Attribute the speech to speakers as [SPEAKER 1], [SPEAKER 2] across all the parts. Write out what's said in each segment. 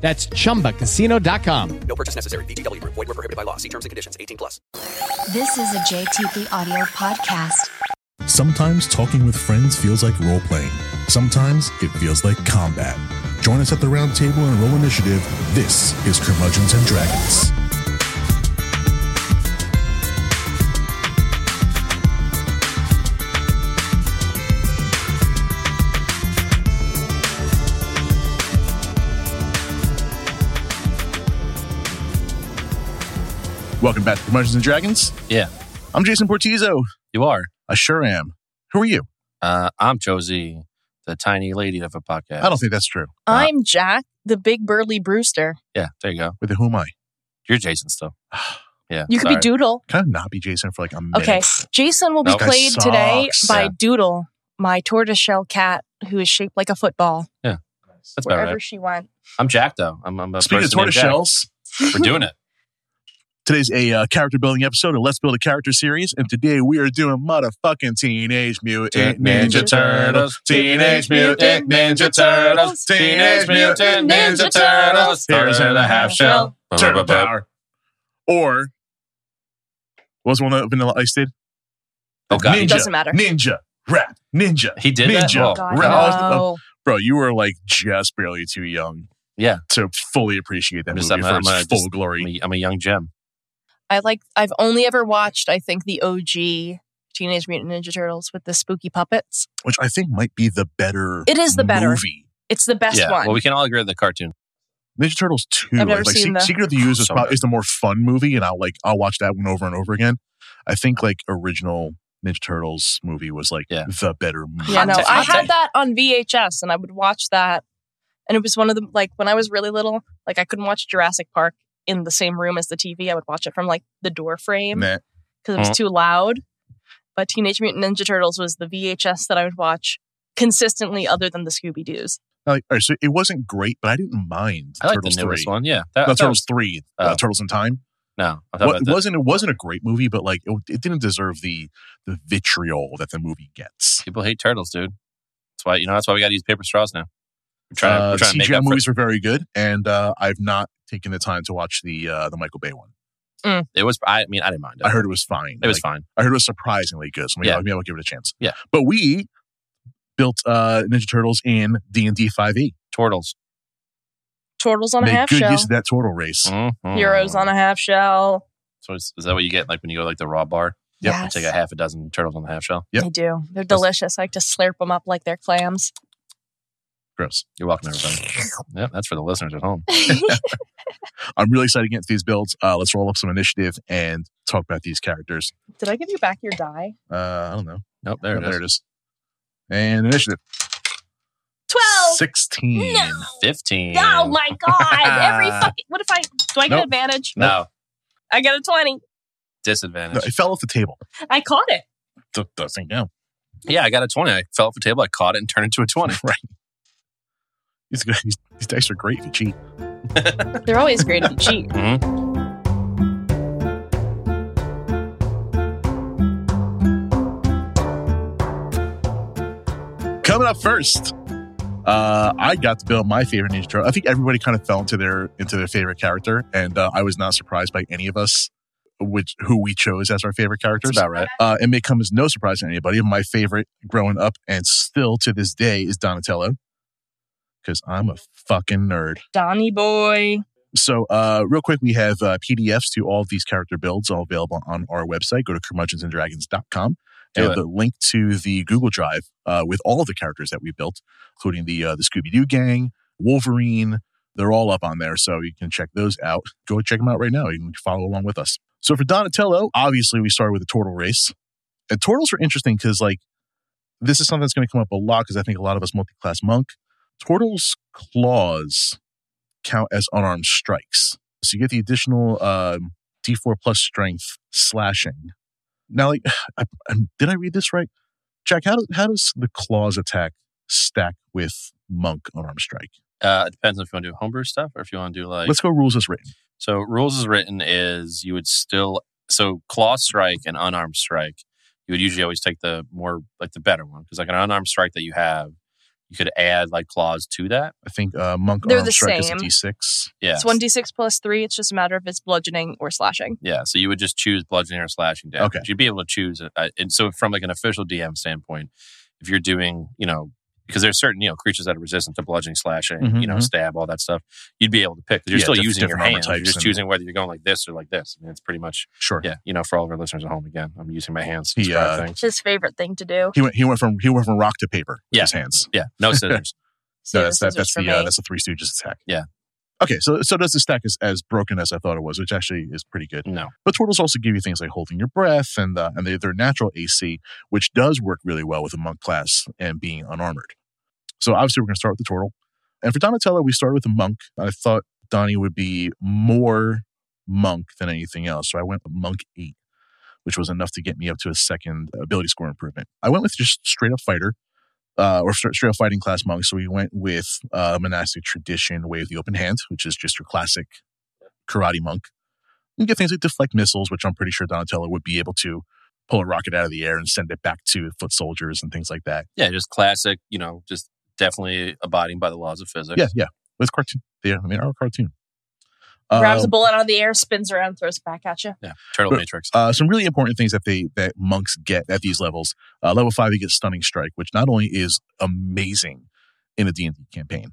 [SPEAKER 1] That's chumbacasino.com.
[SPEAKER 2] No purchase necessary. BGW. Void were prohibited by law. See terms and conditions. 18 plus.
[SPEAKER 3] This is a JTP audio podcast.
[SPEAKER 4] Sometimes talking with friends feels like role playing. Sometimes it feels like combat. Join us at the round table and roll initiative. This is Curmudgeons and Dragons. Welcome back to Curmudgeons and Dragons.
[SPEAKER 5] Yeah,
[SPEAKER 4] I'm Jason Portizo.
[SPEAKER 5] you are.
[SPEAKER 4] I sure am. Who are you?
[SPEAKER 5] Uh, I'm Josie, the tiny lady of a podcast.
[SPEAKER 4] I don't think that's true.
[SPEAKER 6] I'm Jack, the big burly Brewster.
[SPEAKER 5] Yeah, there you go.
[SPEAKER 4] With who am I?
[SPEAKER 5] You're Jason still. Yeah,
[SPEAKER 6] You could
[SPEAKER 5] sorry.
[SPEAKER 6] be Doodle.
[SPEAKER 4] Can I not be Jason for like a minute?
[SPEAKER 6] Okay. Jason will be
[SPEAKER 5] Nope. This guy
[SPEAKER 6] played today
[SPEAKER 4] sucks.
[SPEAKER 6] by
[SPEAKER 5] Yeah.
[SPEAKER 6] Doodle, my tortoiseshell cat who is shaped like a football
[SPEAKER 5] That's about
[SPEAKER 6] wherever
[SPEAKER 5] right.
[SPEAKER 6] she went.
[SPEAKER 5] I'm Jack though. I'm, I'm a
[SPEAKER 4] Speaking of
[SPEAKER 5] person named
[SPEAKER 4] tortoise
[SPEAKER 5] Jack.
[SPEAKER 4] shells,
[SPEAKER 5] We're doing it.
[SPEAKER 4] Today's a uh, character building episode of Let's Build a Character series, and today we are doing motherfucking Teenage Mutant Ninja Turtles. Teenage Mutant Ninja Turtles. Teenage Mutant Ninja Turtles. Here's in a half shell. Turtle power. Or what was the one that Vanilla Ice did?
[SPEAKER 5] Oh god,
[SPEAKER 4] Ninja.
[SPEAKER 5] he,
[SPEAKER 6] Doesn't matter.
[SPEAKER 4] Ninja rap ninja.
[SPEAKER 5] he did that.
[SPEAKER 4] Ninja.
[SPEAKER 5] Oh,
[SPEAKER 6] God,
[SPEAKER 4] Ralph-
[SPEAKER 6] no.
[SPEAKER 4] Bro, you were like just barely too young
[SPEAKER 5] yeah,
[SPEAKER 4] to fully appreciate that
[SPEAKER 5] I'm just-
[SPEAKER 4] movie
[SPEAKER 5] I'm a-
[SPEAKER 4] for
[SPEAKER 5] I'm a-
[SPEAKER 4] its full
[SPEAKER 5] just- I'm
[SPEAKER 4] glory.
[SPEAKER 5] a, I'm a young gem.
[SPEAKER 6] I like I've only ever watched, I think, the OG Teenage Mutant Ninja Turtles with the spooky puppets.
[SPEAKER 4] which I think might be the better.
[SPEAKER 6] It is the better.
[SPEAKER 4] movie.
[SPEAKER 6] It's the best
[SPEAKER 5] yeah.
[SPEAKER 6] one.
[SPEAKER 5] Well, we can all agree on the cartoon.
[SPEAKER 4] Ninja Turtles two.
[SPEAKER 6] I've never
[SPEAKER 4] like,
[SPEAKER 6] seen
[SPEAKER 4] Se-
[SPEAKER 6] the-
[SPEAKER 4] Secret of the Ooze is,
[SPEAKER 5] So
[SPEAKER 4] prob-
[SPEAKER 5] good.
[SPEAKER 4] is the more fun movie, and I'll like I'll watch that one over and over again. I think like original Ninja Turtles movie was like
[SPEAKER 5] Yeah.
[SPEAKER 4] the better movie.
[SPEAKER 6] Yeah, no,
[SPEAKER 5] Hot take,
[SPEAKER 6] I
[SPEAKER 5] hot
[SPEAKER 6] had
[SPEAKER 5] take.
[SPEAKER 6] that on VHS and I would watch that. And it was one of the, like, when I was really little, like, I couldn't watch Jurassic Park in the same room as the TV. I would watch it from, like, the door frame
[SPEAKER 4] Nah. Uh-huh.
[SPEAKER 6] because it was
[SPEAKER 5] Mhm.
[SPEAKER 6] too loud. But Teenage Mutant Ninja Turtles was the VHS that I would watch consistently, other than the Scooby Doo's.
[SPEAKER 4] Like, all right, so it wasn't great, but I didn't mind
[SPEAKER 5] I like
[SPEAKER 4] Turtles
[SPEAKER 5] the newest
[SPEAKER 4] three.
[SPEAKER 5] one. Yeah,
[SPEAKER 4] No,
[SPEAKER 5] that, that was-
[SPEAKER 4] Turtles three,
[SPEAKER 5] Oh.
[SPEAKER 4] uh, Turtles in Time.
[SPEAKER 5] no, I thought
[SPEAKER 4] What,
[SPEAKER 5] about
[SPEAKER 4] it
[SPEAKER 5] that.
[SPEAKER 4] wasn't it wasn't a great movie, but like it, it didn't deserve the the vitriol that the movie gets.
[SPEAKER 5] People hate turtles, dude. That's why you know. That's why we got to use paper straws now. We're trying. to
[SPEAKER 4] Uh,
[SPEAKER 5] we're trying to make
[SPEAKER 4] CGI
[SPEAKER 5] up for
[SPEAKER 4] movies were very good, and uh, I've not taken the time to watch the uh, the Michael Bay one.
[SPEAKER 5] it. was. I mean, I didn't mind it.
[SPEAKER 4] I heard it was fine.
[SPEAKER 5] it was
[SPEAKER 4] Like,
[SPEAKER 5] fine.
[SPEAKER 4] I heard it was surprisingly good. So maybe,
[SPEAKER 5] Yeah.
[SPEAKER 4] I'll, maybe I'll give it a chance.
[SPEAKER 5] Yeah.
[SPEAKER 4] But we built uh, Ninja Turtles in D and D five E.
[SPEAKER 5] Turtles.
[SPEAKER 6] Turtles on a
[SPEAKER 4] Made
[SPEAKER 6] half
[SPEAKER 4] good
[SPEAKER 6] shell,
[SPEAKER 4] use of that turtle race.
[SPEAKER 5] Mhm.
[SPEAKER 6] Heroes on a half shell.
[SPEAKER 5] So is, is that what you get like when you go to, like the raw bar?
[SPEAKER 4] Yep.
[SPEAKER 5] It's
[SPEAKER 6] Yes,
[SPEAKER 5] like a half a dozen turtles on the half shell.
[SPEAKER 4] Yep.
[SPEAKER 6] they do. They're delicious. I like to slurp them up like they're clams.
[SPEAKER 4] Gross.
[SPEAKER 5] You're welcome, everybody. yep, that's for the listeners at home.
[SPEAKER 4] I'm really excited to get into these builds. Uh, let's roll up some initiative and talk about these characters.
[SPEAKER 6] Did I give you back your die?
[SPEAKER 4] Uh, I don't know.
[SPEAKER 5] Nope, there
[SPEAKER 4] Oh,
[SPEAKER 5] it is.
[SPEAKER 4] And initiative
[SPEAKER 6] Twelve.
[SPEAKER 4] 16.
[SPEAKER 6] No.
[SPEAKER 5] Fifteen.
[SPEAKER 6] Oh my god! Every fucking. What if I? Do I get
[SPEAKER 4] Nope.
[SPEAKER 6] advantage?
[SPEAKER 5] No
[SPEAKER 6] I got a twenty.
[SPEAKER 4] No,
[SPEAKER 5] disadvantage.
[SPEAKER 4] it fell off the table.
[SPEAKER 6] I caught it.
[SPEAKER 4] D- doesn't count.
[SPEAKER 5] yeah, I got a twenty. I fell off a table. I caught it and turned into a twenty.
[SPEAKER 4] right. These, guys, these, these dice are great if you cheat.
[SPEAKER 6] They're always great if you cheat.
[SPEAKER 4] coming up first, uh, I got to build my favorite Ninja Turtle. I think everybody kind of fell into their into their favorite character, and uh, I was not surprised by any of us which who we chose as our favorite characters.
[SPEAKER 5] That's about right.
[SPEAKER 4] Uh, it may come as no surprise to anybody. My favorite growing up and still to this day is Donatello because I'm a fucking nerd.
[SPEAKER 6] Donny boy.
[SPEAKER 4] So, uh, real quick, we have uh, PDFs to all of these character builds all available on our website. Go to curmudgeonsanddragons.com.
[SPEAKER 5] Do
[SPEAKER 4] And
[SPEAKER 5] it.
[SPEAKER 4] the link to the Google Drive uh, with all of the characters that we built, including the uh, the Scooby Doo gang, Wolverine, they're all up on there. So you can check those out. Go check them out right now. You can follow along with us. So for Donatello, obviously we started with the turtle race. And turtles are interesting because like this is something that's going to come up a lot because I think a lot of us multi-class monk turtles claws count as unarmed strikes. So you get the additional um, D4 plus strength slashing. Now, like, I, I, did I read this right, Jack? How does how does the claws attack stack with monk unarmed strike?
[SPEAKER 5] Uh, it depends if you want to do homebrew stuff or if you want to do like.
[SPEAKER 4] Let's go rules as written.
[SPEAKER 5] So rules as written is you would still so claw strike and unarmed strike. You would usually always take the more like the better one because like an unarmed strike that you have, you could add like claws to that.
[SPEAKER 4] I think uh, monk
[SPEAKER 6] They're
[SPEAKER 4] unarmed
[SPEAKER 6] the
[SPEAKER 4] strike
[SPEAKER 6] same.
[SPEAKER 4] is a D6.
[SPEAKER 5] Yeah,
[SPEAKER 6] It's one d six plus three. It's just a matter of it's bludgeoning or slashing.
[SPEAKER 5] yeah. So you would just choose bludgeoning or slashing damage.
[SPEAKER 4] Okay.
[SPEAKER 5] You'd be able to choose. it. Uh, And so from like an official DM standpoint, if you're doing you know because there's certain you know creatures that are resistant to bludgeoning, slashing,
[SPEAKER 4] Mhm,
[SPEAKER 5] you know,
[SPEAKER 4] mhm.
[SPEAKER 5] stab, all that stuff, you'd be able to pick. 'cause You're
[SPEAKER 4] Yeah,
[SPEAKER 5] still
[SPEAKER 4] diff-
[SPEAKER 5] using your
[SPEAKER 4] different armor
[SPEAKER 5] hands. You're
[SPEAKER 4] types
[SPEAKER 5] just
[SPEAKER 4] and-
[SPEAKER 5] choosing whether you're going like this or like this. I mean, it's pretty much
[SPEAKER 4] Sure.
[SPEAKER 5] yeah. You know, for all of our listeners at home, again, I'm using my hands to
[SPEAKER 4] He,
[SPEAKER 5] describe
[SPEAKER 4] uh,
[SPEAKER 5] things.
[SPEAKER 6] It's his favorite thing to do.
[SPEAKER 4] He went. He went from he went from rock to paper with
[SPEAKER 5] Yeah.
[SPEAKER 4] his hands.
[SPEAKER 5] Yeah, no scissors.
[SPEAKER 4] No,
[SPEAKER 6] So
[SPEAKER 4] that's that, that's the
[SPEAKER 6] me.
[SPEAKER 4] uh, that's the Three Stooges attack.
[SPEAKER 5] Yeah.
[SPEAKER 4] Okay, so so does the stack is as broken as I thought it was, which actually is pretty good.
[SPEAKER 5] no.
[SPEAKER 4] But turtles also give you things like holding your breath and uh, and they, their natural AC, which does work really well with a monk class and being unarmored. So obviously we're going to start with the turtle, and for Donatello we started with a monk. I thought Donnie would be more monk than anything else, so I went with monk eight, which was enough to get me up to a second ability score improvement. I went with just straight up fighter. Uh, or straight straight up fighting class monk. So we went with uh, monastic tradition, way of the open hand, which is just your classic karate monk. You get things like deflect missiles, which I'm pretty sure Donatello would be able to pull a rocket out of the air and send it back to foot soldiers and things like that.
[SPEAKER 5] Yeah, just classic. You know, just definitely abiding by the laws of physics.
[SPEAKER 4] Yeah, yeah. With cartoon. Yeah, I mean, our cartoon.
[SPEAKER 6] Grabs a
[SPEAKER 4] Um,
[SPEAKER 6] bullet out of the air, spins around, throws it back at you.
[SPEAKER 5] yeah. Turtle
[SPEAKER 4] But-
[SPEAKER 5] Matrix.
[SPEAKER 4] uh, some really important things that they that monks get at these levels. Uh, level five, you get stunning strike, which not only is amazing in a D and D campaign.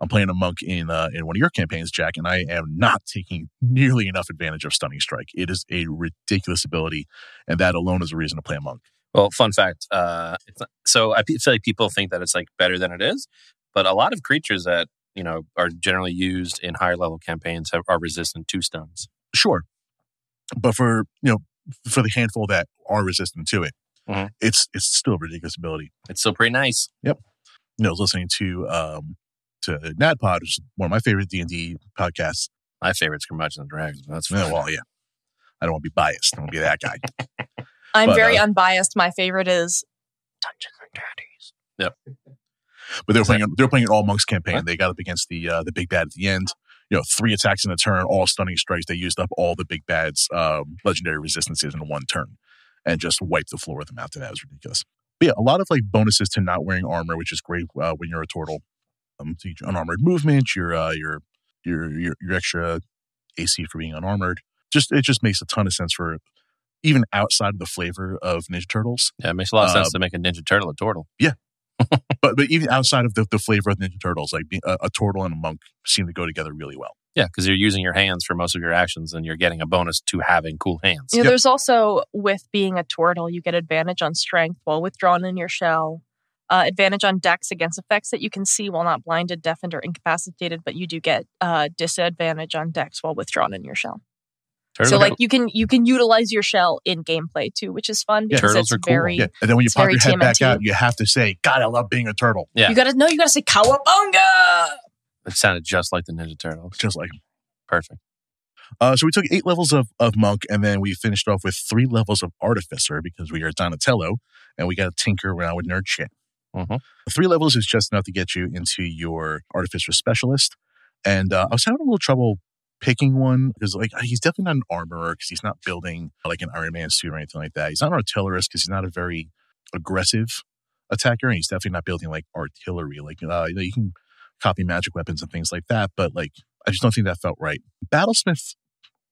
[SPEAKER 4] I'm playing a monk in uh, in one of your campaigns, Jack, and I am not taking nearly enough advantage of stunning strike. It is a ridiculous ability, and that alone is a reason to play a monk.
[SPEAKER 5] well, fun fact. Uh, it's not, so I pe- feel like people think that it's like better than it is, but a lot of creatures that you know are generally used in higher level campaigns have, are resistant to stuns.
[SPEAKER 4] sure but for you know for the handful that are resistant to it
[SPEAKER 5] Mhm.
[SPEAKER 4] it's it's still a ridiculous ability
[SPEAKER 5] It's still pretty nice.
[SPEAKER 4] you know I was listening to um to nadpod which is one of my favorite d&d podcasts
[SPEAKER 5] My favorite's Curmudgeon and Dragons. But that's
[SPEAKER 4] Yeah,
[SPEAKER 5] fine.
[SPEAKER 4] well yeah i don't want to be biased i don't want to be that guy
[SPEAKER 6] I'm
[SPEAKER 4] But,
[SPEAKER 6] very
[SPEAKER 4] uh,
[SPEAKER 6] unbiased. My favorite is Dungeons and Daddies.
[SPEAKER 4] but they're playing they're playing an all monks campaign
[SPEAKER 5] What?
[SPEAKER 4] they got up against the uh, the big bad at the end you know three attacks in a turn all stunning strikes they used up all the big bad's um, legendary resistances in one turn and just wiped the floor with them after that it was ridiculous but yeah a lot of like bonuses to not wearing armor which is great uh, when you're a turtle um, so your unarmored movement your uh, your your your your extra AC for being unarmored just it just makes a ton of sense for even outside of the flavor of Ninja Turtles
[SPEAKER 5] Yeah, it makes a lot of sense
[SPEAKER 4] Uh,
[SPEAKER 5] to make a Ninja Turtle a turtle.
[SPEAKER 4] but but even outside of the, the flavor of Ninja Turtles, like being a, a turtle and a monk seem to go together really well.
[SPEAKER 5] Yeah, because you're using your hands for most of your actions, and you're getting a bonus to having cool hands.
[SPEAKER 6] You know,
[SPEAKER 4] Yep.
[SPEAKER 6] There's also with being a turtle, you get advantage on strength while withdrawn in your shell. Uh, advantage on dex against effects that you can see while not blinded, deafened, or incapacitated, but you do get uh, disadvantage on dex while withdrawn in your shell. so,
[SPEAKER 5] Turtles-
[SPEAKER 6] like you can you can utilize your shell in gameplay too, which is fun
[SPEAKER 4] Yeah.
[SPEAKER 6] because
[SPEAKER 5] Turtles
[SPEAKER 6] it's
[SPEAKER 5] are cool.
[SPEAKER 6] very
[SPEAKER 4] Yeah, and then when you
[SPEAKER 6] It's
[SPEAKER 4] pop
[SPEAKER 6] very
[SPEAKER 4] your head back
[SPEAKER 6] TMNT.
[SPEAKER 4] out, you have to say, "God, I love being a turtle,"
[SPEAKER 5] Yeah.
[SPEAKER 6] You gotta no, you gotta say cowabunga.
[SPEAKER 5] it sounded just like the Ninja Turtles.
[SPEAKER 4] just like.
[SPEAKER 5] Perfect.
[SPEAKER 4] Uh, so we took eight levels of, of monk, and then we finished off with three levels of artificer because we are Donatello, and we got to tinker around with nerd shit.
[SPEAKER 5] Mhm.
[SPEAKER 4] Three levels is just enough to get you into your artificer specialist, and uh, I was having a little trouble picking one because like he's definitely not an armorer because he's not building like an Iron Man suit or anything like that. He's not an artillerist because he's not a very aggressive attacker, and he's definitely not building like artillery. Like uh, you know, you can copy magic weapons and things like that, but like I just don't think that felt right. Battlesmith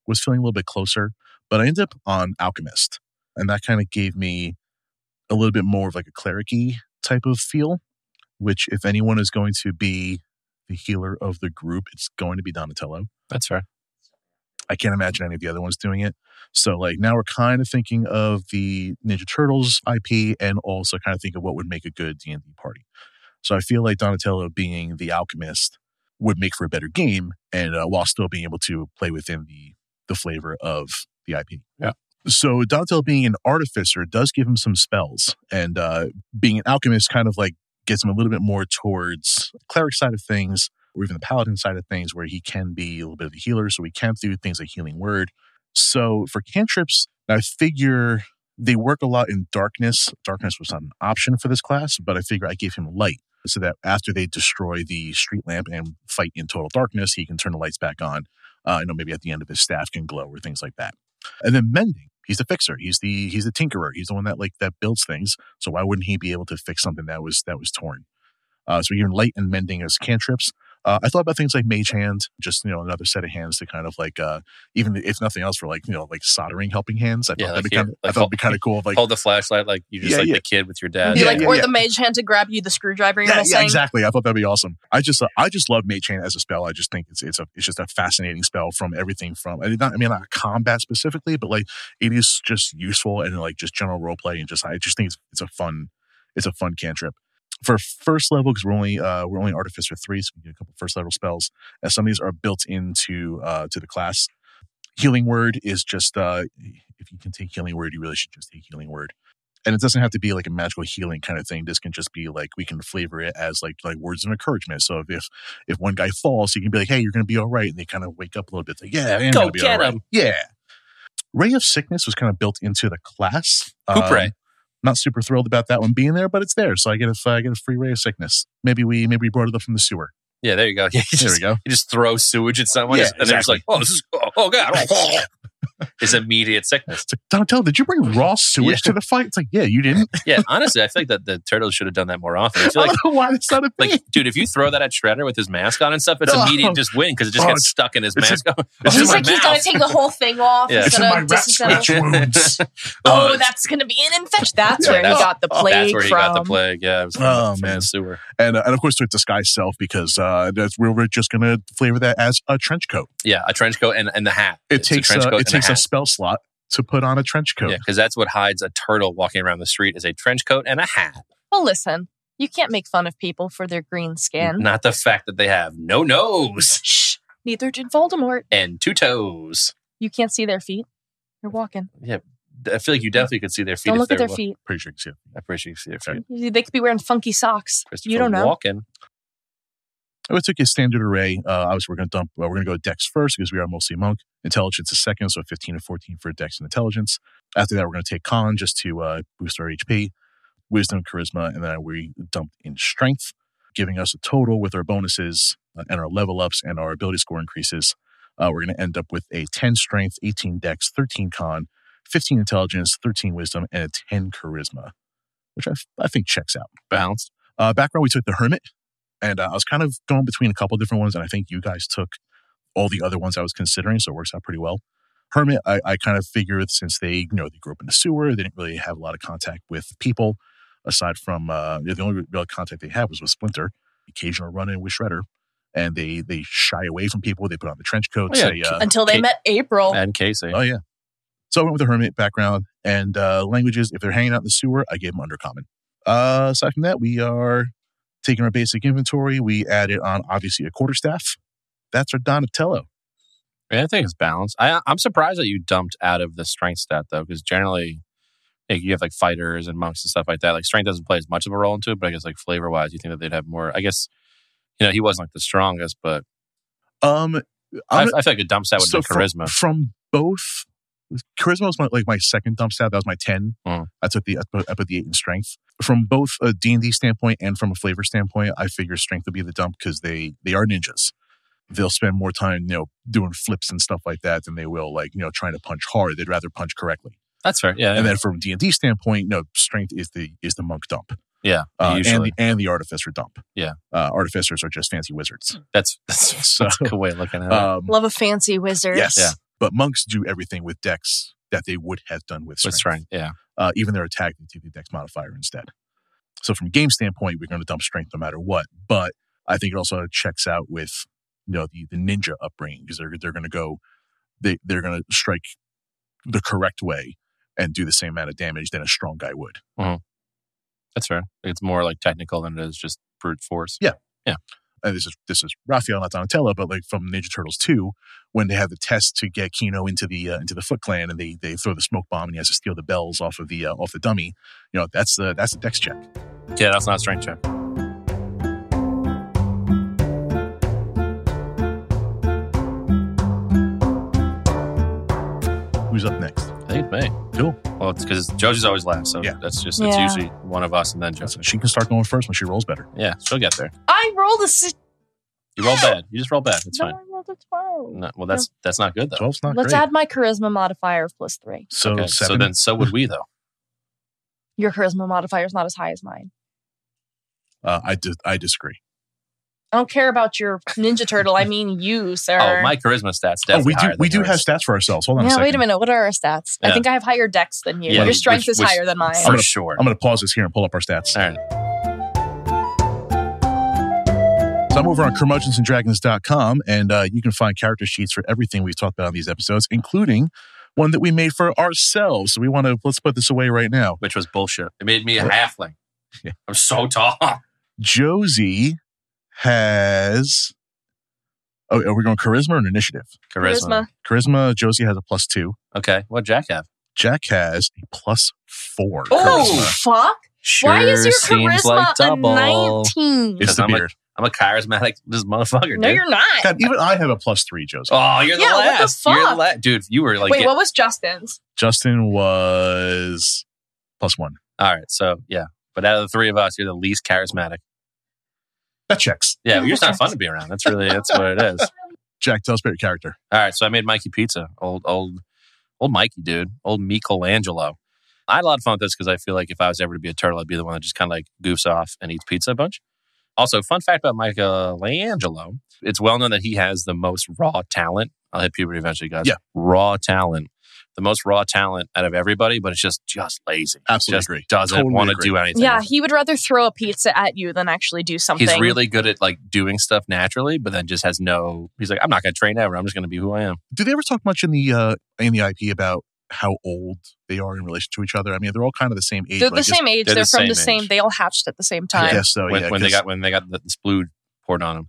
[SPEAKER 4] was feeling a little bit closer, but I ended up on Alchemist, and that kind of gave me a little bit more of like a clericy type of feel. Which, if anyone is going to be the healer of the group, it's going to be Donatello.
[SPEAKER 5] That's fair.
[SPEAKER 4] I can't imagine any of the other ones doing it. So like now we're kind of thinking of the Ninja Turtles IP and also kind of think of what would make a good D and D party. So I feel like Donatello being the alchemist would make for a better game, and uh, while still being able to play within the the flavor of the IP.
[SPEAKER 5] Yeah.
[SPEAKER 4] So Donatello being an artificer does give him some spells, and uh, being an alchemist kind of like gets him a little bit more towards cleric side of things, or even the paladin side of things where he can be a little bit of a healer. So we can do things like healing word. So for cantrips, I figure they work a lot in darkness. Darkness was not an option for this class, but I figure I gave him light so that after they destroy the street lamp and fight in total darkness, he can turn the lights back on. Uh, you know, maybe at the end of his staff can glow or things like that. And then mending, he's the fixer. He's the he's the tinkerer. He's the one that like that builds things. So why wouldn't he be able to fix something that was that was torn? Uh, so we give him light and mending as cantrips. Uh, I thought about things like mage hand, just you know, another set of hands to kind of like, uh, even if nothing else, for like you know, like soldering helping hands. I thought
[SPEAKER 5] Yeah,
[SPEAKER 4] that'd
[SPEAKER 5] like
[SPEAKER 4] be kind
[SPEAKER 5] here,
[SPEAKER 4] of, I
[SPEAKER 5] like
[SPEAKER 4] thought it'd
[SPEAKER 5] hold-
[SPEAKER 4] be kind of cool. if, Like,
[SPEAKER 5] Hold the flashlight like you just
[SPEAKER 4] Yeah,
[SPEAKER 5] like
[SPEAKER 4] yeah.
[SPEAKER 5] the kid with your
[SPEAKER 6] You'd
[SPEAKER 5] dad.
[SPEAKER 6] be
[SPEAKER 4] Yeah,
[SPEAKER 6] like,
[SPEAKER 4] yeah,
[SPEAKER 6] or
[SPEAKER 4] yeah.
[SPEAKER 6] the mage hand to grab you the screwdriver. You're
[SPEAKER 4] yeah,
[SPEAKER 6] gonna
[SPEAKER 4] yeah,
[SPEAKER 6] say,
[SPEAKER 4] exactly. I thought that'd be awesome. I just, uh, I just love mage hand as a spell. I just think it's, it's a, it's just a fascinating spell from everything from. I mean, not, I mean, not combat specifically, but like it is just useful and like just general role play and just, I just think it's, it's a fun, it's a fun cantrip. For first level, because we're only uh, we're only artificer three, so we get a couple first level spells. And some of these are built into uh, to the class. healing word is just uh if you can take healing word you really should just take healing word and it doesn't have to be like a magical healing kind of thing this can just be like we can flavor it as like like words of encouragement so if if, if one guy falls you can be like hey you're gonna be all right and they kind of wake up a little bit like yeah I am
[SPEAKER 5] Go
[SPEAKER 4] gonna be all
[SPEAKER 5] get
[SPEAKER 4] right."
[SPEAKER 5] 'em.
[SPEAKER 4] yeah ray of sickness was kind of built into the class
[SPEAKER 5] Poop
[SPEAKER 4] Um,
[SPEAKER 5] ray.
[SPEAKER 4] not super thrilled about that one being there but it's there so i get a I get a free ray of sickness maybe we maybe we brought it up from the sewer
[SPEAKER 5] Yeah, there you go. Yeah, you
[SPEAKER 4] there we
[SPEAKER 5] just,
[SPEAKER 4] go
[SPEAKER 5] you just throw sewage at someone
[SPEAKER 4] Yeah,
[SPEAKER 5] and they're just
[SPEAKER 4] exactly.
[SPEAKER 5] like, oh, this is, oh, oh God. His immediate sickness.
[SPEAKER 4] it's like donatello did you bring raw sewage to the fight it's like yeah you didn't
[SPEAKER 5] Yeah, honestly, I feel like that the turtles should have done that more often. I feel like
[SPEAKER 4] I don't know why that's not a thing.
[SPEAKER 5] Like, dude, if you throw that at Shredder with his mask on and stuff, it's
[SPEAKER 4] No.
[SPEAKER 5] immediate just win because it just
[SPEAKER 4] Oh,
[SPEAKER 5] gets
[SPEAKER 4] it's-
[SPEAKER 5] stuck in his
[SPEAKER 4] it's
[SPEAKER 5] mask.
[SPEAKER 4] it's
[SPEAKER 5] Oh,
[SPEAKER 4] in
[SPEAKER 6] he's
[SPEAKER 4] my
[SPEAKER 6] like, he's gonna take the whole thing off
[SPEAKER 5] Yeah.
[SPEAKER 4] It's in
[SPEAKER 6] instead
[SPEAKER 4] my
[SPEAKER 6] of
[SPEAKER 4] rat
[SPEAKER 6] disinfecting.
[SPEAKER 4] scratch wounds.
[SPEAKER 6] Oh,
[SPEAKER 5] it's-
[SPEAKER 6] that's gonna be an infection. That's
[SPEAKER 5] Yeah,
[SPEAKER 6] where
[SPEAKER 5] that's-
[SPEAKER 6] he got the plague
[SPEAKER 5] That's where he
[SPEAKER 6] from.
[SPEAKER 5] got the plague. Yeah, it was from,
[SPEAKER 4] Oh,
[SPEAKER 5] from
[SPEAKER 4] man.
[SPEAKER 5] the sewer.
[SPEAKER 4] and uh, and of course to disguise self because uh, that's we we're just gonna flavor that as a trench coat.
[SPEAKER 5] Yeah, a trench coat and, and the hat.
[SPEAKER 4] It
[SPEAKER 5] It's
[SPEAKER 4] takes
[SPEAKER 5] trench
[SPEAKER 4] a,
[SPEAKER 5] coat
[SPEAKER 4] it
[SPEAKER 5] and
[SPEAKER 4] takes
[SPEAKER 5] a
[SPEAKER 4] a
[SPEAKER 5] hat.
[SPEAKER 4] spell slot to put on a trench coat.
[SPEAKER 5] Yeah, because that's what hides a turtle walking around the street is a trench coat and a hat.
[SPEAKER 6] Well, listen, you can't make fun of people for their green skin.
[SPEAKER 5] Not the fact that they have no nose
[SPEAKER 6] Shh. Neither did Voldemort.
[SPEAKER 5] and two toes.
[SPEAKER 6] You can't see their feet. You're walking.
[SPEAKER 5] I feel like you definitely could see their feet.
[SPEAKER 6] Don't
[SPEAKER 5] if
[SPEAKER 6] look
[SPEAKER 5] they
[SPEAKER 6] at their
[SPEAKER 5] were-
[SPEAKER 6] feet.
[SPEAKER 4] Pretty sure you can see it.
[SPEAKER 5] I appreciate you see their feet.
[SPEAKER 6] They could be wearing funky socks.
[SPEAKER 5] Christopher
[SPEAKER 6] You don't know.
[SPEAKER 5] Walken.
[SPEAKER 4] I would took his standard array. Uh, obviously, we're going to dump. Well, we're going to go Dex first because we are mostly monk. Intelligence is second, so fifteen and fourteen for Dex and intelligence. After that, we're going to take con just to uh, boost our HP, wisdom, charisma, and then we dumped in strength, giving us a total with our bonuses uh, and our level ups and our ability score increases. Uh, we're going to end up with a ten strength, eighteen Dex, thirteen con, fifteen intelligence, thirteen wisdom, and a ten charisma, which I, I think checks out.
[SPEAKER 5] Balanced.
[SPEAKER 4] Uh, background, we took The Hermit, and uh, I was kind of going between a couple different ones, and I think you guys took all the other ones I was considering, so it works out pretty well. Hermit, I, I kind of figured since they, you know, they grew up in a sewer, they didn't really have a lot of contact with people, aside from uh, the only real contact they had was with Splinter, occasional run-in with Shredder, and they they shy away from people. They put on the trench coats.
[SPEAKER 5] Oh, yeah.
[SPEAKER 4] they, uh,
[SPEAKER 6] Until they
[SPEAKER 5] Kate-
[SPEAKER 6] met April.
[SPEAKER 5] And Casey.
[SPEAKER 4] oh yeah. So I went with the hermit background and uh, languages. If they're hanging out in the sewer, I gave them undercommon. Uh, aside from that, we are taking our basic inventory. We added on obviously a quarterstaff. That's our Donatello.
[SPEAKER 5] Yeah, I think it's balanced. I, I'm surprised that you dumped out of the strength stat though, because generally, like you have like fighters and monks and stuff like that. Like strength doesn't play as much of a role into it, but I guess like flavor wise, you think that they'd have more. I guess you know he wasn't like the strongest, but
[SPEAKER 4] Um, I'm
[SPEAKER 5] I, I
[SPEAKER 4] gonna-
[SPEAKER 5] feel like a dump stat would
[SPEAKER 4] so
[SPEAKER 5] be
[SPEAKER 4] From,
[SPEAKER 5] charisma.
[SPEAKER 4] from both, charisma was my, like my second dump stat. That was my ten.
[SPEAKER 5] Mm.
[SPEAKER 4] I took the I put, I put the eight in strength. From both a D and D standpoint and from a flavor standpoint, I figure strength would be the dump because they they are ninjas. They'll spend more time you know doing flips and stuff like that than they will like you know trying to punch hard. They'd rather punch correctly.
[SPEAKER 5] That's fair. Yeah,
[SPEAKER 4] And then from D and D standpoint, no strength is the is the monk dump.
[SPEAKER 5] Yeah,
[SPEAKER 4] uh, and,
[SPEAKER 5] usually
[SPEAKER 4] the, and the artificer dump.
[SPEAKER 5] Yeah.
[SPEAKER 4] Uh, artificers are just fancy wizards.
[SPEAKER 5] that's that's,
[SPEAKER 4] So,
[SPEAKER 5] that's a good way of looking at it.
[SPEAKER 4] Um,
[SPEAKER 6] Love a fancy wizard.
[SPEAKER 4] yes.
[SPEAKER 5] Yeah.
[SPEAKER 4] But monks do everything with decks that they would have done with strength.
[SPEAKER 5] With strength, yeah,
[SPEAKER 4] Uh, even their attack, they take the dex modifier instead. So from game standpoint, we're going to dump strength no matter what. But I think it also checks out with you know the, the ninja upbringing because they're they're going to go they they're going to strike the correct way and do the same amount of damage than a strong guy would.
[SPEAKER 5] that's fair. It's more like technical than it is just brute force.
[SPEAKER 4] Yeah. and this is this is Raphael, not Donatello, but like from Ninja Turtles two, when they have the test to get Kino into the uh, into the Foot Clan, and they they throw the smoke bomb, and he has to steal the bells off of the uh, off the dummy. You know, that's the that's the dex check.
[SPEAKER 5] Yeah, that's not a strength check.
[SPEAKER 4] Who's up next?
[SPEAKER 5] I think it's me.
[SPEAKER 4] Cool.
[SPEAKER 5] Well, it's because judges always last, so
[SPEAKER 4] Yeah.
[SPEAKER 5] that's just it's
[SPEAKER 6] Yeah.
[SPEAKER 5] usually one of us and then judges.
[SPEAKER 4] So she can start going first when she rolls better.
[SPEAKER 5] Yeah, she'll get there.
[SPEAKER 6] I rolled a si-
[SPEAKER 5] You roll bad. You just roll bad. It's
[SPEAKER 6] no,
[SPEAKER 5] fine.
[SPEAKER 6] I rolled a twelve.
[SPEAKER 5] No, well, that's that's not good though.
[SPEAKER 4] Twelve's not
[SPEAKER 6] Let's
[SPEAKER 4] great.
[SPEAKER 6] add my charisma modifier of plus three.
[SPEAKER 4] so
[SPEAKER 5] okay, so
[SPEAKER 4] Oh, seven.
[SPEAKER 5] then so would we though.
[SPEAKER 6] Your charisma modifier is not as high as mine.
[SPEAKER 4] uh, I di- I disagree.
[SPEAKER 6] I don't care about your Ninja Turtle. I mean you, sir.
[SPEAKER 5] Oh, my charisma stats.
[SPEAKER 4] Oh,
[SPEAKER 5] Definitely
[SPEAKER 4] we do
[SPEAKER 5] higher
[SPEAKER 4] we do
[SPEAKER 5] than
[SPEAKER 4] have
[SPEAKER 5] yours.
[SPEAKER 4] stats for ourselves. Hold on a
[SPEAKER 6] Yeah,
[SPEAKER 4] second.
[SPEAKER 6] wait a minute. What are our stats? I
[SPEAKER 5] Yeah.
[SPEAKER 6] think I have higher dex than you.
[SPEAKER 5] Yeah,
[SPEAKER 6] Your strength
[SPEAKER 5] which-
[SPEAKER 6] is
[SPEAKER 5] which-
[SPEAKER 6] higher than mine.
[SPEAKER 5] for sure.
[SPEAKER 4] I'm going to pause this here and pull up our stats.
[SPEAKER 5] All right.
[SPEAKER 4] So I'm over on curmudgeonsanddragons.com, and uh, you can find character sheets for everything we've talked about on these episodes, including one that we made for ourselves. So we want to let's put this away right now.
[SPEAKER 5] which was bullshit. It made me a
[SPEAKER 4] What?
[SPEAKER 5] halfling.
[SPEAKER 4] Yeah.
[SPEAKER 5] I'm so tall.
[SPEAKER 4] Josie has. Oh, are we going charisma or an initiative?
[SPEAKER 6] Charisma.
[SPEAKER 4] Charisma. Josie has a plus two.
[SPEAKER 5] Okay. What Jack have?
[SPEAKER 4] Jack has a plus four.
[SPEAKER 6] Oh,
[SPEAKER 4] charisma.
[SPEAKER 6] fuck.
[SPEAKER 5] Sure
[SPEAKER 6] Why is your
[SPEAKER 5] seems
[SPEAKER 6] charisma
[SPEAKER 5] like double.
[SPEAKER 6] a 19?
[SPEAKER 4] It's the
[SPEAKER 5] I'm a-
[SPEAKER 4] beard.
[SPEAKER 5] I'm a charismatic this motherfucker.
[SPEAKER 6] No,
[SPEAKER 5] dude.
[SPEAKER 6] you're not.
[SPEAKER 4] God, even I have a plus three. Josie.
[SPEAKER 5] Oh, you're the
[SPEAKER 6] Yeah, what the
[SPEAKER 5] last. You're the
[SPEAKER 6] fuck?
[SPEAKER 5] la- dude. You were like,
[SPEAKER 6] Wait,
[SPEAKER 5] get-
[SPEAKER 6] what was Justin's?
[SPEAKER 4] Justin was plus one.
[SPEAKER 5] all right. So yeah, but out of the three of us, you're the least charismatic.
[SPEAKER 4] That checks.
[SPEAKER 5] Yeah, you're just not fun to be around. That's really that's what it is.
[SPEAKER 4] Jack, tell us about your character.
[SPEAKER 5] All right, so I made Mikey pizza. Old old old Mikey dude. Old Michelangelo. I had a lot of fun with this because I feel like if I was ever to be a turtle, I'd be the one that just kind of like goofs off and eats pizza a bunch. Also, fun fact about Michelangelo: it's well known that he has the most raw talent. I'll hit puberty eventually, guys.
[SPEAKER 4] Yeah.
[SPEAKER 5] raw talent, the most raw talent out of everybody, but it's just just lazy.
[SPEAKER 4] Absolutely
[SPEAKER 5] just
[SPEAKER 4] agree.
[SPEAKER 5] Doesn't
[SPEAKER 4] Totally
[SPEAKER 5] want to
[SPEAKER 4] agree.
[SPEAKER 5] do anything.
[SPEAKER 6] Yeah, he would rather throw a pizza at you than actually do something.
[SPEAKER 5] He's really good at like doing stuff naturally, but then just has no. He's like, I'm not going to train ever. I'm just going to be who I am.
[SPEAKER 4] do they ever talk much in the uh, in the IP about how old they are in relation to each other? I mean, they're all kind of the same age.
[SPEAKER 6] They're the
[SPEAKER 4] like, is-
[SPEAKER 6] same age.
[SPEAKER 5] they're
[SPEAKER 6] They're,
[SPEAKER 5] the
[SPEAKER 6] from the
[SPEAKER 5] same
[SPEAKER 6] same.
[SPEAKER 5] age.
[SPEAKER 6] They all hatched at the same
[SPEAKER 4] I
[SPEAKER 6] time.
[SPEAKER 4] guess so.
[SPEAKER 5] when,
[SPEAKER 4] Oh, yeah,
[SPEAKER 5] when they
[SPEAKER 4] 'cause
[SPEAKER 5] got when they got the, the splood poured on them.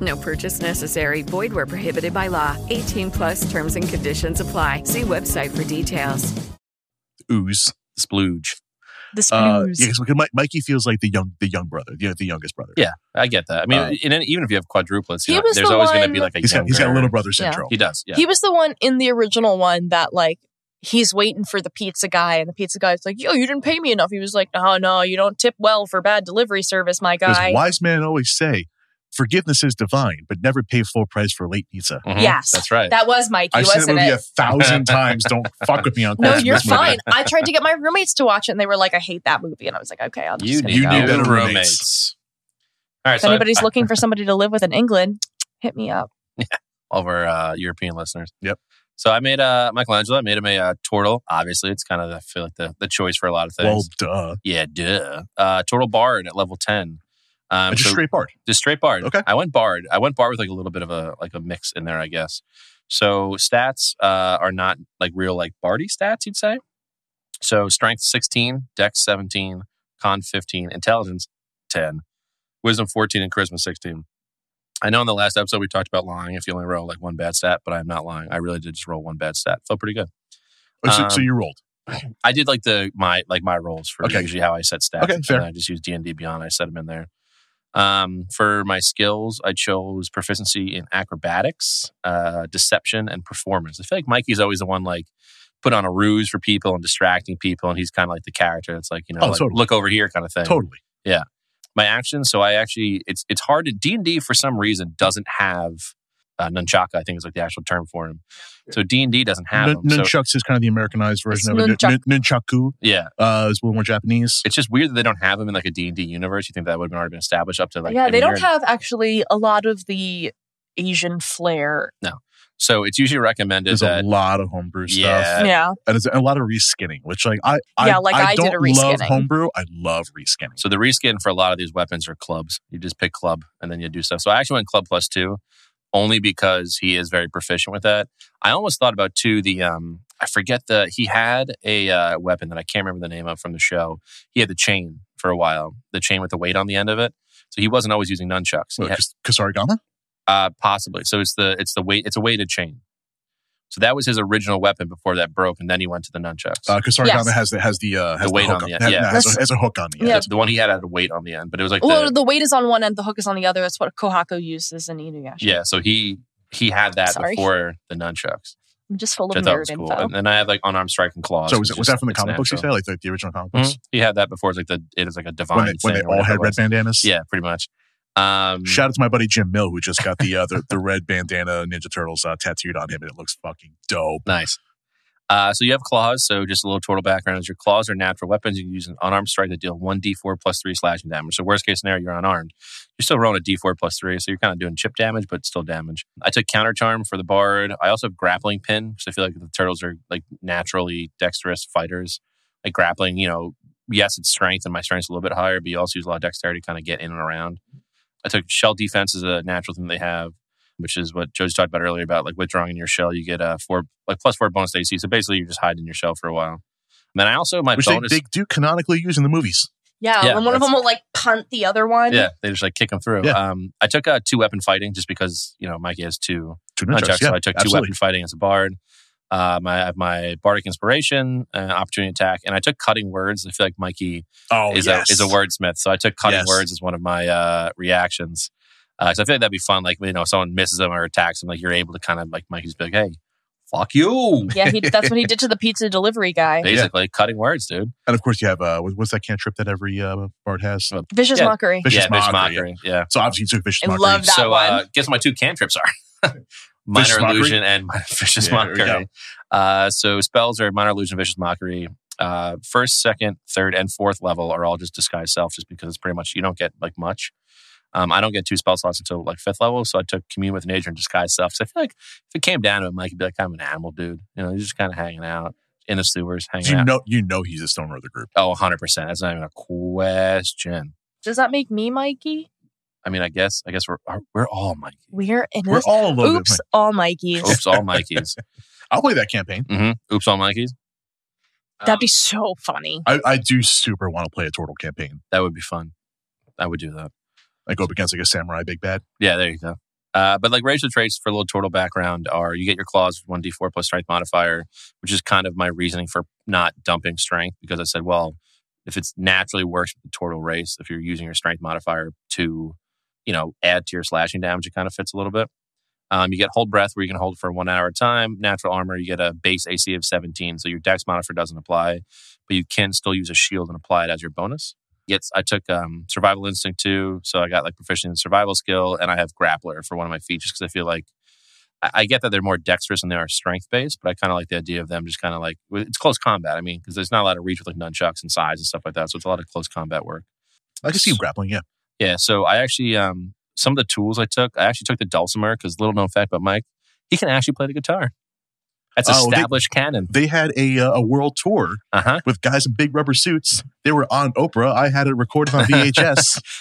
[SPEAKER 7] No purchase necessary. Void where prohibited by law. 18 plus terms and conditions apply. See website for details.
[SPEAKER 4] ooze.
[SPEAKER 5] The splooge.
[SPEAKER 6] The
[SPEAKER 4] Uh,
[SPEAKER 6] spooze.
[SPEAKER 4] yeah, 'cause Mi- Mikey feels like the young the young brother, the, the youngest brother.
[SPEAKER 5] Yeah, I get that. I mean,
[SPEAKER 4] Uh,
[SPEAKER 5] in any, even if you have quadruplets,
[SPEAKER 6] He
[SPEAKER 5] you know,
[SPEAKER 6] was
[SPEAKER 5] there's
[SPEAKER 6] the
[SPEAKER 5] always going to
[SPEAKER 6] one-
[SPEAKER 5] be like a
[SPEAKER 4] He's got, he's got
[SPEAKER 5] younger-
[SPEAKER 4] little brother
[SPEAKER 6] Yeah.
[SPEAKER 4] syndrome.
[SPEAKER 5] He does. Yeah.
[SPEAKER 6] He was the one in the original one that like he's waiting for the pizza guy, and the pizza guy's like, "Yo, you didn't pay me enough." He was like, "No, no, you don't tip well for bad delivery service, my
[SPEAKER 4] Because
[SPEAKER 6] guy."
[SPEAKER 4] wise men always say, forgiveness is divine, but never pay full price for late pizza.
[SPEAKER 5] Mhm.
[SPEAKER 6] Yes.
[SPEAKER 5] That's right.
[SPEAKER 8] That was Mikey,
[SPEAKER 4] I've seen that
[SPEAKER 8] wasn't
[SPEAKER 4] movie
[SPEAKER 8] it?
[SPEAKER 4] a thousand times. Don't fuck with me on
[SPEAKER 6] No,
[SPEAKER 4] Christmas
[SPEAKER 6] you're
[SPEAKER 4] movie.
[SPEAKER 6] fine. I tried to get my roommates to watch it, and they were like, "I hate that movie," and I was like, "Okay, I'll just."
[SPEAKER 5] you
[SPEAKER 6] gonna
[SPEAKER 5] need,
[SPEAKER 4] You
[SPEAKER 6] go."
[SPEAKER 4] need better
[SPEAKER 5] better roommates.
[SPEAKER 4] roommates.
[SPEAKER 5] All right.
[SPEAKER 6] If
[SPEAKER 5] so I-
[SPEAKER 6] anybody's
[SPEAKER 5] I-
[SPEAKER 6] looking for somebody to live with in England, hit me up.
[SPEAKER 5] all of our uh, European listeners.
[SPEAKER 4] Yep.
[SPEAKER 5] So I made uh, Michelangelo. I made him a uh, turtle. Obviously, it's kind of I feel like the, the choice for a lot of things.
[SPEAKER 4] Well, duh.
[SPEAKER 5] yeah, duh. Uh, turtle barred at level ten. Um,
[SPEAKER 4] Just
[SPEAKER 5] so-
[SPEAKER 4] straight part.
[SPEAKER 5] just straight barred.
[SPEAKER 4] Okay.
[SPEAKER 5] I went barred. I went barred with like a little bit of a like a mix in there, I guess. So stats uh, are not like real like bardy stats, you'd say. So strength sixteen, dex seventeen, con fifteen, intelligence ten, wisdom fourteen, and charisma sixteen. I know in the last episode we talked about lying. If you only roll like one bad stat, but I'm not lying. I really did just roll one bad stat. Felt pretty good.
[SPEAKER 4] Oh, so, so
[SPEAKER 5] Um,
[SPEAKER 4] you rolled.
[SPEAKER 5] I did like the my like my roles for
[SPEAKER 4] Okay.
[SPEAKER 5] usually how I set stats.
[SPEAKER 4] Okay,
[SPEAKER 5] and
[SPEAKER 4] fair.
[SPEAKER 5] I just use D and D Beyond. I set them in there. Um, for my skills, I chose proficiency in acrobatics, uh, deception, and performance. I feel like Mikey's always the one like put on a ruse for people and distracting people, and he's kind of like the character that's like you know
[SPEAKER 4] Oh,
[SPEAKER 5] like,
[SPEAKER 4] totally.
[SPEAKER 5] look over here kind of thing
[SPEAKER 4] Totally.
[SPEAKER 5] my actions. So I actually, it's it's hard to D and D for some reason doesn't have uh, nunchaka. I think is like the actual term for him. So D and D doesn't have
[SPEAKER 4] Nun-
[SPEAKER 5] them. So-
[SPEAKER 4] nunchucks is kind of the Americanized version
[SPEAKER 6] It's
[SPEAKER 4] of it. Nun- Nunchaku
[SPEAKER 5] yeah,
[SPEAKER 4] uh, is a little more Japanese.
[SPEAKER 5] it's just weird that they don't have them in like a D&D universe. You think that would have already been established up to like
[SPEAKER 6] yeah,
[SPEAKER 5] a
[SPEAKER 6] they
[SPEAKER 5] year.
[SPEAKER 6] don't have actually a lot of the Asian flair.
[SPEAKER 5] So it's usually recommended
[SPEAKER 4] There's
[SPEAKER 5] that
[SPEAKER 4] a lot of homebrew
[SPEAKER 5] Yeah.
[SPEAKER 4] stuff.
[SPEAKER 5] Uh,
[SPEAKER 6] yeah,
[SPEAKER 4] And, it's, and a lot of reskinning, which like I I,
[SPEAKER 6] Yeah, like I did
[SPEAKER 4] don't
[SPEAKER 6] a
[SPEAKER 4] love
[SPEAKER 6] reskinning.
[SPEAKER 4] homebrew. I love reskinning.
[SPEAKER 5] so the reskin for a lot of these weapons are clubs. You just pick club and then you do stuff. So I actually went club plus 2 only because he is very proficient with that. I almost thought about too the um I forget the he had a uh, weapon that I can't remember the name of from the show. He had the chain for a while. The chain with the weight on the end of it. So he wasn't always using nunchucks. He
[SPEAKER 4] What,
[SPEAKER 5] had-
[SPEAKER 4] Oh, Kas- Kasarigama?
[SPEAKER 5] Uh, possibly. So it's the it's the weight it's a weighted chain. So that was his original weapon before that broke, and then he went to the nunchucks.
[SPEAKER 4] Uh, Kasarigama
[SPEAKER 6] Yes.
[SPEAKER 4] has the has the uh, has the,
[SPEAKER 5] weight
[SPEAKER 4] hook
[SPEAKER 5] on the end,
[SPEAKER 4] has-
[SPEAKER 5] yeah.
[SPEAKER 4] no, has,
[SPEAKER 6] That's-
[SPEAKER 4] a, has a hook on the end.
[SPEAKER 6] Yeah.
[SPEAKER 5] The one he had had a weight on the end, but it was like
[SPEAKER 6] well,
[SPEAKER 5] the,
[SPEAKER 6] the weight is on one end, the hook is on the other. That's what Kohako uses in Inuyasha.
[SPEAKER 5] yeah. So he he had that
[SPEAKER 6] Sorry.
[SPEAKER 5] before the nunchucks,
[SPEAKER 6] I'm just full
[SPEAKER 5] which I
[SPEAKER 6] of
[SPEAKER 5] thought
[SPEAKER 6] nerd
[SPEAKER 5] was cool.
[SPEAKER 6] info.
[SPEAKER 5] And then I have like unarmed strike and claws.
[SPEAKER 4] So was, it,
[SPEAKER 5] which
[SPEAKER 4] was
[SPEAKER 5] is-
[SPEAKER 4] that from the
[SPEAKER 5] it's
[SPEAKER 4] comic books you say,
[SPEAKER 5] natural.
[SPEAKER 4] like, like the original comic books?
[SPEAKER 5] Mhm. He had that before. It's like the it is like a divine
[SPEAKER 4] When they, when
[SPEAKER 5] thing
[SPEAKER 4] they
[SPEAKER 5] or
[SPEAKER 4] all
[SPEAKER 5] whatever
[SPEAKER 4] had
[SPEAKER 5] it
[SPEAKER 4] red
[SPEAKER 5] was.
[SPEAKER 4] bandanas?
[SPEAKER 5] Yeah, pretty much. Um,
[SPEAKER 4] Shout out to my buddy Jim Mill who just got the uh, the, the red bandana Ninja Turtles uh, tattooed on him, and it looks fucking dope.
[SPEAKER 5] Nice. Uh, so you have claws. So just a little turtle background is your claws are natural weapons. You can use an unarmed strike to deal one d4 plus three slashing damage. So worst case scenario, you're unarmed. You're still rolling a d4 plus three, so you're kind of doing chip damage, but still damage. I took counter charm for the bard. I also have grappling pin, so I feel like the turtles are like naturally dexterous fighters. Like grappling, you know, yes, it's strength, and my strength's a little bit higher, but you also use a lot of dexterity to kind of get in and around. I took shell defense is a natural thing they have, which is what Joe's talked about earlier about like withdrawing in your shell. You get a four like plus four bonus to AC. So basically, you're just hiding in your shell for a while. And then I also my
[SPEAKER 4] Which they,
[SPEAKER 5] bonus.
[SPEAKER 4] they do canonically use in the movies.
[SPEAKER 6] Yeah,
[SPEAKER 5] Yeah,
[SPEAKER 6] and one of
[SPEAKER 5] that's-
[SPEAKER 6] them will like punt the other one.
[SPEAKER 5] yeah, they just like kick them through.
[SPEAKER 4] Yeah.
[SPEAKER 5] Um, I took uh, two weapon fighting just because you know Mikey has two
[SPEAKER 4] Two
[SPEAKER 5] nunchucks,
[SPEAKER 4] nunchucks, yeah,
[SPEAKER 5] so I took two
[SPEAKER 4] absolutely.
[SPEAKER 5] weapon fighting as a bard. Um, I have my bardic inspiration, uh, opportunity attack, and I took cutting words. I feel like Mikey
[SPEAKER 4] Oh,
[SPEAKER 5] is
[SPEAKER 4] yes.
[SPEAKER 5] a is a wordsmith. So I took cutting
[SPEAKER 4] Yes.
[SPEAKER 5] words as one of my uh, reactions. Uh, so I feel like that'd be fun. Like you know, if someone misses them or attacks them, like you're able to kind of like Mikey's be like, hey, fuck you.
[SPEAKER 6] yeah. He, that's what he did to the pizza delivery guy.
[SPEAKER 5] Basically, cutting words, dude.
[SPEAKER 4] And of course, you have uh, what- what's that cantrip that every uh, bard has?
[SPEAKER 5] Uh,
[SPEAKER 6] Vicious
[SPEAKER 5] Yeah.
[SPEAKER 6] mockery.
[SPEAKER 4] Vicious
[SPEAKER 5] yeah, vicious
[SPEAKER 4] mockery.
[SPEAKER 5] Yeah.
[SPEAKER 4] So obviously, you took vicious
[SPEAKER 6] I
[SPEAKER 4] mockery.
[SPEAKER 6] love that
[SPEAKER 5] so uh,
[SPEAKER 6] one.
[SPEAKER 5] guess my two cantrips are minor
[SPEAKER 4] Vicious Mockery?
[SPEAKER 5] illusion and minor vicious
[SPEAKER 4] Yeah, there we
[SPEAKER 5] mockery. Uh, so spells are minor illusion, vicious mockery. Uh, first, second, third, and fourth level are all just disguise self, just because it's pretty much you don't get like much. Um, I don't get two spell slots until like fifth level, so I took commune with nature and disguise self. So I feel like if it came down to it, Mike would be like, I'm an animal dude. You know, he's just kind of hanging out in the sewers, hanging
[SPEAKER 4] You
[SPEAKER 5] out.
[SPEAKER 4] know, you know he's a stoner of the group.
[SPEAKER 5] oh, 100 percent. That's not even a question.
[SPEAKER 6] Does that make me Mikey?
[SPEAKER 5] I mean, I guess, I guess we're we're all Mikeys.
[SPEAKER 6] We're in
[SPEAKER 4] We're
[SPEAKER 6] this.
[SPEAKER 4] all a little
[SPEAKER 6] Oops,
[SPEAKER 4] bit.
[SPEAKER 6] all Mikeys.
[SPEAKER 5] Oops, all Mikeys.
[SPEAKER 4] I'll play that campaign.
[SPEAKER 5] Mm-hmm. Oops, all Mikeys.
[SPEAKER 6] That'd be so funny.
[SPEAKER 4] I, I do super want to play a turtle campaign.
[SPEAKER 5] That would be fun. I would do that.
[SPEAKER 4] I go up against like a samurai big bad.
[SPEAKER 5] Yeah, there you go. Uh, but like racial traits for a little turtle background are you get your claws with 1d4 plus strength modifier, which is kind of my reasoning for not dumping strength because I said, well, if it's naturally works with the turtle race, if you're using your strength modifier to, you know, add to your slashing damage, it kind of fits a little bit. Um, you get hold breath where you can hold for one hour at a time. Natural armor, you get a base AC of 17, so your dex modifier doesn't apply, but you can still use a shield and apply it as your bonus. Gets I took um, survival instinct too, so I got like proficient in survival skill, and I have grappler for one of my features because I feel like I, I get that they're more dexterous and they are strength based, but I kind of like the idea of them just kind of like well, it's close combat. I mean, because there's not a lot of reach with like nunchucks and size and stuff like that, so it's a lot of close combat work.
[SPEAKER 4] I can see you grappling. Yeah.
[SPEAKER 5] Yeah, so I actually um some of the tools I took, I actually took the dulcimer because little known fact about Mike, he can actually play the guitar. That's
[SPEAKER 4] Oh, they-
[SPEAKER 5] established canon.
[SPEAKER 4] They had a uh, a world tour
[SPEAKER 5] Uh huh.
[SPEAKER 4] with guys in big rubber suits. They were on Oprah. I had it recorded on VHS.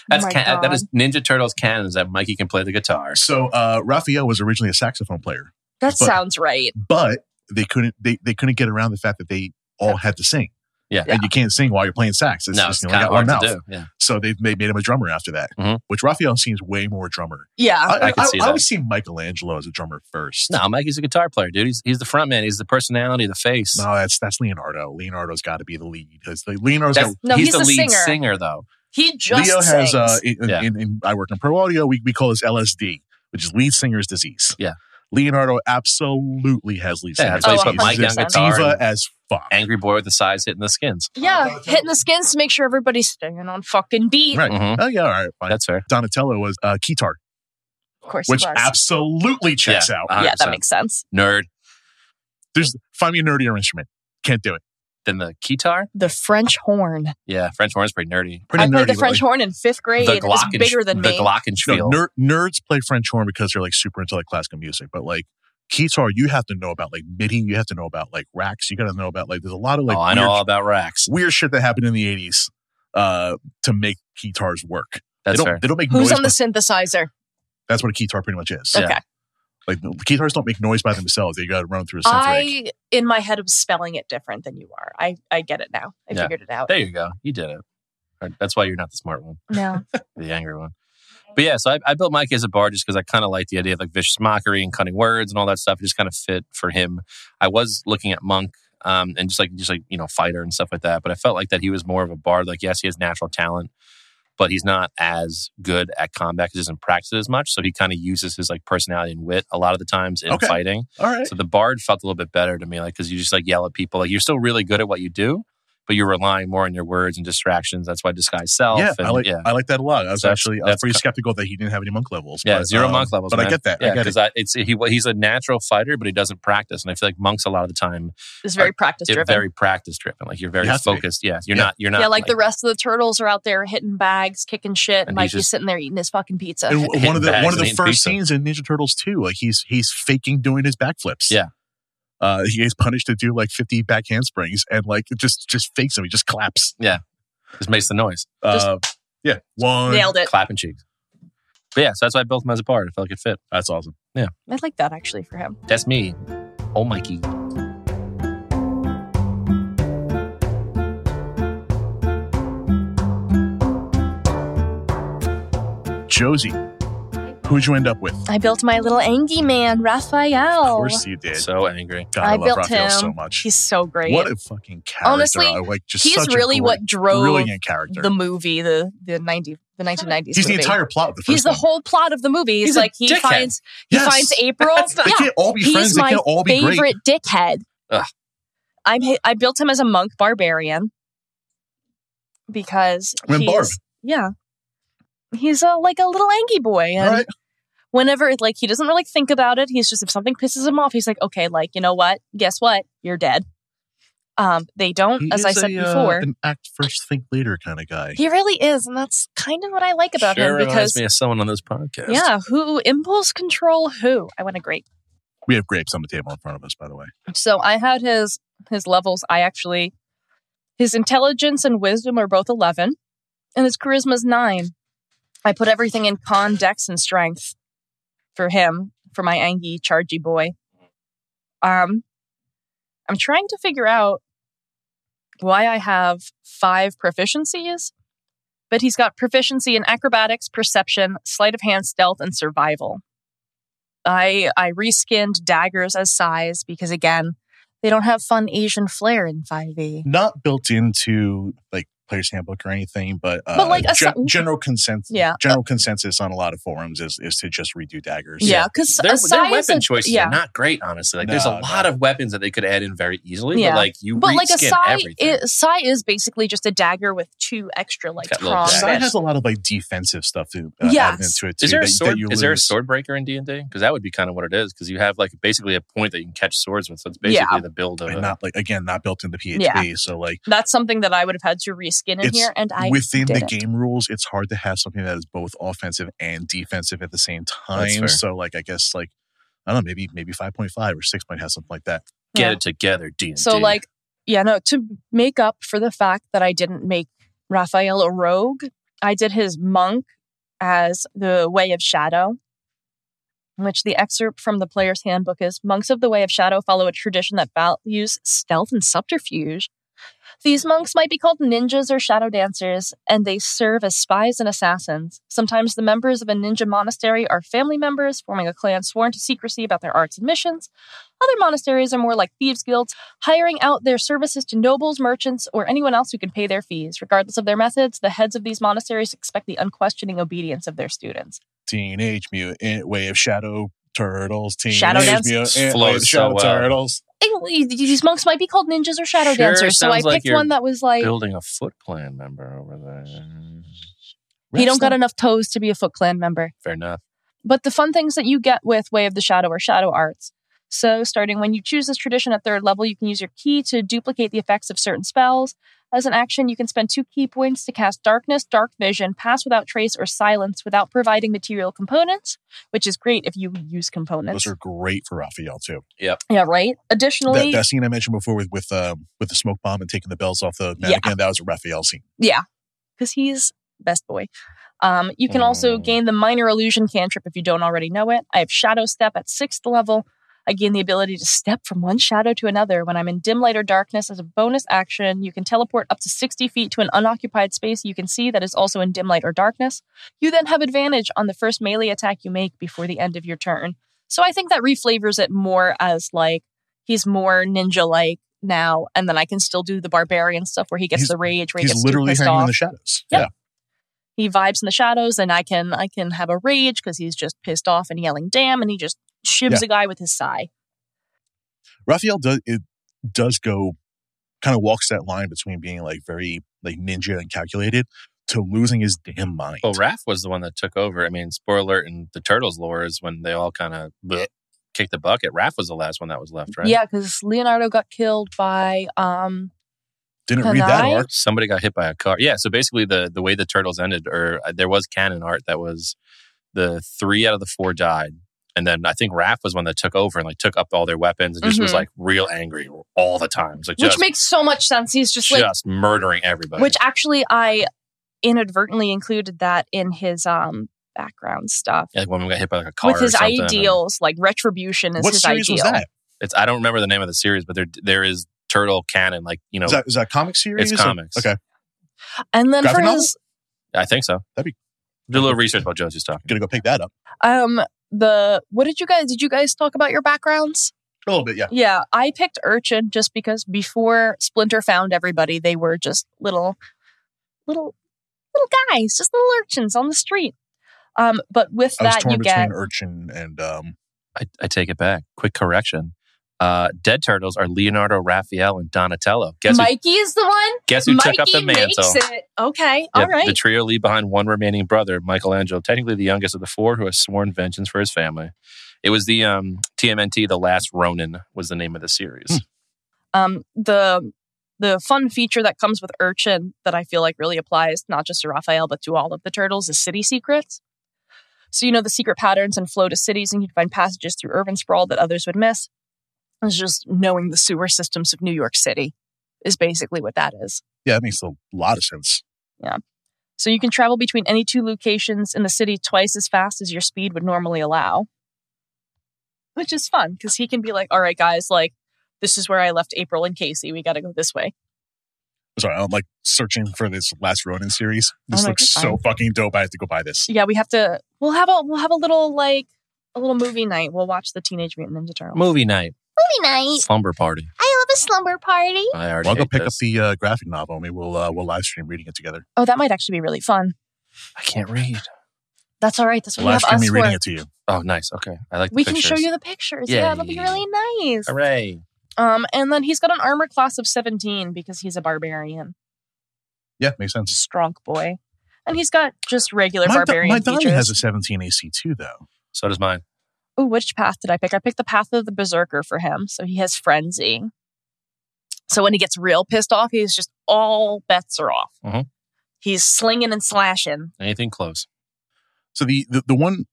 [SPEAKER 5] That's
[SPEAKER 6] Oh my
[SPEAKER 5] can- that
[SPEAKER 6] God.
[SPEAKER 5] is Ninja Turtles canon is that Mikey can play the guitar.
[SPEAKER 4] so uh, Raphael was originally a saxophone player,
[SPEAKER 6] That
[SPEAKER 4] But-
[SPEAKER 6] sounds right.
[SPEAKER 4] but they couldn't they, they couldn't get around the fact that they all had to sing.
[SPEAKER 5] Yeah.
[SPEAKER 4] and you can't sing while you're playing sax. It's
[SPEAKER 5] no, it's
[SPEAKER 4] just
[SPEAKER 5] kind of
[SPEAKER 4] one
[SPEAKER 5] hard to
[SPEAKER 4] mouth.
[SPEAKER 5] do. Yeah.
[SPEAKER 4] So they've made, made him a drummer after that,
[SPEAKER 5] Mhm.
[SPEAKER 4] which Raphael seems way more drummer.
[SPEAKER 6] Yeah.
[SPEAKER 5] I can see that.
[SPEAKER 4] I would see Michelangelo as a drummer first.
[SPEAKER 5] No, Mikey's a guitar player, dude. He's he's the front man. He's the personality, the face.
[SPEAKER 4] No, that's that's Leonardo. Leonardo's got to be the lead. 'cause the- Leonardo's
[SPEAKER 5] That's-
[SPEAKER 4] got,
[SPEAKER 6] No, he's
[SPEAKER 5] he's, the,
[SPEAKER 6] a
[SPEAKER 5] lead
[SPEAKER 6] singer.
[SPEAKER 5] singer, though.
[SPEAKER 6] He just
[SPEAKER 4] Leo has.
[SPEAKER 6] sings.
[SPEAKER 4] Uh, in,
[SPEAKER 5] Yeah.
[SPEAKER 4] in, in, I work in pro audio. We, we call this LSD, which is lead singer's disease.
[SPEAKER 5] Yeah.
[SPEAKER 4] Leonardo absolutely has lead
[SPEAKER 5] Yeah,
[SPEAKER 4] singer's
[SPEAKER 5] that's why
[SPEAKER 6] you
[SPEAKER 4] disease.
[SPEAKER 6] put Mike
[SPEAKER 4] He's
[SPEAKER 6] on
[SPEAKER 4] a
[SPEAKER 5] guitar
[SPEAKER 4] diva
[SPEAKER 5] and-
[SPEAKER 4] as fuck.
[SPEAKER 5] Angry boy with the size hitting the skins.
[SPEAKER 6] yeah, hitting the skins to make sure everybody's staying on fucking beat.
[SPEAKER 4] Right.
[SPEAKER 5] Mhm.
[SPEAKER 4] Oh yeah. All right. Fine.
[SPEAKER 5] That's fair.
[SPEAKER 4] Donatello was uh, Kitar,
[SPEAKER 6] Of course
[SPEAKER 4] which
[SPEAKER 6] he was.
[SPEAKER 4] absolutely checks
[SPEAKER 5] Yeah.
[SPEAKER 4] out.
[SPEAKER 5] Uh,
[SPEAKER 6] yeah,
[SPEAKER 5] 100%.
[SPEAKER 6] that makes sense.
[SPEAKER 5] Nerd.
[SPEAKER 4] There's find me a nerdier instrument. Can't do it.
[SPEAKER 5] Then the guitar.
[SPEAKER 6] The French horn.
[SPEAKER 5] Yeah, French horn's pretty nerdy.
[SPEAKER 4] Pretty
[SPEAKER 6] I
[SPEAKER 4] nerdy.
[SPEAKER 6] played the
[SPEAKER 4] but,
[SPEAKER 6] French
[SPEAKER 4] like,
[SPEAKER 6] horn in fifth grade.
[SPEAKER 5] the
[SPEAKER 6] it was
[SPEAKER 5] Glockensch-
[SPEAKER 6] bigger than
[SPEAKER 5] the
[SPEAKER 6] me.
[SPEAKER 4] No,
[SPEAKER 5] Glockenspiel.
[SPEAKER 4] ner- nerds play French horn because they're like super into like classical music, but like guitar, you have to know about like MIDI, you have to know about like racks, you got to know about like there's a lot of like
[SPEAKER 5] oh, I
[SPEAKER 4] weird,
[SPEAKER 5] know all about racks.
[SPEAKER 4] weird shit that happened in the 80s uh, to make guitars work. they
[SPEAKER 5] That's
[SPEAKER 4] don't,
[SPEAKER 5] fair.
[SPEAKER 4] They don't make
[SPEAKER 6] Who's
[SPEAKER 4] noise.
[SPEAKER 6] on the
[SPEAKER 4] by-
[SPEAKER 6] synthesizer?
[SPEAKER 4] that's what a guitar pretty much is.
[SPEAKER 5] Yeah.
[SPEAKER 6] Okay.
[SPEAKER 4] Like the guitars don't make noise by themselves. They got to run through a synth
[SPEAKER 6] I in my head was spelling it different than you are. I I get it now. I
[SPEAKER 5] Yeah.
[SPEAKER 6] figured it out.
[SPEAKER 5] There you go. You did it. All right, That's why you're not the smart one,
[SPEAKER 6] No.
[SPEAKER 5] the angry one. But yeah, so I, I built Mike as a bar just because I kind of like the idea of like vicious mockery and cunning words and all that stuff. It just kind of fit for him. I was looking at Monk um, and just like just like you know fighter and stuff like that, but I felt like that he was more of a bard. Like yes, he has natural talent, but he's not as good at combat because he doesn't practice it as much. So he kind of uses his like personality and wit a lot of the times in
[SPEAKER 4] Okay.
[SPEAKER 5] fighting.
[SPEAKER 4] All right.
[SPEAKER 5] So the bard felt a little bit better to me, like because you just like yell at people. Like you're still really good at what you do, but you're relying more on your words and distractions. That's why disguise self.
[SPEAKER 4] yeah,
[SPEAKER 5] and,
[SPEAKER 4] I like
[SPEAKER 5] yeah.
[SPEAKER 4] I like that a lot. I was
[SPEAKER 5] That's-
[SPEAKER 4] actually I was
[SPEAKER 5] that's
[SPEAKER 4] pretty
[SPEAKER 5] co-
[SPEAKER 4] skeptical that he didn't have any monk levels.
[SPEAKER 5] yeah,
[SPEAKER 4] but,
[SPEAKER 5] zero
[SPEAKER 4] um,
[SPEAKER 5] monk levels.
[SPEAKER 4] But I
[SPEAKER 5] man.
[SPEAKER 4] get that.
[SPEAKER 5] Yeah,
[SPEAKER 4] I get it.
[SPEAKER 5] because it's he, he's a natural fighter, but he doesn't practice, and I feel like monks a lot of the time
[SPEAKER 6] It's very
[SPEAKER 5] Are-
[SPEAKER 6] practice
[SPEAKER 5] they're
[SPEAKER 6] driven.
[SPEAKER 5] very practice driven. Like you're very
[SPEAKER 4] You have to be.
[SPEAKER 5] focused. Yeah, you're
[SPEAKER 4] Yeah.
[SPEAKER 5] not. You're not.
[SPEAKER 6] yeah, like, the rest of the turtles are out there hitting bags, kicking shit, and
[SPEAKER 5] And he's
[SPEAKER 6] Mikey's
[SPEAKER 5] just-
[SPEAKER 6] sitting there eating his fucking pizza.
[SPEAKER 4] And
[SPEAKER 5] Hitting
[SPEAKER 4] one of the
[SPEAKER 5] bags
[SPEAKER 4] one of
[SPEAKER 5] and
[SPEAKER 4] the
[SPEAKER 5] eating
[SPEAKER 4] first
[SPEAKER 5] pizza.
[SPEAKER 4] scenes in Ninja Turtles 2, like he's he's faking doing his backflips.
[SPEAKER 5] Yeah.
[SPEAKER 4] Uh, he gets punished to do like 50 back handsprings and like it just just fakes him. He just claps.
[SPEAKER 5] just makes the noise,
[SPEAKER 4] Uh, yeah. One.
[SPEAKER 6] Nailed it.
[SPEAKER 5] clapping cheeks. But yeah, so that's why I built him as a bard. I felt like it fit.
[SPEAKER 4] That's awesome.
[SPEAKER 6] I like that actually for him.
[SPEAKER 5] That's me. Oh, Mikey.
[SPEAKER 4] Josie, who'd you end up with?
[SPEAKER 6] I built my little Angie man, Raphael.
[SPEAKER 4] Of course you did.
[SPEAKER 5] So angry.
[SPEAKER 4] God, I,
[SPEAKER 6] I
[SPEAKER 4] love
[SPEAKER 6] built
[SPEAKER 4] Raphael
[SPEAKER 6] him.
[SPEAKER 4] so much.
[SPEAKER 6] He's so great.
[SPEAKER 4] what a fucking character.
[SPEAKER 6] Honestly,
[SPEAKER 4] I like just
[SPEAKER 6] He's
[SPEAKER 4] such a
[SPEAKER 6] really
[SPEAKER 4] great-
[SPEAKER 6] what drove
[SPEAKER 4] brilliant character.
[SPEAKER 6] the movie, the the ninety the nineteen nineties.
[SPEAKER 4] He's the entire plot of the first
[SPEAKER 6] He's the
[SPEAKER 4] one.
[SPEAKER 6] whole plot of the movie. It's
[SPEAKER 5] He's a
[SPEAKER 6] like he
[SPEAKER 5] dickhead.
[SPEAKER 6] finds he
[SPEAKER 4] Yes.
[SPEAKER 6] finds April.
[SPEAKER 4] They
[SPEAKER 6] yeah,
[SPEAKER 4] can't all be friends.
[SPEAKER 6] he's
[SPEAKER 4] They
[SPEAKER 6] my
[SPEAKER 4] can't all be
[SPEAKER 6] favorite
[SPEAKER 4] great.
[SPEAKER 6] dickhead.
[SPEAKER 5] Ugh.
[SPEAKER 6] I'm hi- I built him as a monk barbarian because
[SPEAKER 4] When Barb.
[SPEAKER 6] he's- yeah, he's a, like a little Angie boy,
[SPEAKER 4] All
[SPEAKER 6] and
[SPEAKER 4] right.
[SPEAKER 6] whenever like he doesn't really think about it, he's just if something pisses him off, he's like, okay, like you know what? Guess what? You're dead. Um, they don't,
[SPEAKER 4] He
[SPEAKER 6] as I
[SPEAKER 4] is
[SPEAKER 6] said
[SPEAKER 4] a, uh,
[SPEAKER 6] before.
[SPEAKER 4] an act first, think later kind of guy.
[SPEAKER 6] He really is, and that's kind of what I like about
[SPEAKER 5] sure
[SPEAKER 6] him because
[SPEAKER 5] reminds me of someone on this podcast.
[SPEAKER 6] yeah, who impulse control who? I want to great.
[SPEAKER 4] We have grapes on the table in front of us, by the way.
[SPEAKER 6] So I had his his levels. I actually his intelligence and wisdom are both eleven, and his charisma is nine. I put everything in con, dex, and strength for him for my Angie chargy boy. Um, I'm trying to figure out why I have five proficiencies, but he's got proficiency in acrobatics, perception, sleight of hand, stealth, and survival. I I reskinned daggers as size because again, they don't have fun Asian flair in 5e.
[SPEAKER 4] not built into like player's handbook or anything, but, uh,
[SPEAKER 6] But, like, a
[SPEAKER 4] gen-
[SPEAKER 6] so-
[SPEAKER 4] general consensus,
[SPEAKER 6] Yeah.
[SPEAKER 4] general consensus on a lot of forums is, is to just redo daggers.
[SPEAKER 6] Yeah, because
[SPEAKER 5] Their, their weapon
[SPEAKER 6] a,
[SPEAKER 5] choices
[SPEAKER 6] yeah.
[SPEAKER 5] are not great, honestly. Like, there's a
[SPEAKER 4] No,
[SPEAKER 5] lot of weapons that they could add in very easily,
[SPEAKER 6] Yeah.
[SPEAKER 5] but like you
[SPEAKER 6] but like a
[SPEAKER 5] reskin
[SPEAKER 6] sai,
[SPEAKER 5] everything.
[SPEAKER 6] it, sai is basically just a dagger with two extra like
[SPEAKER 5] Got little
[SPEAKER 6] prongs.
[SPEAKER 5] daggers.
[SPEAKER 4] Side
[SPEAKER 5] Yes.
[SPEAKER 4] has a lot of like defensive stuff to uh,
[SPEAKER 6] Yes.
[SPEAKER 4] added into it too.
[SPEAKER 5] Is there a
[SPEAKER 4] that- that
[SPEAKER 5] sword?
[SPEAKER 4] you
[SPEAKER 5] Is there a
[SPEAKER 4] lose.
[SPEAKER 5] sword breaker in D and D? Because that would be kind of what it is. Because you have like basically a point that you can catch swords with. So it's basically
[SPEAKER 6] Yeah.
[SPEAKER 5] the build of
[SPEAKER 4] And
[SPEAKER 5] it.
[SPEAKER 4] not like again, not built into PHP. So like
[SPEAKER 6] That's something that I would have had to reskin in
[SPEAKER 4] It's
[SPEAKER 6] here, and I
[SPEAKER 4] within the
[SPEAKER 6] didn't.
[SPEAKER 4] game rules, it's hard to have something that is both offensive and defensive at the same
[SPEAKER 5] That's
[SPEAKER 4] time.
[SPEAKER 5] fair.
[SPEAKER 4] So like I guess like I don't know, maybe maybe five point five or six might have something like that.
[SPEAKER 5] Get
[SPEAKER 6] Yeah.
[SPEAKER 5] it together, D and D.
[SPEAKER 6] So like, yeah, no. To make up for the fact that I didn't make Raphael a rogue, I did his monk as the Way of Shadow, which the excerpt from the player's handbook is: monks of the Way of Shadow follow a tradition that values stealth and subterfuge. These monks might be called ninjas or shadow dancers, and they serve as spies and assassins. Sometimes the members of a ninja monastery are family members, forming a clan sworn to secrecy about their arts and missions. Other monasteries are more like thieves' guilds, hiring out their services to nobles, merchants, or anyone else who can pay their fees. Regardless of their methods, the heads of these monasteries expect the unquestioning obedience of their students.
[SPEAKER 4] Teenage Mutant Way of Shadow Turtles. Teenage
[SPEAKER 6] Shadow Dance
[SPEAKER 4] Mutant Way
[SPEAKER 5] flows
[SPEAKER 4] of
[SPEAKER 5] so
[SPEAKER 4] Shadow
[SPEAKER 5] well.
[SPEAKER 4] Turtles.
[SPEAKER 6] And These monks might be called ninjas or shadow
[SPEAKER 5] Sure
[SPEAKER 6] dancers, so I
[SPEAKER 5] sounds like
[SPEAKER 6] picked
[SPEAKER 5] you're
[SPEAKER 6] one that was like
[SPEAKER 5] building a foot clan member over there.
[SPEAKER 6] he don't got enough toes to be a Foot Clan member.
[SPEAKER 5] Fair enough.
[SPEAKER 6] but the fun things that you get with Way of the Shadow or Shadow Arts. So, starting when you choose this tradition at third level, you can use your key to duplicate the effects of certain spells. As an action, you can spend two key points to cast Darkness, Dark Vision, Pass Without Trace, or Silence without providing material components, which is great if you use components.
[SPEAKER 4] Those are great for Raphael too.
[SPEAKER 6] yeah, right. Additionally,
[SPEAKER 4] That, that scene I mentioned before with with um, with the smoke bomb and taking the bells off the
[SPEAKER 6] Yeah.
[SPEAKER 4] mannequin, that was a Raphael scene.
[SPEAKER 6] Yeah, because he's best boy. Um, you can also
[SPEAKER 5] Mm.
[SPEAKER 6] gain the minor illusion cantrip if you don't already know it. I have Shadow Step at sixth level. I gain the ability to step from one shadow to another when I'm in dim light or darkness as a bonus action. You can teleport up to 60 feet to an unoccupied space you can see that is also in dim light or darkness. You then have advantage on the first melee attack you make before the end of your turn. So I think that reflavors it more as like he's more ninja like now, and then I can still do the barbarian stuff where he gets
[SPEAKER 4] He's-
[SPEAKER 6] the rage, where he
[SPEAKER 4] He's
[SPEAKER 6] gets too
[SPEAKER 4] literally
[SPEAKER 6] pissed
[SPEAKER 4] hanging
[SPEAKER 6] off
[SPEAKER 4] in the shadows.
[SPEAKER 6] Yeah. he vibes in the shadows and i can i can have a rage because he's just pissed off and yelling damn and he just shivs
[SPEAKER 4] Yeah.
[SPEAKER 6] a guy with his sigh
[SPEAKER 4] Raphael does it does go kind of walks that line between being like very like ninja and calculated to losing his damn mind.
[SPEAKER 5] Well, Raph was the one that took over. I mean, spoiler alert in the Turtles lore is when they all kind of kicked the bucket. Raph was the last one that was left, right?
[SPEAKER 6] yeah because leonardo got killed by um
[SPEAKER 4] Didn't read that
[SPEAKER 6] Kanai?
[SPEAKER 4] arc.
[SPEAKER 5] Somebody got hit by a car. Yeah. So basically, the the way the Turtles ended, or uh, there was canon art that was the three out of the four died, and then I think Raph was one that took over and like took up all their weapons and just was
[SPEAKER 6] Mhm.
[SPEAKER 5] like real angry all the time. It's like
[SPEAKER 6] which
[SPEAKER 5] just,
[SPEAKER 6] makes so much sense he's just like
[SPEAKER 5] just murdering everybody.
[SPEAKER 6] which actually i inadvertently included that in his um background stuff
[SPEAKER 5] Yeah, like when we got hit by like a car
[SPEAKER 6] with
[SPEAKER 5] or
[SPEAKER 6] his
[SPEAKER 5] something, and
[SPEAKER 6] ideals like retribution is
[SPEAKER 4] What
[SPEAKER 6] his
[SPEAKER 4] series
[SPEAKER 6] ideal
[SPEAKER 4] was that?
[SPEAKER 5] It's I don't remember the name of the series, but there there is turtle canon. Like you know,
[SPEAKER 4] Is that is that a comic series?
[SPEAKER 5] It's comics.
[SPEAKER 4] Okay,
[SPEAKER 6] and then
[SPEAKER 4] Graphic
[SPEAKER 6] for
[SPEAKER 4] novel?
[SPEAKER 6] his
[SPEAKER 5] I think so.
[SPEAKER 4] That'd
[SPEAKER 5] do a little research while Josie's talking.
[SPEAKER 4] gonna go pick that up
[SPEAKER 6] um the what did you guys did you guys talk about your backgrounds
[SPEAKER 4] a little bit. Yeah,
[SPEAKER 6] Yeah, I picked Urchin just because before Splinter found everybody, they were just little, little, little guys, just little urchins on the street. Um, but with
[SPEAKER 4] I was
[SPEAKER 6] that,
[SPEAKER 4] torn
[SPEAKER 6] you
[SPEAKER 4] between
[SPEAKER 6] get
[SPEAKER 4] Urchin and um,
[SPEAKER 5] I, I take it back. Quick correction. Uh, Dead Turtles are Leonardo, Raphael, and Donatello. Guess who,
[SPEAKER 6] Mikey is the one.
[SPEAKER 5] guess who
[SPEAKER 6] Mikey
[SPEAKER 5] took up the
[SPEAKER 6] makes
[SPEAKER 5] mantle?
[SPEAKER 6] it. Okay,
[SPEAKER 5] Yeah,
[SPEAKER 6] all right.
[SPEAKER 5] The trio leave behind one remaining brother, Michelangelo, technically the youngest of the four, who has sworn vengeance for his family. It was the um, TMNT, The Last Ronin was the name of the series.
[SPEAKER 6] um, the the fun feature that comes with Urchin that I feel like really applies not just to Raphael but to all of the turtles is city secrets. So you know the secret patterns and flow to cities, and you can find passages through urban sprawl that others would miss. It's just knowing the sewer systems of New York City is basically what that is.
[SPEAKER 4] yeah, that makes a lot of sense.
[SPEAKER 6] So you can travel between any two locations in the city twice as fast as your speed would normally allow, which is fun because he can be like, "All right, guys, like this is where I left April and Casey. We got to go this way."
[SPEAKER 4] Sorry, I'm like searching for this last Ronin series. This
[SPEAKER 6] no,
[SPEAKER 4] looks
[SPEAKER 6] you're
[SPEAKER 4] so
[SPEAKER 6] fine.
[SPEAKER 4] fucking dope. I have to go buy this.
[SPEAKER 6] yeah, we have to. We'll have a we'll have a little like
[SPEAKER 4] Hmm.
[SPEAKER 6] a little movie night. We'll watch the Teenage Mutant Ninja Turtles
[SPEAKER 5] Movie night,
[SPEAKER 6] movie night.
[SPEAKER 5] slumber party.
[SPEAKER 6] I a slumber party?
[SPEAKER 5] I already
[SPEAKER 4] Well, I'll go
[SPEAKER 5] hate
[SPEAKER 4] pick up
[SPEAKER 5] this.
[SPEAKER 4] the uh, graphic novel and we will uh, we'll live stream reading it together.
[SPEAKER 6] Oh, that might actually be really fun.
[SPEAKER 5] I can't read.
[SPEAKER 6] That's all right. That's what
[SPEAKER 4] We'll live
[SPEAKER 6] we have
[SPEAKER 4] stream
[SPEAKER 6] us
[SPEAKER 4] me
[SPEAKER 6] for.
[SPEAKER 4] reading it to you.
[SPEAKER 5] Oh, nice. Okay, I like. The
[SPEAKER 6] we
[SPEAKER 5] pictures.
[SPEAKER 6] can show you the pictures.
[SPEAKER 5] Yay.
[SPEAKER 6] Yeah, that'll be really nice.
[SPEAKER 5] Hooray!
[SPEAKER 6] Um, and then he's got an armor class of 17 because he's a barbarian,
[SPEAKER 4] Yeah, makes sense.
[SPEAKER 6] strong boy. And he's got just regular
[SPEAKER 4] My, do-
[SPEAKER 6] barbarian
[SPEAKER 4] my Donnie
[SPEAKER 6] features.
[SPEAKER 4] has a 17 AC too, though.
[SPEAKER 5] So does mine.
[SPEAKER 6] Oh, which path did I pick? I picked the path of the berserker for him. So he has frenzy. So when he gets real pissed off, he's just all bets are off.
[SPEAKER 5] Mhm.
[SPEAKER 6] He's slinging and slashing.
[SPEAKER 5] Anything close?
[SPEAKER 4] So the, the, the one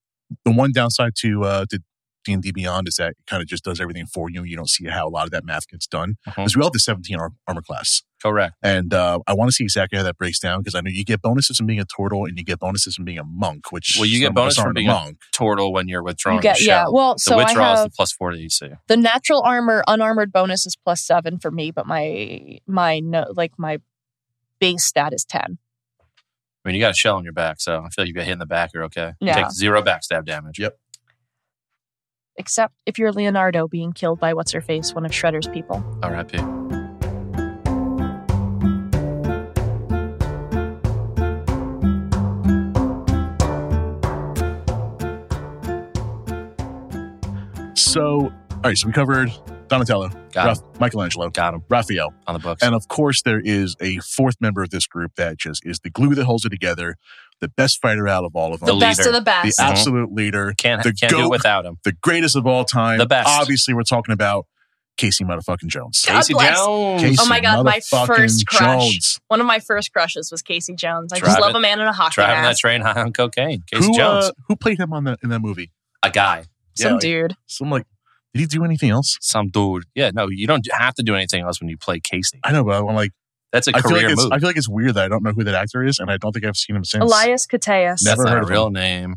[SPEAKER 4] the one downside to uh, to D and D Beyond is that it kind of just does everything for you. You don't see how a lot of that math gets done
[SPEAKER 6] Mm.
[SPEAKER 5] Mhm.
[SPEAKER 4] because we all have the 17 ar- armor class,
[SPEAKER 5] Correct.
[SPEAKER 4] and uh, I want to see exactly how that breaks down because I know you get bonuses from being a turtle and you get bonuses from being a monk. Which
[SPEAKER 5] Well, you get
[SPEAKER 4] some of
[SPEAKER 5] bonus
[SPEAKER 4] us
[SPEAKER 5] from
[SPEAKER 4] aren't
[SPEAKER 5] being a-
[SPEAKER 4] monk.
[SPEAKER 5] Turtle when you're withdrawing.
[SPEAKER 6] You get
[SPEAKER 5] the
[SPEAKER 6] yeah.
[SPEAKER 5] shell.
[SPEAKER 6] Well,
[SPEAKER 5] the
[SPEAKER 6] so I
[SPEAKER 5] withdrawal is
[SPEAKER 6] have
[SPEAKER 5] the plus four to AC.
[SPEAKER 6] the natural armor unarmored bonus is plus seven for me, but my my no like my base stat is ten.
[SPEAKER 5] I mean, you got a shell on your back, so I feel like you get hit in the back, you're okay. You
[SPEAKER 6] Yeah.
[SPEAKER 5] take zero backstab damage.
[SPEAKER 4] Yep.
[SPEAKER 6] Except if you're Leonardo being killed by what's her face, one of Shredder's people.
[SPEAKER 5] R.I.P.
[SPEAKER 4] So, all right, so we covered Donatello,
[SPEAKER 5] Got
[SPEAKER 4] Raf-
[SPEAKER 5] him.
[SPEAKER 4] Michelangelo,
[SPEAKER 5] Got him
[SPEAKER 4] Raphael,
[SPEAKER 5] on the books.
[SPEAKER 4] and of course, there is a fourth member of this group that just is the glue that holds it together, the best fighter out of all of
[SPEAKER 6] The,
[SPEAKER 4] them,
[SPEAKER 5] leader.
[SPEAKER 6] best of the
[SPEAKER 4] the
[SPEAKER 6] best.
[SPEAKER 5] Mm-hmm.
[SPEAKER 4] absolute leader,
[SPEAKER 5] can't
[SPEAKER 4] the
[SPEAKER 5] can't do
[SPEAKER 4] goat.
[SPEAKER 5] it without him.
[SPEAKER 4] the greatest of all time.
[SPEAKER 5] The best.
[SPEAKER 4] Obviously, we're talking about Casey motherfucking Jones.
[SPEAKER 6] God
[SPEAKER 5] Casey
[SPEAKER 6] bless.
[SPEAKER 5] Jones.
[SPEAKER 4] Casey
[SPEAKER 6] Oh my God, my
[SPEAKER 4] motherfucking
[SPEAKER 6] first crush.
[SPEAKER 4] Jones.
[SPEAKER 6] one of my first crushes was Casey Jones. I just
[SPEAKER 5] Driving-
[SPEAKER 6] love a man in a hockey
[SPEAKER 5] driving that
[SPEAKER 6] mask.
[SPEAKER 5] train high on cocaine. Casey
[SPEAKER 4] Who,
[SPEAKER 5] Jones,
[SPEAKER 4] uh, who played him on the in that movie?
[SPEAKER 5] a guy,
[SPEAKER 6] Some
[SPEAKER 4] Yeah,
[SPEAKER 6] dude.
[SPEAKER 4] So I'm like, did he do anything else?
[SPEAKER 5] some dude. Yeah, no, you don't have to do anything else when you play Casey.
[SPEAKER 4] I know, but I'm like,
[SPEAKER 5] That's a
[SPEAKER 4] I feel like,
[SPEAKER 5] career
[SPEAKER 4] it's,
[SPEAKER 5] move.
[SPEAKER 4] I feel like it's weird that I don't know who that actor is, and I don't think I've seen him since.
[SPEAKER 6] Elias Koteas.
[SPEAKER 4] Never
[SPEAKER 5] That's
[SPEAKER 4] heard
[SPEAKER 5] not a
[SPEAKER 4] of
[SPEAKER 5] real name.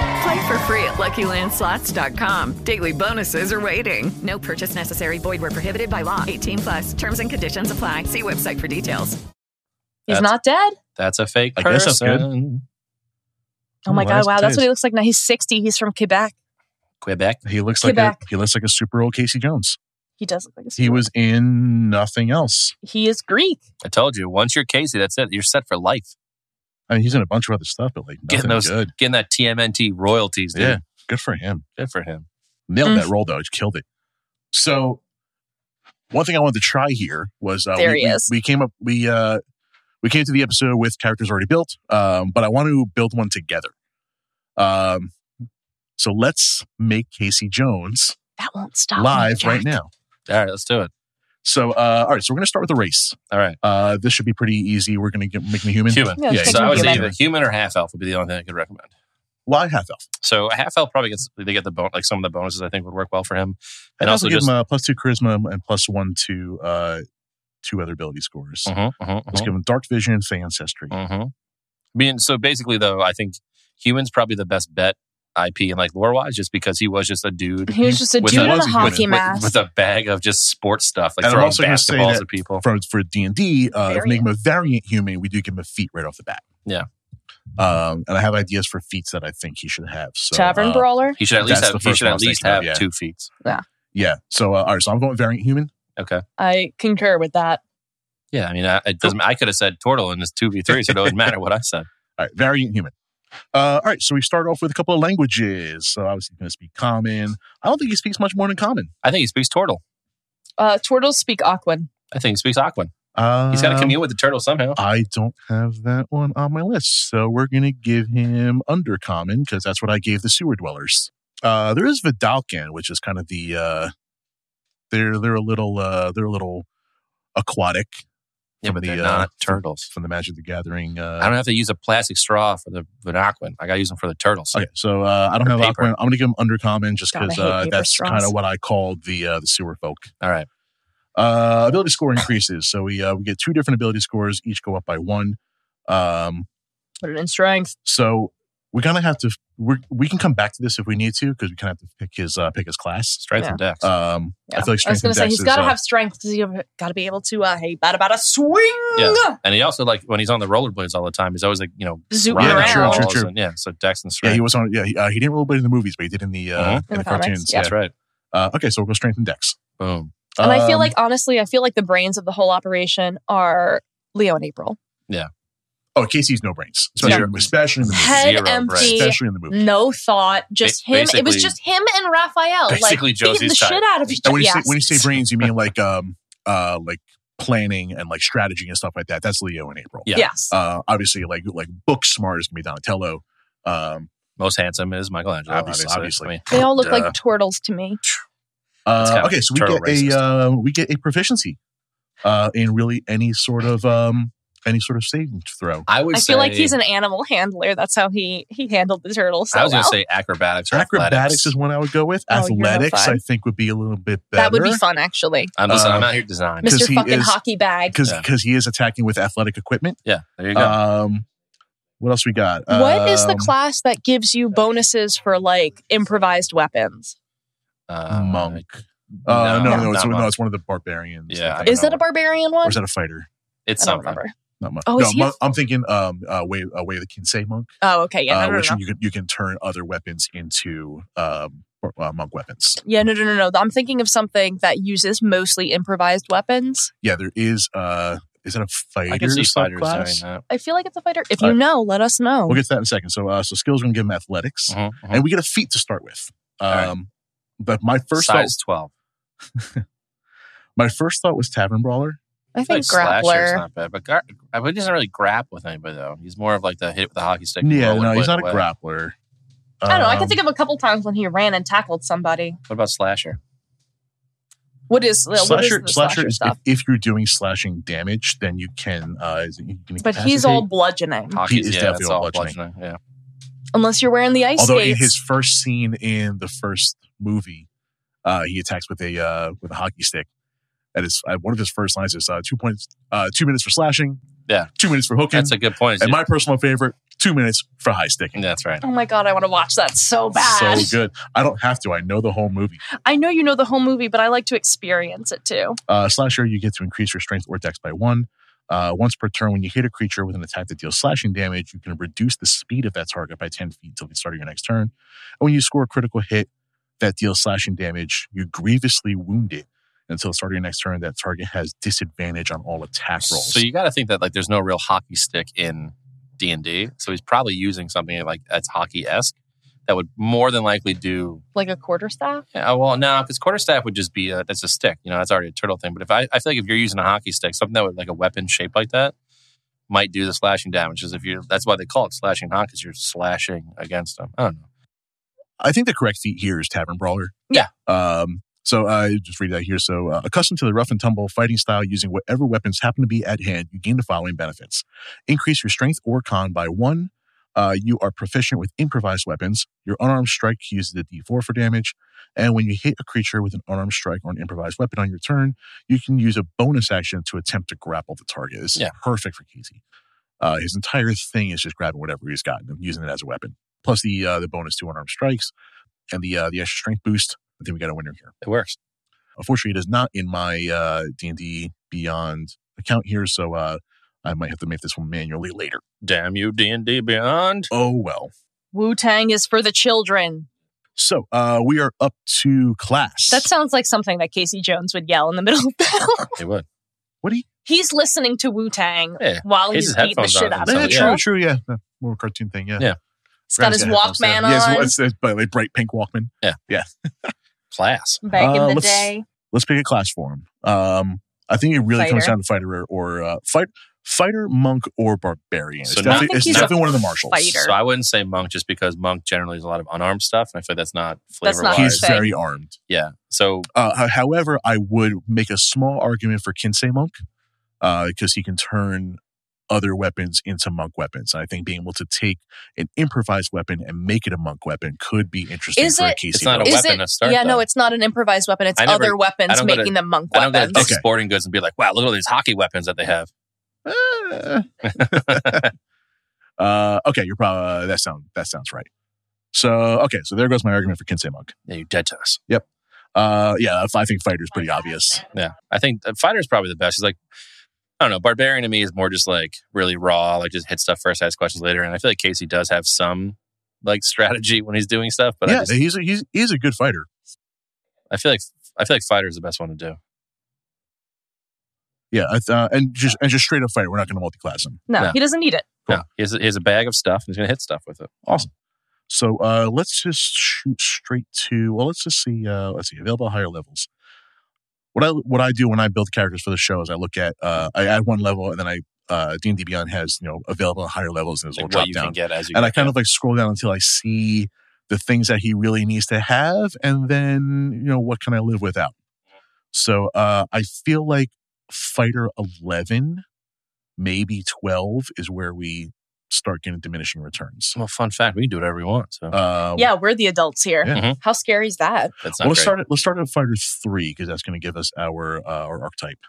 [SPEAKER 7] Play for free at LuckyLandSlots.com. Daily bonuses are waiting. No purchase necessary. Void where prohibited by law. 18 plus. Terms and conditions apply. See website for details.
[SPEAKER 6] He's
[SPEAKER 5] That's-
[SPEAKER 6] not dead.
[SPEAKER 5] That's a fake
[SPEAKER 4] I
[SPEAKER 5] person.
[SPEAKER 4] guess that's good.
[SPEAKER 6] Oh my
[SPEAKER 4] Elias
[SPEAKER 6] God. Wow. That's
[SPEAKER 4] Koteas.
[SPEAKER 6] what he looks like now. He's 60. He's from Quebec.
[SPEAKER 5] Quebec.
[SPEAKER 4] He looks
[SPEAKER 6] Get
[SPEAKER 4] like a,
[SPEAKER 6] back.
[SPEAKER 4] he looks like a super old Casey Jones.
[SPEAKER 6] He does look like a
[SPEAKER 4] He was in nothing else.
[SPEAKER 6] He is Greek.
[SPEAKER 5] I told you, once you're Casey, that's it. You're set for life.
[SPEAKER 4] I mean, he's in a bunch of other stuff, but like nothing
[SPEAKER 5] Getting those,
[SPEAKER 4] good.
[SPEAKER 5] getting that TMNT royalties, dude.
[SPEAKER 4] Yeah, good for him.
[SPEAKER 5] Good for him.
[SPEAKER 6] Mm.
[SPEAKER 4] Nailed that role though. He killed it. So, one thing I wanted to try here was uh,
[SPEAKER 6] There
[SPEAKER 4] we,
[SPEAKER 6] he
[SPEAKER 4] we-
[SPEAKER 6] is.
[SPEAKER 4] we came up we uh we came to the episode with characters already built, um, but I want to build one together. Um, so let's make Casey Jones
[SPEAKER 6] That won't stop. me,
[SPEAKER 4] live
[SPEAKER 6] Jack.
[SPEAKER 4] right now.
[SPEAKER 5] All right, let's do it.
[SPEAKER 4] So, uh, all right. So we're gonna start with the race.
[SPEAKER 5] All right.
[SPEAKER 4] Uh, this should be pretty easy. We're gonna get, make me human.
[SPEAKER 5] Human.
[SPEAKER 6] Yeah,
[SPEAKER 4] yeah.
[SPEAKER 6] let's
[SPEAKER 5] So I
[SPEAKER 6] Human.
[SPEAKER 5] would say
[SPEAKER 4] human.
[SPEAKER 5] either human or half elf would be the only thing I could recommend.
[SPEAKER 4] Well, I half elf.
[SPEAKER 5] So a half elf probably gets they get the bon- like some of the bonuses I think would work well for him.
[SPEAKER 4] And,
[SPEAKER 5] And
[SPEAKER 4] also,
[SPEAKER 5] also
[SPEAKER 4] give
[SPEAKER 5] just-
[SPEAKER 4] him a plus two charisma and plus one to uh, two other ability scores.
[SPEAKER 5] Mhm, mhm,
[SPEAKER 4] Let's
[SPEAKER 5] mhm,
[SPEAKER 4] give him dark vision and fey ancestry.
[SPEAKER 5] mhm. I mean, so basically though, I think humans probably the best bet IP and like lore wise, just because he was just a dude.
[SPEAKER 6] He was just a
[SPEAKER 5] With
[SPEAKER 6] dude
[SPEAKER 5] a-
[SPEAKER 6] in a
[SPEAKER 4] with-
[SPEAKER 6] hockey
[SPEAKER 5] with,
[SPEAKER 6] mask.
[SPEAKER 5] with a bag of just sports stuff, like
[SPEAKER 4] And I'm
[SPEAKER 5] throwing
[SPEAKER 4] also gonna say
[SPEAKER 5] basketballs
[SPEAKER 4] that
[SPEAKER 5] at people.
[SPEAKER 4] For for D uh, and D, make him
[SPEAKER 6] Variant.
[SPEAKER 4] a variant human. We do give him a feat right off the bat.
[SPEAKER 5] Yeah.
[SPEAKER 4] Um, and I have ideas for feats that I think he should have. So,
[SPEAKER 6] Tavern
[SPEAKER 4] uh,
[SPEAKER 6] brawler.
[SPEAKER 5] He should at least
[SPEAKER 4] that's
[SPEAKER 5] have,
[SPEAKER 4] the
[SPEAKER 5] he
[SPEAKER 4] first
[SPEAKER 5] should
[SPEAKER 4] one I
[SPEAKER 5] at
[SPEAKER 4] was
[SPEAKER 5] least
[SPEAKER 4] thinking
[SPEAKER 5] have
[SPEAKER 4] of, yeah.
[SPEAKER 5] two feats.
[SPEAKER 4] Yeah. So uh, all right. So I'm going variant human.
[SPEAKER 5] Okay.
[SPEAKER 6] I concur with that.
[SPEAKER 5] Yeah. I mean, I, it doesn't. I could have said turtle and it's two v three, so it doesn't matter what I said.
[SPEAKER 4] All right, variant human. Uh, all right, so we start off with a couple of languages. So obviously he's going to speak common. I don't think he speaks much more than common.
[SPEAKER 5] I think he speaks turtle.
[SPEAKER 6] Uh, turtles speak Aquan.
[SPEAKER 5] I think he speaks Aquan.
[SPEAKER 4] Um,
[SPEAKER 5] He's got to commune with the turtle somehow.
[SPEAKER 4] I don't have that one on my list, so we're going to give him under common because that's what I gave the sewer dwellers. Uh, there is Vidalcan, which is kind of the uh, they're they're a little uh, they're a little aquatic.
[SPEAKER 5] Yeah,
[SPEAKER 4] from
[SPEAKER 5] but
[SPEAKER 4] the,
[SPEAKER 5] they're
[SPEAKER 4] uh,
[SPEAKER 5] not turtles.
[SPEAKER 4] from the Magic the Gathering. Uh,
[SPEAKER 5] I don't have to use a plastic straw for the Vinaquin. I got to use them for the turtles.
[SPEAKER 4] Okay, so uh, I don't
[SPEAKER 5] Or
[SPEAKER 4] have
[SPEAKER 5] paper.
[SPEAKER 4] Aquaman. I'm going to give him undercommon just
[SPEAKER 6] God, I
[SPEAKER 4] because
[SPEAKER 6] hate
[SPEAKER 4] uh,
[SPEAKER 6] paper
[SPEAKER 4] that's
[SPEAKER 6] straws.
[SPEAKER 4] kind of what I called the uh, the sewer folk.
[SPEAKER 5] All right.
[SPEAKER 4] Uh, ability score increases, so we uh, we get two different ability scores, each go up by one. Um,
[SPEAKER 6] Put it in strength.
[SPEAKER 4] so we're gonna have to we we can come back to this if we need to because we kind of have to pick his uh, pick his class.
[SPEAKER 5] Strength
[SPEAKER 6] Yeah.
[SPEAKER 5] and dex.
[SPEAKER 4] Um, I
[SPEAKER 6] Yeah.
[SPEAKER 4] feel like
[SPEAKER 6] I was
[SPEAKER 4] strength
[SPEAKER 6] going
[SPEAKER 4] and
[SPEAKER 6] to say
[SPEAKER 4] dex
[SPEAKER 6] he's
[SPEAKER 4] is,
[SPEAKER 6] got to
[SPEAKER 4] uh,
[SPEAKER 6] have strength. He's got to be able to uh, hey, bada bada swing.
[SPEAKER 5] Yeah.
[SPEAKER 4] Mm-hmm.
[SPEAKER 5] and he also like when he's on the rollerblades all the time, he's always like you know
[SPEAKER 6] Zoot
[SPEAKER 5] riding
[SPEAKER 4] Yeah, true,
[SPEAKER 6] around.
[SPEAKER 4] true,
[SPEAKER 5] balls
[SPEAKER 4] true.
[SPEAKER 5] and- yeah. So dex and
[SPEAKER 4] yeah
[SPEAKER 5] strength.
[SPEAKER 4] he was on yeah he, uh, he didn't roll really in the movies but he did in the uh,
[SPEAKER 5] Mhm.
[SPEAKER 4] in the,
[SPEAKER 6] Uh-huh. In the comics,
[SPEAKER 4] cartoons.
[SPEAKER 6] yeah.
[SPEAKER 5] That's right.
[SPEAKER 4] Uh, okay, so we'll go strength and dex.
[SPEAKER 5] Boom.
[SPEAKER 6] And I feel
[SPEAKER 4] Um,
[SPEAKER 6] like honestly, I feel like the brains of the whole operation are Leo and April.
[SPEAKER 4] oh Casey's no brains, especially,
[SPEAKER 5] Zero.
[SPEAKER 4] especially in the movies.
[SPEAKER 6] Head
[SPEAKER 5] zero
[SPEAKER 6] empty,
[SPEAKER 4] especially in the movies.
[SPEAKER 6] no thought, just
[SPEAKER 5] Ba-
[SPEAKER 6] him. It was
[SPEAKER 5] basically-
[SPEAKER 6] just him and Raphael, like
[SPEAKER 5] Basically
[SPEAKER 6] beating
[SPEAKER 5] Josie's
[SPEAKER 6] the
[SPEAKER 5] type.
[SPEAKER 6] shit out of each
[SPEAKER 4] And
[SPEAKER 6] other.
[SPEAKER 4] when you
[SPEAKER 6] Yes.
[SPEAKER 4] say when you say brains, you mean like um uh like planning and like strategy and stuff like that. That's Leo and April.
[SPEAKER 5] Yeah.
[SPEAKER 6] yes,
[SPEAKER 4] Uh, obviously, like like book smart is gonna be Donatello. Um,
[SPEAKER 5] Most handsome is Michelangelo. Obviously,
[SPEAKER 4] Obviously,
[SPEAKER 5] obviously.
[SPEAKER 4] obviously.
[SPEAKER 6] they all look
[SPEAKER 5] duh.
[SPEAKER 6] like turtles to me.
[SPEAKER 4] uh,
[SPEAKER 5] kinda
[SPEAKER 4] okay, so we
[SPEAKER 5] turtle
[SPEAKER 4] get a uh, we get a proficiency uh, in really any sort of um any sort of saving throw.
[SPEAKER 5] I would.
[SPEAKER 6] I
[SPEAKER 5] say,
[SPEAKER 6] feel like he's an animal handler. That's how he he handled the turtles. So
[SPEAKER 5] I was going to
[SPEAKER 6] well.
[SPEAKER 5] say acrobatics. Or
[SPEAKER 4] Acrobatics is one I would go with.
[SPEAKER 6] Oh, you're no
[SPEAKER 4] Athletics,
[SPEAKER 6] fun.
[SPEAKER 4] I think, would be a little bit better.
[SPEAKER 6] that would be fun actually.
[SPEAKER 5] I'm, listening, I'm
[SPEAKER 4] Uh,
[SPEAKER 5] out here designing.
[SPEAKER 4] Mis- 'Cause
[SPEAKER 6] Mr.
[SPEAKER 4] he
[SPEAKER 6] Fucking
[SPEAKER 4] is-
[SPEAKER 6] Hockey Bag.
[SPEAKER 4] because
[SPEAKER 5] Yeah.
[SPEAKER 4] he is attacking with athletic equipment.
[SPEAKER 5] yeah, there you go.
[SPEAKER 4] Um, what else we got?
[SPEAKER 6] What is the
[SPEAKER 4] Um,
[SPEAKER 6] class that gives you bonuses for like improvised weapons?
[SPEAKER 5] Uh,
[SPEAKER 4] monk. Uh, no, no, it's,
[SPEAKER 5] not
[SPEAKER 4] no,
[SPEAKER 5] monk.
[SPEAKER 4] it's one of the barbarians.
[SPEAKER 5] Yeah.
[SPEAKER 4] I don't
[SPEAKER 6] Is
[SPEAKER 4] know
[SPEAKER 6] that a
[SPEAKER 4] what-
[SPEAKER 6] barbarian one?
[SPEAKER 4] Or is that a fighter?
[SPEAKER 5] It's
[SPEAKER 6] I don't
[SPEAKER 5] something.
[SPEAKER 6] remember.
[SPEAKER 4] Not monk.
[SPEAKER 6] Oh,
[SPEAKER 4] no,
[SPEAKER 6] is he a-
[SPEAKER 4] monk- I'm thinking um, uh, way, uh, way of the Kinsei monk,
[SPEAKER 6] Oh, okay. Yeah,
[SPEAKER 4] uh,
[SPEAKER 6] no, no, no,
[SPEAKER 4] which
[SPEAKER 6] no.
[SPEAKER 4] you can you can turn other weapons into um, or- uh, monk weapons.
[SPEAKER 6] Yeah, no, no, no, no. I'm thinking of something that uses mostly improvised weapons.
[SPEAKER 4] Yeah, there is. Uh, is that a fighter?
[SPEAKER 5] I can see
[SPEAKER 4] subclass?
[SPEAKER 5] fighters doing that.
[SPEAKER 6] I feel like it's a fighter. If
[SPEAKER 4] All
[SPEAKER 6] you
[SPEAKER 4] right.
[SPEAKER 6] know, let us know.
[SPEAKER 4] We'll get to that in a second. So, uh, so skills. We're gonna give him athletics,
[SPEAKER 5] Mhm, mhm.
[SPEAKER 4] and we get a feat to start with. Um,
[SPEAKER 5] right.
[SPEAKER 4] But my first thought,
[SPEAKER 5] size twelve.
[SPEAKER 4] my first thought was tavern brawler.
[SPEAKER 6] I
[SPEAKER 5] I feel
[SPEAKER 6] think
[SPEAKER 5] like Slasher's
[SPEAKER 6] grappler.
[SPEAKER 5] not bad, but gar- I mean, he doesn't really grap with anybody though. He's more of like the hit with the hockey stick. and
[SPEAKER 4] yeah,
[SPEAKER 5] roll and
[SPEAKER 4] no, he's
[SPEAKER 5] put it
[SPEAKER 4] not a
[SPEAKER 5] away.
[SPEAKER 4] grappler.
[SPEAKER 6] I don't know. I can
[SPEAKER 4] Um,
[SPEAKER 6] think of a couple times when he ran and tackled somebody.
[SPEAKER 5] What about slasher?
[SPEAKER 6] What is what is
[SPEAKER 4] slasher,
[SPEAKER 6] the
[SPEAKER 4] slasher
[SPEAKER 6] slasher
[SPEAKER 4] is
[SPEAKER 6] stuff?
[SPEAKER 4] if, if you're doing slashing damage, then you can. Uh, is it- you can
[SPEAKER 6] But he's
[SPEAKER 4] incapacitate.
[SPEAKER 6] all bludgeoning,
[SPEAKER 5] Hockey
[SPEAKER 4] is
[SPEAKER 5] yeah,
[SPEAKER 4] definitely
[SPEAKER 5] that's
[SPEAKER 4] all
[SPEAKER 5] all
[SPEAKER 4] bludgeoning.
[SPEAKER 5] bludgeoning. Yeah,
[SPEAKER 6] unless you're wearing the ice
[SPEAKER 4] Although in
[SPEAKER 6] skates.
[SPEAKER 4] his first scene in the first movie, uh, he attacks with a uh, with a hockey stick. That is uh, one of his first lines is uh, two points, uh, two minutes for slashing,
[SPEAKER 5] Yeah.
[SPEAKER 4] two minutes for hooking,
[SPEAKER 5] that's a good point.
[SPEAKER 4] and my personal favorite, two minutes for high sticking.
[SPEAKER 5] that's right.
[SPEAKER 6] oh my god, I want to watch that so bad.
[SPEAKER 4] So good. I don't have to. I know the whole movie.
[SPEAKER 6] I know you know the whole movie, but I like to experience it too.
[SPEAKER 4] Uh, slasher, you get to increase your strength or dex by one. Uh, once per turn, when you hit a creature with an attack that deals slashing damage, you can reduce the speed of that target by 10 feet until the start of your next turn. And when you score a critical hit that deals slashing damage, you grievously wound it. Until the start of your next turn, that target has disadvantage on all attack rolls.
[SPEAKER 5] So you got to think that like there's no real hockey stick in D and D. So he's probably using something like that's hockey esque that would more than likely do.
[SPEAKER 6] Like a quarter staff.
[SPEAKER 5] Yeah, uh, well, no, because quarterstaff would just be a, that's a stick. You know, that's already a turtle thing. But if I, I feel like if you're using a hockey stick, something that would like a weapon shaped like that might do the slashing damage. Is if you're that's why they call it slashing hockey because you're slashing against them. I don't know.
[SPEAKER 4] I think the correct feat here is Tavern Brawler.
[SPEAKER 5] Yeah.
[SPEAKER 4] Um, so I just read that here. So, uh, accustomed to the rough and tumble fighting style, using whatever weapons happen to be at hand, you gain the following benefits increase your strength or con by one. Uh, you are proficient with improvised weapons. Your unarmed strike uses the d4 for damage. And when you hit a creature with an unarmed strike or an improvised weapon on your turn, you can use a bonus action to attempt to grapple the target. This is
[SPEAKER 5] Yeah.
[SPEAKER 4] perfect for Casey. Uh, his entire thing is just grabbing whatever he's gotten and using it as a weapon. Plus the uh, the bonus to unarmed strikes and the uh, the extra strength boost. I think we got a winner here.
[SPEAKER 5] It works.
[SPEAKER 4] Unfortunately, it is not in my uh, D and D Beyond account here, so uh, I might have to make this one manually later.
[SPEAKER 5] Damn you, D and D Beyond.
[SPEAKER 4] Oh well.
[SPEAKER 6] Wu Tang is for the children.
[SPEAKER 4] So uh, we are up to class.
[SPEAKER 6] That sounds like something that Casey Jones would yell in the middle of battle.
[SPEAKER 5] They would.
[SPEAKER 4] What do you?
[SPEAKER 6] He's listening to Wu Tang
[SPEAKER 5] Yeah.
[SPEAKER 6] while
[SPEAKER 5] His
[SPEAKER 6] he's beating the
[SPEAKER 5] headphones
[SPEAKER 6] shit
[SPEAKER 5] on
[SPEAKER 6] out of
[SPEAKER 4] Yeah,
[SPEAKER 5] himself,
[SPEAKER 6] him.
[SPEAKER 4] true, true. Yeah, Uh, more cartoon thing. Yeah.
[SPEAKER 5] Yeah.
[SPEAKER 6] He's got his Walkman on.
[SPEAKER 4] Yes, it's, it's by, like bright pink Walkman.
[SPEAKER 5] Class.
[SPEAKER 6] Back
[SPEAKER 4] Uh,
[SPEAKER 6] in the
[SPEAKER 4] let's-
[SPEAKER 6] day,
[SPEAKER 4] Let's pick a class for him. Um, I think it really comes
[SPEAKER 6] Fighter.
[SPEAKER 4] down to fighter or, or uh, fight, fighter, monk, or barbarian.
[SPEAKER 5] So
[SPEAKER 4] it's
[SPEAKER 5] not- I
[SPEAKER 4] definitely,
[SPEAKER 6] think
[SPEAKER 4] it's
[SPEAKER 6] he's a
[SPEAKER 4] definitely one of the marshals.
[SPEAKER 6] fighter.
[SPEAKER 5] So I wouldn't say monk just because monk generally is a lot of unarmed stuff, and I feel like that's not flavor
[SPEAKER 6] That's not
[SPEAKER 4] He's
[SPEAKER 6] Fighter.
[SPEAKER 4] very armed.
[SPEAKER 5] yeah. So
[SPEAKER 4] Uh, ho- however, I would make a small argument for Kinsei monk because he can turn other weapons into monk weapons. And I think being able to take an improvised weapon and make it a monk weapon could be interesting
[SPEAKER 6] Is
[SPEAKER 4] for a
[SPEAKER 6] it-
[SPEAKER 4] Casey.
[SPEAKER 5] It's not a
[SPEAKER 4] Jones.
[SPEAKER 6] is
[SPEAKER 5] weapon
[SPEAKER 6] it?
[SPEAKER 5] to start,
[SPEAKER 6] yeah,
[SPEAKER 5] though.
[SPEAKER 6] no, it's not an improvised weapon. It's
[SPEAKER 5] I never-
[SPEAKER 6] other
[SPEAKER 5] I
[SPEAKER 6] weapons
[SPEAKER 5] don't go to-
[SPEAKER 6] making them monk
[SPEAKER 5] I don't go to
[SPEAKER 6] weapons.
[SPEAKER 5] Dick's
[SPEAKER 4] Okay.
[SPEAKER 5] Sporting Goods and be like, "Wow, look at all these hockey weapons that they have."
[SPEAKER 4] Uh, uh, okay, you're probably that sound that sounds right. So okay, so there goes my argument for Kinsei monk.
[SPEAKER 5] Yeah, you're dead to us.
[SPEAKER 4] Uh, yeah, I think fighter is pretty obvious.
[SPEAKER 5] Yeah, I think uh, fighter is probably the best. It's like I don't know, barbarian to me is more just like really raw, like just hit stuff first, ask questions later. And I feel like Casey does have some like strategy when he's doing stuff, but I,
[SPEAKER 4] yeah,
[SPEAKER 5] just,
[SPEAKER 4] he's a, he's he's a good fighter.
[SPEAKER 5] I feel like I feel like fighter is the best one to do.
[SPEAKER 4] Yeah, I th- uh, and just and just straight up fighter. We're not going to multi-class him.
[SPEAKER 6] No,
[SPEAKER 5] No.
[SPEAKER 6] he doesn't need it.
[SPEAKER 5] Yeah, he has, a, he has a bag of stuff and he's gonna hit stuff with it.
[SPEAKER 4] Awesome. So uh, let's just shoot straight to well, let's just see. Uh, let's see available higher levels. What I what I do when I build characters for the show is I look at uh, I add one level and then I uh, D and D Beyond has you know available higher levels and there's a
[SPEAKER 5] Like
[SPEAKER 4] little
[SPEAKER 5] what
[SPEAKER 4] drop
[SPEAKER 5] you
[SPEAKER 4] down.
[SPEAKER 5] can get as you
[SPEAKER 4] and
[SPEAKER 5] go.
[SPEAKER 4] I kind of like scroll down until I see the things that he really needs to have, and then you know what can I live without. So uh, I feel like fighter eleven, maybe twelve is where we start getting diminishing returns.
[SPEAKER 5] well, fun fact, we can do whatever we want. So
[SPEAKER 4] Uh,
[SPEAKER 6] Yeah, we're the adults here.
[SPEAKER 4] Yeah. Mm-hmm.
[SPEAKER 5] Mhm.
[SPEAKER 6] How scary is that?
[SPEAKER 5] that's not
[SPEAKER 4] well, let's
[SPEAKER 5] great.
[SPEAKER 4] start. At, let's start at fighter three because that's going to give us our uh, our archetype.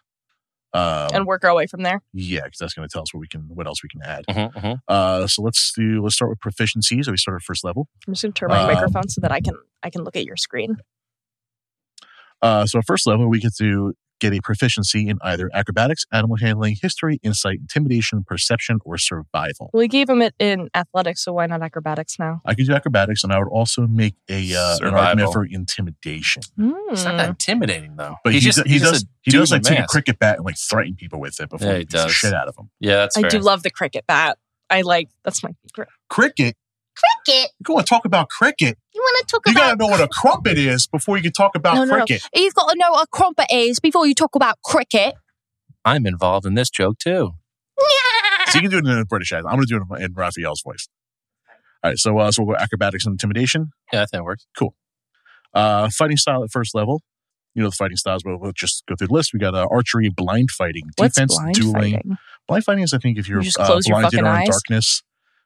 [SPEAKER 4] Um,
[SPEAKER 6] And work our way from there.
[SPEAKER 4] yeah, because that's going to tell us what we can, what else we can add.
[SPEAKER 5] Mhm, mhm.
[SPEAKER 4] Uh, so let's do. Let's start with proficiencies. So we start at first level.
[SPEAKER 6] I'm just gonna turn my
[SPEAKER 4] Um,
[SPEAKER 6] microphone so that I can I can look at your screen.
[SPEAKER 4] Uh, so at first level, we get to get a proficiency in either acrobatics, animal handling, history, insight, intimidation, perception, or survival.
[SPEAKER 6] We gave him it in athletics, so why not acrobatics now?
[SPEAKER 4] I could do acrobatics, and I would also make a uh, an
[SPEAKER 5] Survival.
[SPEAKER 4] argument for intimidation.
[SPEAKER 6] Hmm.
[SPEAKER 5] It's not that intimidating though.
[SPEAKER 4] But
[SPEAKER 5] He's
[SPEAKER 4] he,
[SPEAKER 5] just-
[SPEAKER 4] do- he
[SPEAKER 5] he's just
[SPEAKER 4] does
[SPEAKER 5] a
[SPEAKER 4] he
[SPEAKER 5] dude
[SPEAKER 4] does
[SPEAKER 5] in
[SPEAKER 4] like take a
[SPEAKER 5] mask.
[SPEAKER 4] cricket bat and like threaten people with it before
[SPEAKER 5] Yeah,
[SPEAKER 4] he
[SPEAKER 5] he
[SPEAKER 4] beats the
[SPEAKER 5] does.
[SPEAKER 4] shit out of them.
[SPEAKER 5] Yeah, that's
[SPEAKER 6] I
[SPEAKER 5] fair.
[SPEAKER 6] do love the cricket bat. I like that's my favorite.
[SPEAKER 4] Cricket,
[SPEAKER 6] Cricket.
[SPEAKER 4] go and talk about cricket.
[SPEAKER 6] You want to talk
[SPEAKER 4] You gotta know what a crumpet is before you can talk about
[SPEAKER 9] No, no, no.
[SPEAKER 4] cricket.
[SPEAKER 9] You've got to know what a crumpet is before you talk about cricket.
[SPEAKER 5] I'm involved in this joke too.
[SPEAKER 4] So you can do it in a British accent. I'm gonna do it in Raphael's voice. All right, so uh, so we'll go acrobatics and intimidation.
[SPEAKER 5] Yeah, I think it works.
[SPEAKER 4] Uh, fighting style at first level. You know the fighting styles, but we'll just go through the list. We got uh, archery, blind fighting,
[SPEAKER 6] What's
[SPEAKER 4] defense,
[SPEAKER 6] blind
[SPEAKER 4] dueling.
[SPEAKER 6] fighting?
[SPEAKER 4] Blind fighting is, I think, if you're
[SPEAKER 6] just
[SPEAKER 4] uh,
[SPEAKER 6] close your
[SPEAKER 4] blinded
[SPEAKER 6] fucking
[SPEAKER 4] or in
[SPEAKER 6] eyes?
[SPEAKER 4] darkness.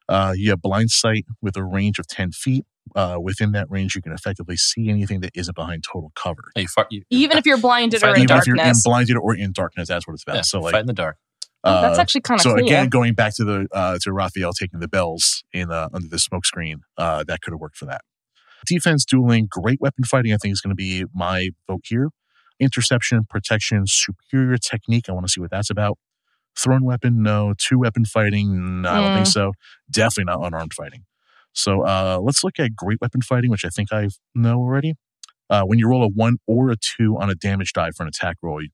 [SPEAKER 4] Uh, you have blind sight with a range of ten feet. Uh, within that range, you can effectively see anything that isn't behind total cover.
[SPEAKER 5] Hey, you fart- you-
[SPEAKER 6] Even if you're blinded or in
[SPEAKER 4] Even if
[SPEAKER 6] darkness.
[SPEAKER 4] you're in blinded or in darkness, that's what it's about.
[SPEAKER 5] yeah,
[SPEAKER 4] so like,
[SPEAKER 5] fight in the dark.
[SPEAKER 6] Oh, that's
[SPEAKER 4] uh,
[SPEAKER 6] actually kind of
[SPEAKER 4] so
[SPEAKER 6] clear.
[SPEAKER 4] again, going back to the uh, to Raphael taking the bells in uh, under the smoke screen, uh, that could have worked for that. Defense dueling, great weapon fighting. I think is going to be my vote here. Interception, protection, superior technique. I want to see what that's about. Thrown weapon, no. Two weapon fighting, no, I don't
[SPEAKER 6] Hmm.
[SPEAKER 4] think so. Definitely not unarmed fighting. So uh, let's look at great weapon fighting, which I think I know already. Uh, when you roll a one or a two on a damage die for an attack roll you-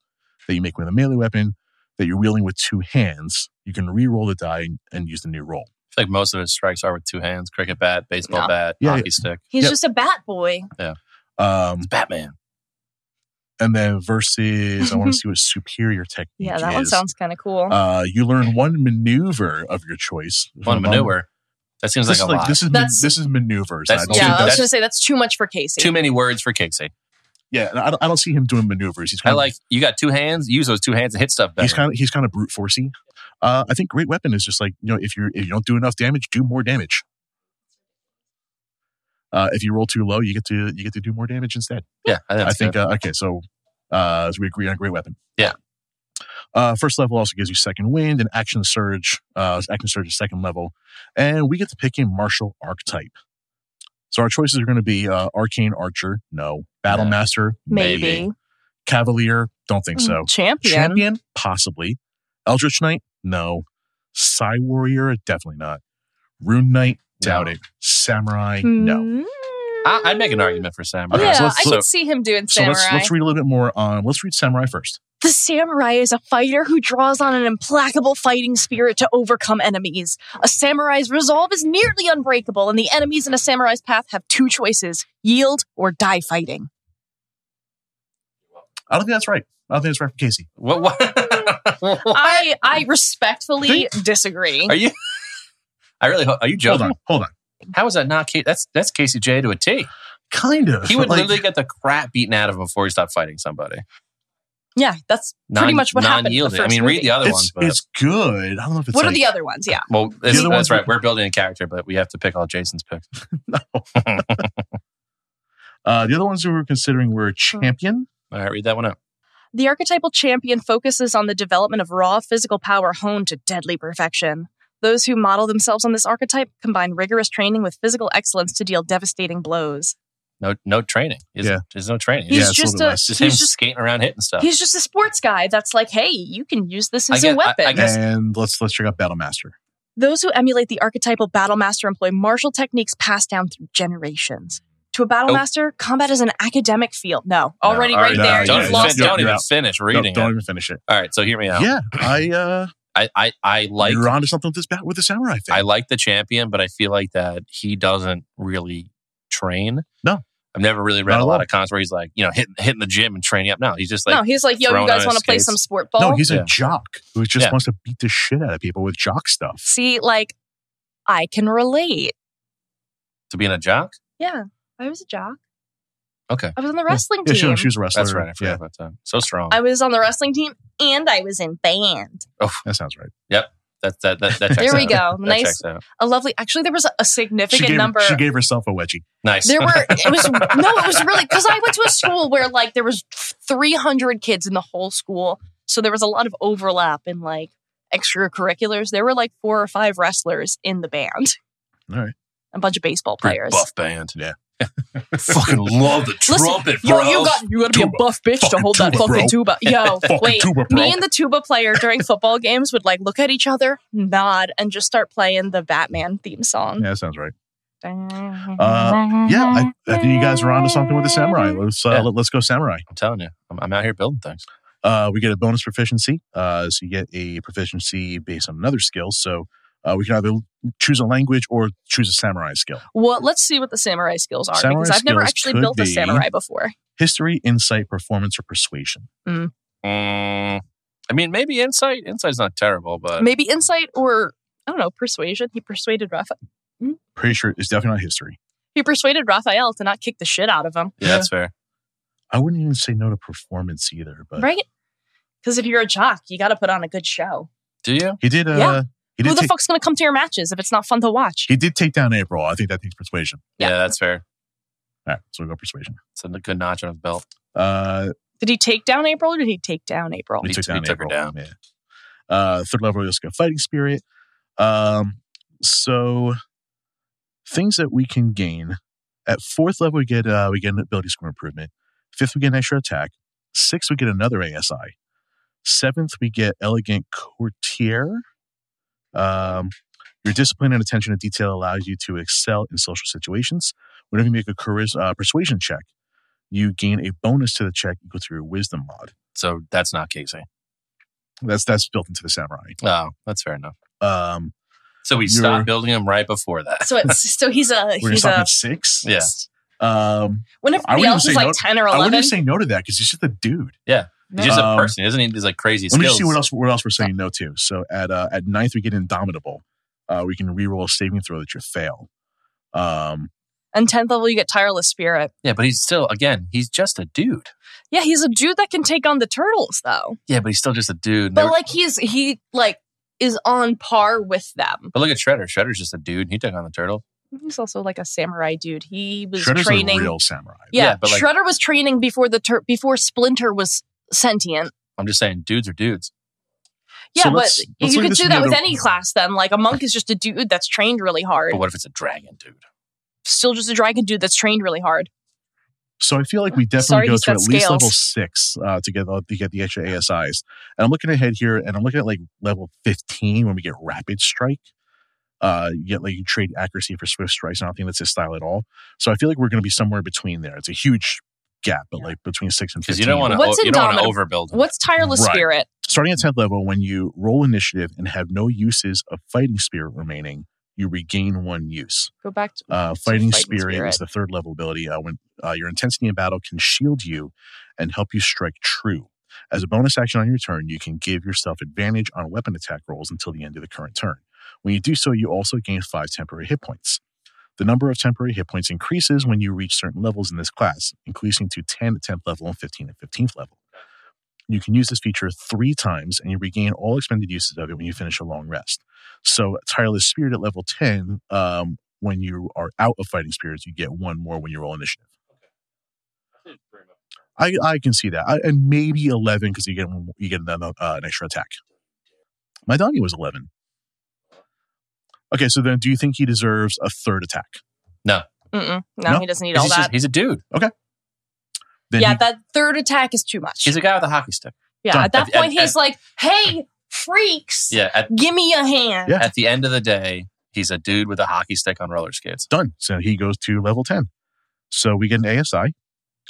[SPEAKER 4] that you make with a melee weapon that you're wielding with two hands, you can re-roll the die and, and use the new roll.
[SPEAKER 5] I feel like most of his strikes are with two hands: cricket bat, baseball
[SPEAKER 6] No.
[SPEAKER 5] bat,
[SPEAKER 4] Yeah,
[SPEAKER 5] hockey
[SPEAKER 4] yeah.
[SPEAKER 5] stick.
[SPEAKER 6] He's
[SPEAKER 4] Yep.
[SPEAKER 6] just a bat boy.
[SPEAKER 4] Um,
[SPEAKER 5] It's Batman.
[SPEAKER 4] and then versus, I want to see what superior technique
[SPEAKER 6] Yeah, that one
[SPEAKER 4] is.
[SPEAKER 6] sounds kind of cool.
[SPEAKER 4] Uh, you learn one maneuver of your choice.
[SPEAKER 5] One maneuver. That seems
[SPEAKER 4] This
[SPEAKER 5] like
[SPEAKER 4] is
[SPEAKER 5] a
[SPEAKER 4] like
[SPEAKER 5] lot.
[SPEAKER 4] this is man-
[SPEAKER 6] That's-
[SPEAKER 4] this is maneuvers. and I
[SPEAKER 5] that's
[SPEAKER 4] don't think
[SPEAKER 5] too-
[SPEAKER 6] yeah, I was
[SPEAKER 4] that's-
[SPEAKER 6] gonna say that's too much for Casey.
[SPEAKER 5] Too many words for Casey.
[SPEAKER 4] yeah. and I don't, I don't see him doing maneuvers. He's
[SPEAKER 5] I
[SPEAKER 4] kind of
[SPEAKER 5] like you got two hands. Use those two hands and hit stuff better.
[SPEAKER 4] He's kind of he's kind of brute forcey. Uh, I think great weapon is just like you know if you if you don't do enough damage, do more damage. Uh, if you roll too low, you get to you get to do more damage instead.
[SPEAKER 5] yeah, I think.
[SPEAKER 4] I
[SPEAKER 5] that's
[SPEAKER 4] think
[SPEAKER 5] good.
[SPEAKER 4] uh, okay, so uh, so we agree on great weapon.
[SPEAKER 5] Yeah.
[SPEAKER 4] Uh, first level also gives you second wind and action surge. Uh, action surge is second level, and we get to pick a martial archetype. So our choices are going to be uh, arcane archer, no. Battle
[SPEAKER 5] Yeah.
[SPEAKER 4] master,
[SPEAKER 6] Maybe. Hmm.
[SPEAKER 4] cavalier, don't think so.
[SPEAKER 6] Champion.
[SPEAKER 4] Champion, possibly. Eldritch Knight, No. Psy Warrior? Definitely not. Rune Knight? Doubt it. Samurai?
[SPEAKER 6] Hmm.
[SPEAKER 4] No.
[SPEAKER 5] I, I'd make an argument for Samurai.
[SPEAKER 4] uh, Okay,
[SPEAKER 6] Mm. yeah,
[SPEAKER 4] so let's-
[SPEAKER 6] I
[SPEAKER 4] so-
[SPEAKER 6] could see him doing
[SPEAKER 4] So
[SPEAKER 6] samurai.
[SPEAKER 4] let's let's read a little bit more on let's read Samurai first.
[SPEAKER 6] The samurai is a fighter who draws on an implacable fighting spirit to overcome enemies. A samurai's resolve is nearly unbreakable, and the enemies in a samurai's path have two choices yield or die fighting.
[SPEAKER 4] I don't think that's right. I don't think it's right for Casey.
[SPEAKER 5] What what
[SPEAKER 6] I, I respectfully disagree.
[SPEAKER 5] are you? I really ho- are you joking?
[SPEAKER 4] Hold on, hold on.
[SPEAKER 5] How is that not Casey? That's that's Casey J to a T.
[SPEAKER 4] Kind of.
[SPEAKER 5] He would
[SPEAKER 4] like,
[SPEAKER 5] literally get the crap beaten out of him before he stopped fighting somebody.
[SPEAKER 6] Yeah, that's pretty
[SPEAKER 5] Non-
[SPEAKER 6] much what happened. in the
[SPEAKER 5] non-yielding. I
[SPEAKER 6] first
[SPEAKER 5] mean, read
[SPEAKER 6] movie.
[SPEAKER 5] the other ones.
[SPEAKER 4] it's,
[SPEAKER 5] But,
[SPEAKER 4] it's good. I don't know if it's
[SPEAKER 6] What
[SPEAKER 4] like,
[SPEAKER 6] are the other ones? Yeah.
[SPEAKER 5] well, it's-
[SPEAKER 4] other ones
[SPEAKER 5] that's right.
[SPEAKER 4] were-
[SPEAKER 5] We're building a character, but we have to pick all Jason's picks.
[SPEAKER 4] uh, the other ones we were considering were
[SPEAKER 5] Hmm.
[SPEAKER 4] champion.
[SPEAKER 5] All right, read that one up.
[SPEAKER 6] The archetypal champion focuses on the development of raw physical power honed to deadly perfection. Those who model themselves on this archetype combine rigorous training with physical excellence to deal devastating blows.
[SPEAKER 5] No, no training. He's-
[SPEAKER 4] Yeah.
[SPEAKER 5] there's no training.
[SPEAKER 6] He's
[SPEAKER 4] Yeah, it's a
[SPEAKER 6] just
[SPEAKER 4] little bit
[SPEAKER 6] a
[SPEAKER 4] less.
[SPEAKER 5] just him
[SPEAKER 6] he's just,
[SPEAKER 5] skating around hitting stuff.
[SPEAKER 6] he's just a sports guy that's like, hey, you can use this
[SPEAKER 5] I
[SPEAKER 6] as
[SPEAKER 5] get-
[SPEAKER 6] a
[SPEAKER 5] I-
[SPEAKER 6] weapon.
[SPEAKER 5] I guess-
[SPEAKER 4] And let's let's check out Battlemaster.
[SPEAKER 6] Those who emulate the archetypal battle master employ martial techniques passed down through generations. To a battle
[SPEAKER 5] Oh.
[SPEAKER 6] master, combat is an academic field. No,
[SPEAKER 5] No,
[SPEAKER 6] already
[SPEAKER 5] all
[SPEAKER 6] right,
[SPEAKER 4] no,
[SPEAKER 6] there,
[SPEAKER 4] yeah,
[SPEAKER 5] Don't,
[SPEAKER 6] you've
[SPEAKER 4] yeah,
[SPEAKER 6] lost.
[SPEAKER 4] yeah.
[SPEAKER 5] don't
[SPEAKER 4] You're
[SPEAKER 5] even
[SPEAKER 4] out.
[SPEAKER 5] finish
[SPEAKER 4] Nope,
[SPEAKER 5] reading.
[SPEAKER 4] don't
[SPEAKER 5] it.
[SPEAKER 4] even finish it.
[SPEAKER 5] All right, so hear me out.
[SPEAKER 4] Yeah, I uh,
[SPEAKER 5] I, I, I like
[SPEAKER 4] you're onto something with this bat with the samurai thing.
[SPEAKER 5] I like the champion, but I feel like that he doesn't really train.
[SPEAKER 4] No.
[SPEAKER 5] I've never really
[SPEAKER 4] Not
[SPEAKER 5] read
[SPEAKER 4] at
[SPEAKER 5] a lot
[SPEAKER 4] all.
[SPEAKER 5] of cons where he's like, you know, hitting hitting the gym and training up. No, he's just like,
[SPEAKER 6] no, he's like, yo, you
[SPEAKER 5] throwing
[SPEAKER 6] guys
[SPEAKER 5] on
[SPEAKER 6] want to play
[SPEAKER 5] skates.
[SPEAKER 6] some sport ball?
[SPEAKER 4] no, he's
[SPEAKER 5] Yeah.
[SPEAKER 4] a jock who just
[SPEAKER 5] Yeah.
[SPEAKER 4] wants to beat the shit out of people with jock stuff.
[SPEAKER 6] See, like, I can relate.
[SPEAKER 5] to being a jock.
[SPEAKER 6] Yeah, I was a jock.
[SPEAKER 5] Okay.
[SPEAKER 6] I was on the wrestling
[SPEAKER 4] Yeah, she,
[SPEAKER 6] team.
[SPEAKER 4] no, she was a wrestler.
[SPEAKER 5] That's right. I forgot
[SPEAKER 4] Yeah,
[SPEAKER 5] about that. So strong.
[SPEAKER 6] I was on the wrestling team and I was in band.
[SPEAKER 4] that sounds right.
[SPEAKER 5] that, that, that, that checks
[SPEAKER 6] There we
[SPEAKER 5] out.
[SPEAKER 6] go.
[SPEAKER 5] That
[SPEAKER 6] Nice.
[SPEAKER 5] checks out.
[SPEAKER 6] A lovely, actually, there was a significant
[SPEAKER 4] She gave,
[SPEAKER 6] number.
[SPEAKER 4] she gave herself a wedgie.
[SPEAKER 5] Nice.
[SPEAKER 6] there were, it was, no, it was really, because I went to a school where like there was 300 kids in the whole school. So there was a lot of overlap in like extracurriculars. There were like four or five wrestlers in the band,
[SPEAKER 4] All right.
[SPEAKER 6] a bunch of baseball
[SPEAKER 5] Pretty
[SPEAKER 6] players.
[SPEAKER 5] buff band.
[SPEAKER 4] Yeah.
[SPEAKER 5] Fucking love the
[SPEAKER 6] Listen,
[SPEAKER 5] trumpet,
[SPEAKER 6] yo,
[SPEAKER 5] bro.
[SPEAKER 6] you got you got to be a
[SPEAKER 4] Tuba.
[SPEAKER 6] buff bitch to
[SPEAKER 4] Fucking
[SPEAKER 6] hold that
[SPEAKER 4] tuba,
[SPEAKER 6] fucking tuba. Yo,
[SPEAKER 4] Fucking
[SPEAKER 6] wait.
[SPEAKER 4] tuba, bro.
[SPEAKER 6] me and the tuba player during football games would like look at each other, nod, and just start playing the Batman theme song.
[SPEAKER 4] Yeah, that sounds right. Uh, Yeah, I, I think you guys were onto something with the samurai. Let's uh,
[SPEAKER 5] Yeah.
[SPEAKER 4] let, us go samurai.
[SPEAKER 5] I'm telling you, I'm, I'm out here building things.
[SPEAKER 4] Uh, we get a bonus proficiency. Uh, so you get a proficiency based on another skill. So uh, we can either choose a language or choose a samurai skill.
[SPEAKER 6] Well, let's see what the samurai skills are
[SPEAKER 4] Samurai
[SPEAKER 6] because I've never
[SPEAKER 4] skills
[SPEAKER 6] actually
[SPEAKER 4] could
[SPEAKER 6] built a
[SPEAKER 4] be-
[SPEAKER 6] samurai before.
[SPEAKER 4] History, insight, performance, or persuasion.
[SPEAKER 5] Mm, I mean, maybe insight. Insight's not terrible, but
[SPEAKER 6] Maybe insight or I don't know persuasion. He persuaded Rapha-
[SPEAKER 4] Pretty sure it's definitely not history.
[SPEAKER 6] he persuaded Raphael to not kick the shit out of him,
[SPEAKER 5] yeah, that's fair.
[SPEAKER 4] I wouldn't even say no to performance either, but
[SPEAKER 6] right? Because if you're a jock, you got to put on a good show.
[SPEAKER 5] Do you?
[SPEAKER 4] he did. Uh,
[SPEAKER 6] Yeah.
[SPEAKER 4] He
[SPEAKER 6] Who
[SPEAKER 4] did.
[SPEAKER 6] the
[SPEAKER 4] Take,
[SPEAKER 6] fuck's gonna come to your matches if it's not fun to watch?
[SPEAKER 4] he did take down April. I think that takes persuasion.
[SPEAKER 6] Yeah.
[SPEAKER 5] Yeah, that's fair.
[SPEAKER 4] All right, so we go persuasion.
[SPEAKER 5] It's a good notch on his belt.
[SPEAKER 4] Uh,
[SPEAKER 6] Did he take down April or did he take down April?
[SPEAKER 4] We
[SPEAKER 5] He
[SPEAKER 4] took,
[SPEAKER 5] t-
[SPEAKER 4] down
[SPEAKER 5] he took her
[SPEAKER 4] April, Yeah. Uh, third level, you'll get fighting spirit. Um, so things that we can gain at fourth level, we get uh, we get an ability score improvement. Fifth, we get an extra attack. Sixth, we get another ASI. Seventh, we get elegant courtier. Um, your discipline and attention to detail allows you to excel in social situations. Whenever you make a charis- uh, persuasion check, you gain a bonus to the check equal to your wisdom mod.
[SPEAKER 5] So that's not Casey.
[SPEAKER 4] That's that's built into the samurai.
[SPEAKER 5] Oh, that's fair enough.
[SPEAKER 4] Um,
[SPEAKER 5] So we
[SPEAKER 4] You're-
[SPEAKER 5] stopped building him right before that.
[SPEAKER 6] So it's so he's a
[SPEAKER 4] we're gonna
[SPEAKER 6] he's
[SPEAKER 4] stop
[SPEAKER 6] a
[SPEAKER 4] at six.
[SPEAKER 5] Yeah.
[SPEAKER 4] Um,
[SPEAKER 6] when
[SPEAKER 4] I
[SPEAKER 6] everybody
[SPEAKER 4] wouldn't
[SPEAKER 6] else
[SPEAKER 4] say
[SPEAKER 6] is like
[SPEAKER 4] no-
[SPEAKER 6] ten or
[SPEAKER 4] I
[SPEAKER 6] eleven.
[SPEAKER 4] wouldn't say no to that because he's just a dude.
[SPEAKER 5] He's just a
[SPEAKER 4] Um,
[SPEAKER 5] person, isn't he? These like crazy
[SPEAKER 4] Let me
[SPEAKER 5] skills.
[SPEAKER 4] just see what else what else we're saying
[SPEAKER 6] Oh.
[SPEAKER 4] no to. So at uh, at ninth we get indomitable. Uh, we can reroll a saving throw that you fail. Um,
[SPEAKER 6] and tenth level, you get tireless spirit.
[SPEAKER 5] Yeah, but he's still again, he's just a dude.
[SPEAKER 6] Yeah, he's a dude that can take on the turtles though.
[SPEAKER 5] Yeah, but he's still just a dude. And they
[SPEAKER 6] But
[SPEAKER 5] were-
[SPEAKER 6] like he's he like is on par with them.
[SPEAKER 5] but look at Shredder. Shredder's just a dude. and He took on the turtle.
[SPEAKER 6] He's also like a samurai dude. He was
[SPEAKER 4] Shredder's
[SPEAKER 6] training.
[SPEAKER 4] a real samurai.
[SPEAKER 6] yeah,
[SPEAKER 5] Yeah, but, like-
[SPEAKER 6] Shredder was training before the tur- before Splinter was sentient.
[SPEAKER 5] I'm just saying, dudes are dudes.
[SPEAKER 6] Yeah,
[SPEAKER 4] So
[SPEAKER 6] but
[SPEAKER 4] let's- let's
[SPEAKER 6] you
[SPEAKER 4] look at
[SPEAKER 6] could
[SPEAKER 4] this
[SPEAKER 6] do
[SPEAKER 4] from
[SPEAKER 6] that
[SPEAKER 4] the
[SPEAKER 6] with
[SPEAKER 4] other-
[SPEAKER 6] any class. Then, like a monk is just a dude that's trained really hard.
[SPEAKER 5] But what if it's a dragon dude?
[SPEAKER 6] Still, just a dragon dude that's trained really hard.
[SPEAKER 4] So I feel like we definitely
[SPEAKER 6] Sorry,
[SPEAKER 4] go
[SPEAKER 6] he's
[SPEAKER 4] to at
[SPEAKER 6] got
[SPEAKER 4] least
[SPEAKER 6] scales.
[SPEAKER 4] level six uh, to get the, to get the extra ASIs. And I'm looking ahead here, and I'm looking at like level 15 when we get rapid strike. Uh, yet like you trade accuracy for swift strikes, and I don't think that's his style at all. So I feel like we're going to be somewhere between there. It's a huge gap, but like between six and
[SPEAKER 5] 'Cause
[SPEAKER 4] 15.
[SPEAKER 5] you don't wanna What's o- you don't wanna indomitable- overbuild
[SPEAKER 6] What's tireless
[SPEAKER 4] Right.
[SPEAKER 6] spirit?
[SPEAKER 4] Starting at 10th level, when you roll initiative and have no uses of fighting spirit remaining, you regain one use.
[SPEAKER 6] Go back to
[SPEAKER 4] Uh, fighting
[SPEAKER 6] Mm-hmm. Fighting
[SPEAKER 4] spirit,
[SPEAKER 6] Spirit.
[SPEAKER 4] is the third level ability. Uh, when uh, your intensity in battle can shield you and help you strike true. As a bonus action on your turn, you can give yourself advantage on weapon attack rolls until the end of the current turn. When you do so, you also gain five temporary hit points. The number of temporary hit points increases when you reach certain levels in this class, increasing to 10 at 10th level and 15 at 15th level. You can use this feature three times and you regain all expended uses of it when you finish a long rest. So, Tireless Spirit at level 10, um, when you are out of Fighting Spirits, you get one more when you roll initiative. I, I can see that. I, and maybe 11 because you get, one- you get another, uh, an extra attack. My Donnie was 11. Okay, so then do you think he deserves a third attack?
[SPEAKER 5] No.
[SPEAKER 6] Mm-mm. No,
[SPEAKER 4] No.
[SPEAKER 6] he doesn't need
[SPEAKER 4] He's
[SPEAKER 6] all
[SPEAKER 4] just-
[SPEAKER 6] that.
[SPEAKER 5] He's a dude.
[SPEAKER 4] Okay. Then
[SPEAKER 6] yeah,
[SPEAKER 4] he-
[SPEAKER 6] that third attack is too much.
[SPEAKER 5] He's a guy with a hockey stick.
[SPEAKER 6] yeah,
[SPEAKER 4] done.
[SPEAKER 6] at that
[SPEAKER 5] At-
[SPEAKER 6] point,
[SPEAKER 5] at-
[SPEAKER 6] he's
[SPEAKER 5] at-
[SPEAKER 6] like, "Hey, freaks,
[SPEAKER 5] Yeah. At,
[SPEAKER 6] give me a hand."
[SPEAKER 5] at the end of the day, he's a dude with a hockey stick on roller skates.
[SPEAKER 4] done. So he goes to level 10. So we get an ASI.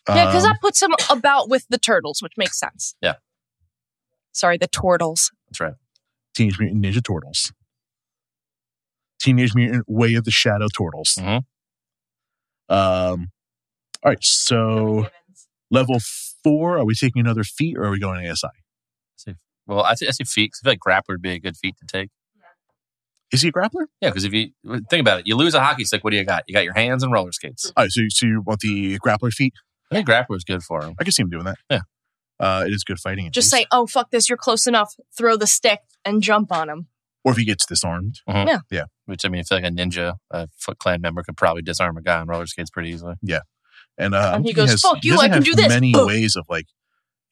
[SPEAKER 6] Yeah, because
[SPEAKER 4] Um,
[SPEAKER 6] that puts him about with the turtles, which makes sense.
[SPEAKER 5] Yeah.
[SPEAKER 6] Sorry, the turtles.
[SPEAKER 5] That's right.
[SPEAKER 4] Teenage Mutant Ninja Turtles. Teenage Mutant Way of the Shadow Turtles.
[SPEAKER 5] Mhm.
[SPEAKER 4] Um, all right, so level four, are we taking another feat or are we going ASI?
[SPEAKER 5] Well, I, th- I say feet. 'cause I feel like grappler would be a good feat to take.
[SPEAKER 4] Is he a grappler?
[SPEAKER 5] Yeah, because if you think about it, you lose a hockey stick. What do you got? You got your hands and roller skates.
[SPEAKER 4] All right, Oh, so, so you want the grappler feat?
[SPEAKER 5] I think grappler is good for him.
[SPEAKER 4] I can see him doing that.
[SPEAKER 5] Yeah.
[SPEAKER 4] Uh, it is good fighting. at
[SPEAKER 6] Just
[SPEAKER 4] least.
[SPEAKER 6] say, "Oh fuck this, you're close enough." Throw the stick and jump on him.
[SPEAKER 4] Or if he gets disarmed.
[SPEAKER 5] Mhm.
[SPEAKER 6] Yeah.
[SPEAKER 4] Yeah.
[SPEAKER 5] Which I mean, I feel like a ninja, a Foot Clan member could probably disarm a guy on roller skates pretty easily.
[SPEAKER 4] And, uh,
[SPEAKER 6] And he
[SPEAKER 4] think
[SPEAKER 6] goes, "Fuck you,
[SPEAKER 4] doesn't
[SPEAKER 6] I can
[SPEAKER 4] have
[SPEAKER 6] do this."
[SPEAKER 4] Many
[SPEAKER 6] Boom.
[SPEAKER 4] ways of like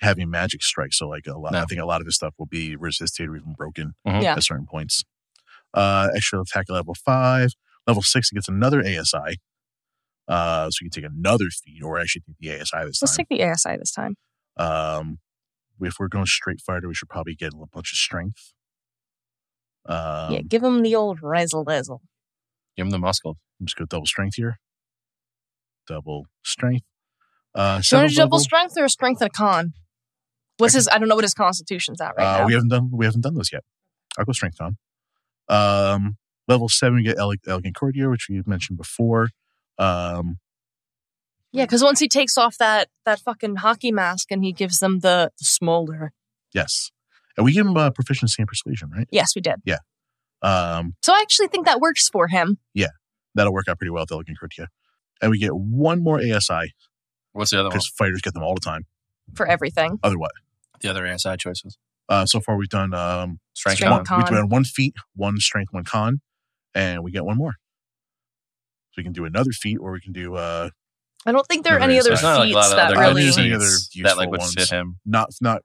[SPEAKER 4] having magic strike. So like a lot,
[SPEAKER 5] No.
[SPEAKER 4] I think a lot of his stuff will be resisted or even broken
[SPEAKER 5] Mhm.
[SPEAKER 6] Yeah.
[SPEAKER 4] at certain points. Uh, extra attack at level five, level six, he gets another ASI. Uh, so you can take another feat, or actually take the ASI this
[SPEAKER 6] Let's
[SPEAKER 4] time.
[SPEAKER 6] take the ASI this time.
[SPEAKER 4] um, if we're going straight fighter, we should probably get a bunch of strength. Um,
[SPEAKER 6] yeah, give him the old razzle dazzle.
[SPEAKER 5] Give him the muscle.
[SPEAKER 4] I'm just go double strength here. Double strength.
[SPEAKER 6] Do
[SPEAKER 4] Uh,
[SPEAKER 6] you want
[SPEAKER 4] seventh
[SPEAKER 6] to double
[SPEAKER 4] level-
[SPEAKER 6] strength or a strength and a con? What's his? I don't know what his constitution's at right
[SPEAKER 4] uh,
[SPEAKER 6] now.
[SPEAKER 4] We haven't done we haven't done those yet. I'll go strength on. Um, level seven, we get Ele- elegant courtier, which we mentioned before. Um,
[SPEAKER 6] yeah, because once he takes off that that fucking hockey mask and he gives them the, the smolder.
[SPEAKER 4] yes, and we give him uh, proficiency in persuasion, right?
[SPEAKER 6] Yes, we did.
[SPEAKER 4] Um,
[SPEAKER 6] So I actually think that works for him.
[SPEAKER 4] that'll work out pretty well with elegant courtier. And we get one more ASI
[SPEAKER 5] What's the other one?
[SPEAKER 6] Oh.
[SPEAKER 4] because fighters get them all the time.
[SPEAKER 6] for everything.
[SPEAKER 4] Other what?
[SPEAKER 5] The other ASI choices.
[SPEAKER 4] Uh, so far, we've done um,
[SPEAKER 5] Strength.
[SPEAKER 6] Strength
[SPEAKER 5] con.
[SPEAKER 6] con.
[SPEAKER 4] we've done one feat, one strength, one con, and we get one more. So we can do another feat, or we can do uh,
[SPEAKER 6] I don't think there are
[SPEAKER 4] There
[SPEAKER 6] any
[SPEAKER 4] is,
[SPEAKER 6] other
[SPEAKER 4] there's
[SPEAKER 5] There's not like a
[SPEAKER 6] feats
[SPEAKER 5] lot of
[SPEAKER 6] that
[SPEAKER 5] other
[SPEAKER 4] I don't
[SPEAKER 6] really.
[SPEAKER 4] think there's any other
[SPEAKER 5] feats that like
[SPEAKER 4] useful
[SPEAKER 5] would
[SPEAKER 4] ones.
[SPEAKER 5] fit him.
[SPEAKER 4] not not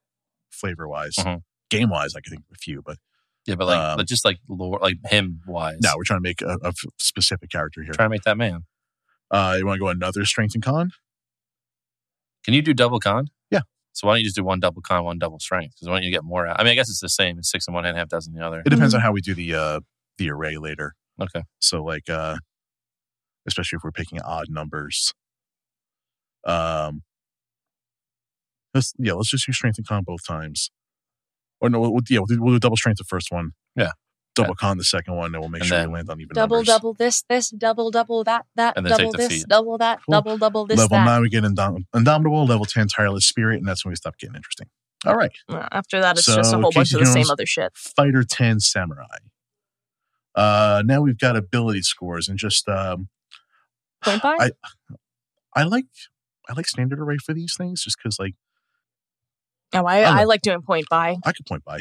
[SPEAKER 4] flavor wise,
[SPEAKER 5] Mhm.
[SPEAKER 4] game wise. I can think of a few, but
[SPEAKER 5] Yeah, but like
[SPEAKER 4] Um,
[SPEAKER 5] but just like lore, like him wise.
[SPEAKER 4] no, we're trying to make a, a f- specific character here.
[SPEAKER 5] trying to make that man.
[SPEAKER 4] Uh, you want to go another strength and con?
[SPEAKER 5] Can you do double con?
[SPEAKER 4] Yeah.
[SPEAKER 5] So why don't you just do one double con, one double strength? Because why don't you get more out? I mean, I guess it's the same. It's six in one hand, half dozen in the other.
[SPEAKER 4] It depends on how we do the uh, the array later.
[SPEAKER 5] Mm-hmm. Okay.
[SPEAKER 4] So like, uh, especially if we're picking odd numbers. Um. Let's, yeah, let's just do strength and con both times. Or no, we'll, we'll- yeah, we'll do, we'll do double strength the first one.
[SPEAKER 5] Yeah.
[SPEAKER 4] Double con the second one, and we'll make
[SPEAKER 5] And
[SPEAKER 4] sure
[SPEAKER 5] then
[SPEAKER 4] we land on even
[SPEAKER 6] Double,
[SPEAKER 4] numbers.
[SPEAKER 6] double this, this, double, double that, that,
[SPEAKER 5] And then
[SPEAKER 6] double
[SPEAKER 5] take the
[SPEAKER 6] this,
[SPEAKER 5] feat.
[SPEAKER 6] double that,
[SPEAKER 4] Cool.
[SPEAKER 6] double, double this,
[SPEAKER 4] level
[SPEAKER 6] that.
[SPEAKER 4] nine, we get Indom- Indomitable. Level 10, Tireless Spirit. And that's when we stop getting interesting. All right.
[SPEAKER 6] Uh, After that, it's just a
[SPEAKER 4] So,
[SPEAKER 6] whole bunch
[SPEAKER 4] Casey
[SPEAKER 6] of the same
[SPEAKER 4] Jones-
[SPEAKER 6] other shit.
[SPEAKER 4] Fighter 10 Samurai. Uh, now we've got ability scores and just um,
[SPEAKER 6] Point five?
[SPEAKER 4] I- I like I like standard array for these things just because like
[SPEAKER 6] oh, I,
[SPEAKER 4] don't know.
[SPEAKER 6] I like doing point by.
[SPEAKER 4] I could point by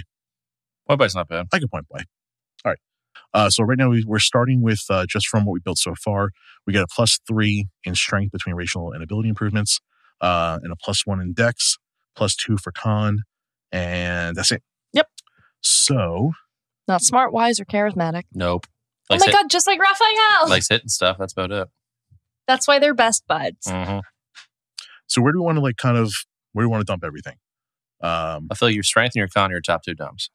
[SPEAKER 5] Well, but it's not bad.
[SPEAKER 4] I could point by. All right. Uh, so right now we, we're starting with uh, just from what we built so far. We got a plus three in strength between racial and ability improvements, uh, and a plus one in dex, plus two for con, and that's it.
[SPEAKER 6] Yep.
[SPEAKER 4] So
[SPEAKER 6] Not smart, wise, or charismatic.
[SPEAKER 5] Nope.
[SPEAKER 6] Oh
[SPEAKER 5] Like
[SPEAKER 6] my god, Oh. just like Raphael.
[SPEAKER 5] Likes hitting stuff. That's about it. Mm.
[SPEAKER 6] That's why they're best buds.
[SPEAKER 5] Mhm.
[SPEAKER 4] So where do we want to like kind of where do we want to dump everything? Um,
[SPEAKER 5] I feel your strength and your con are your top two dumps.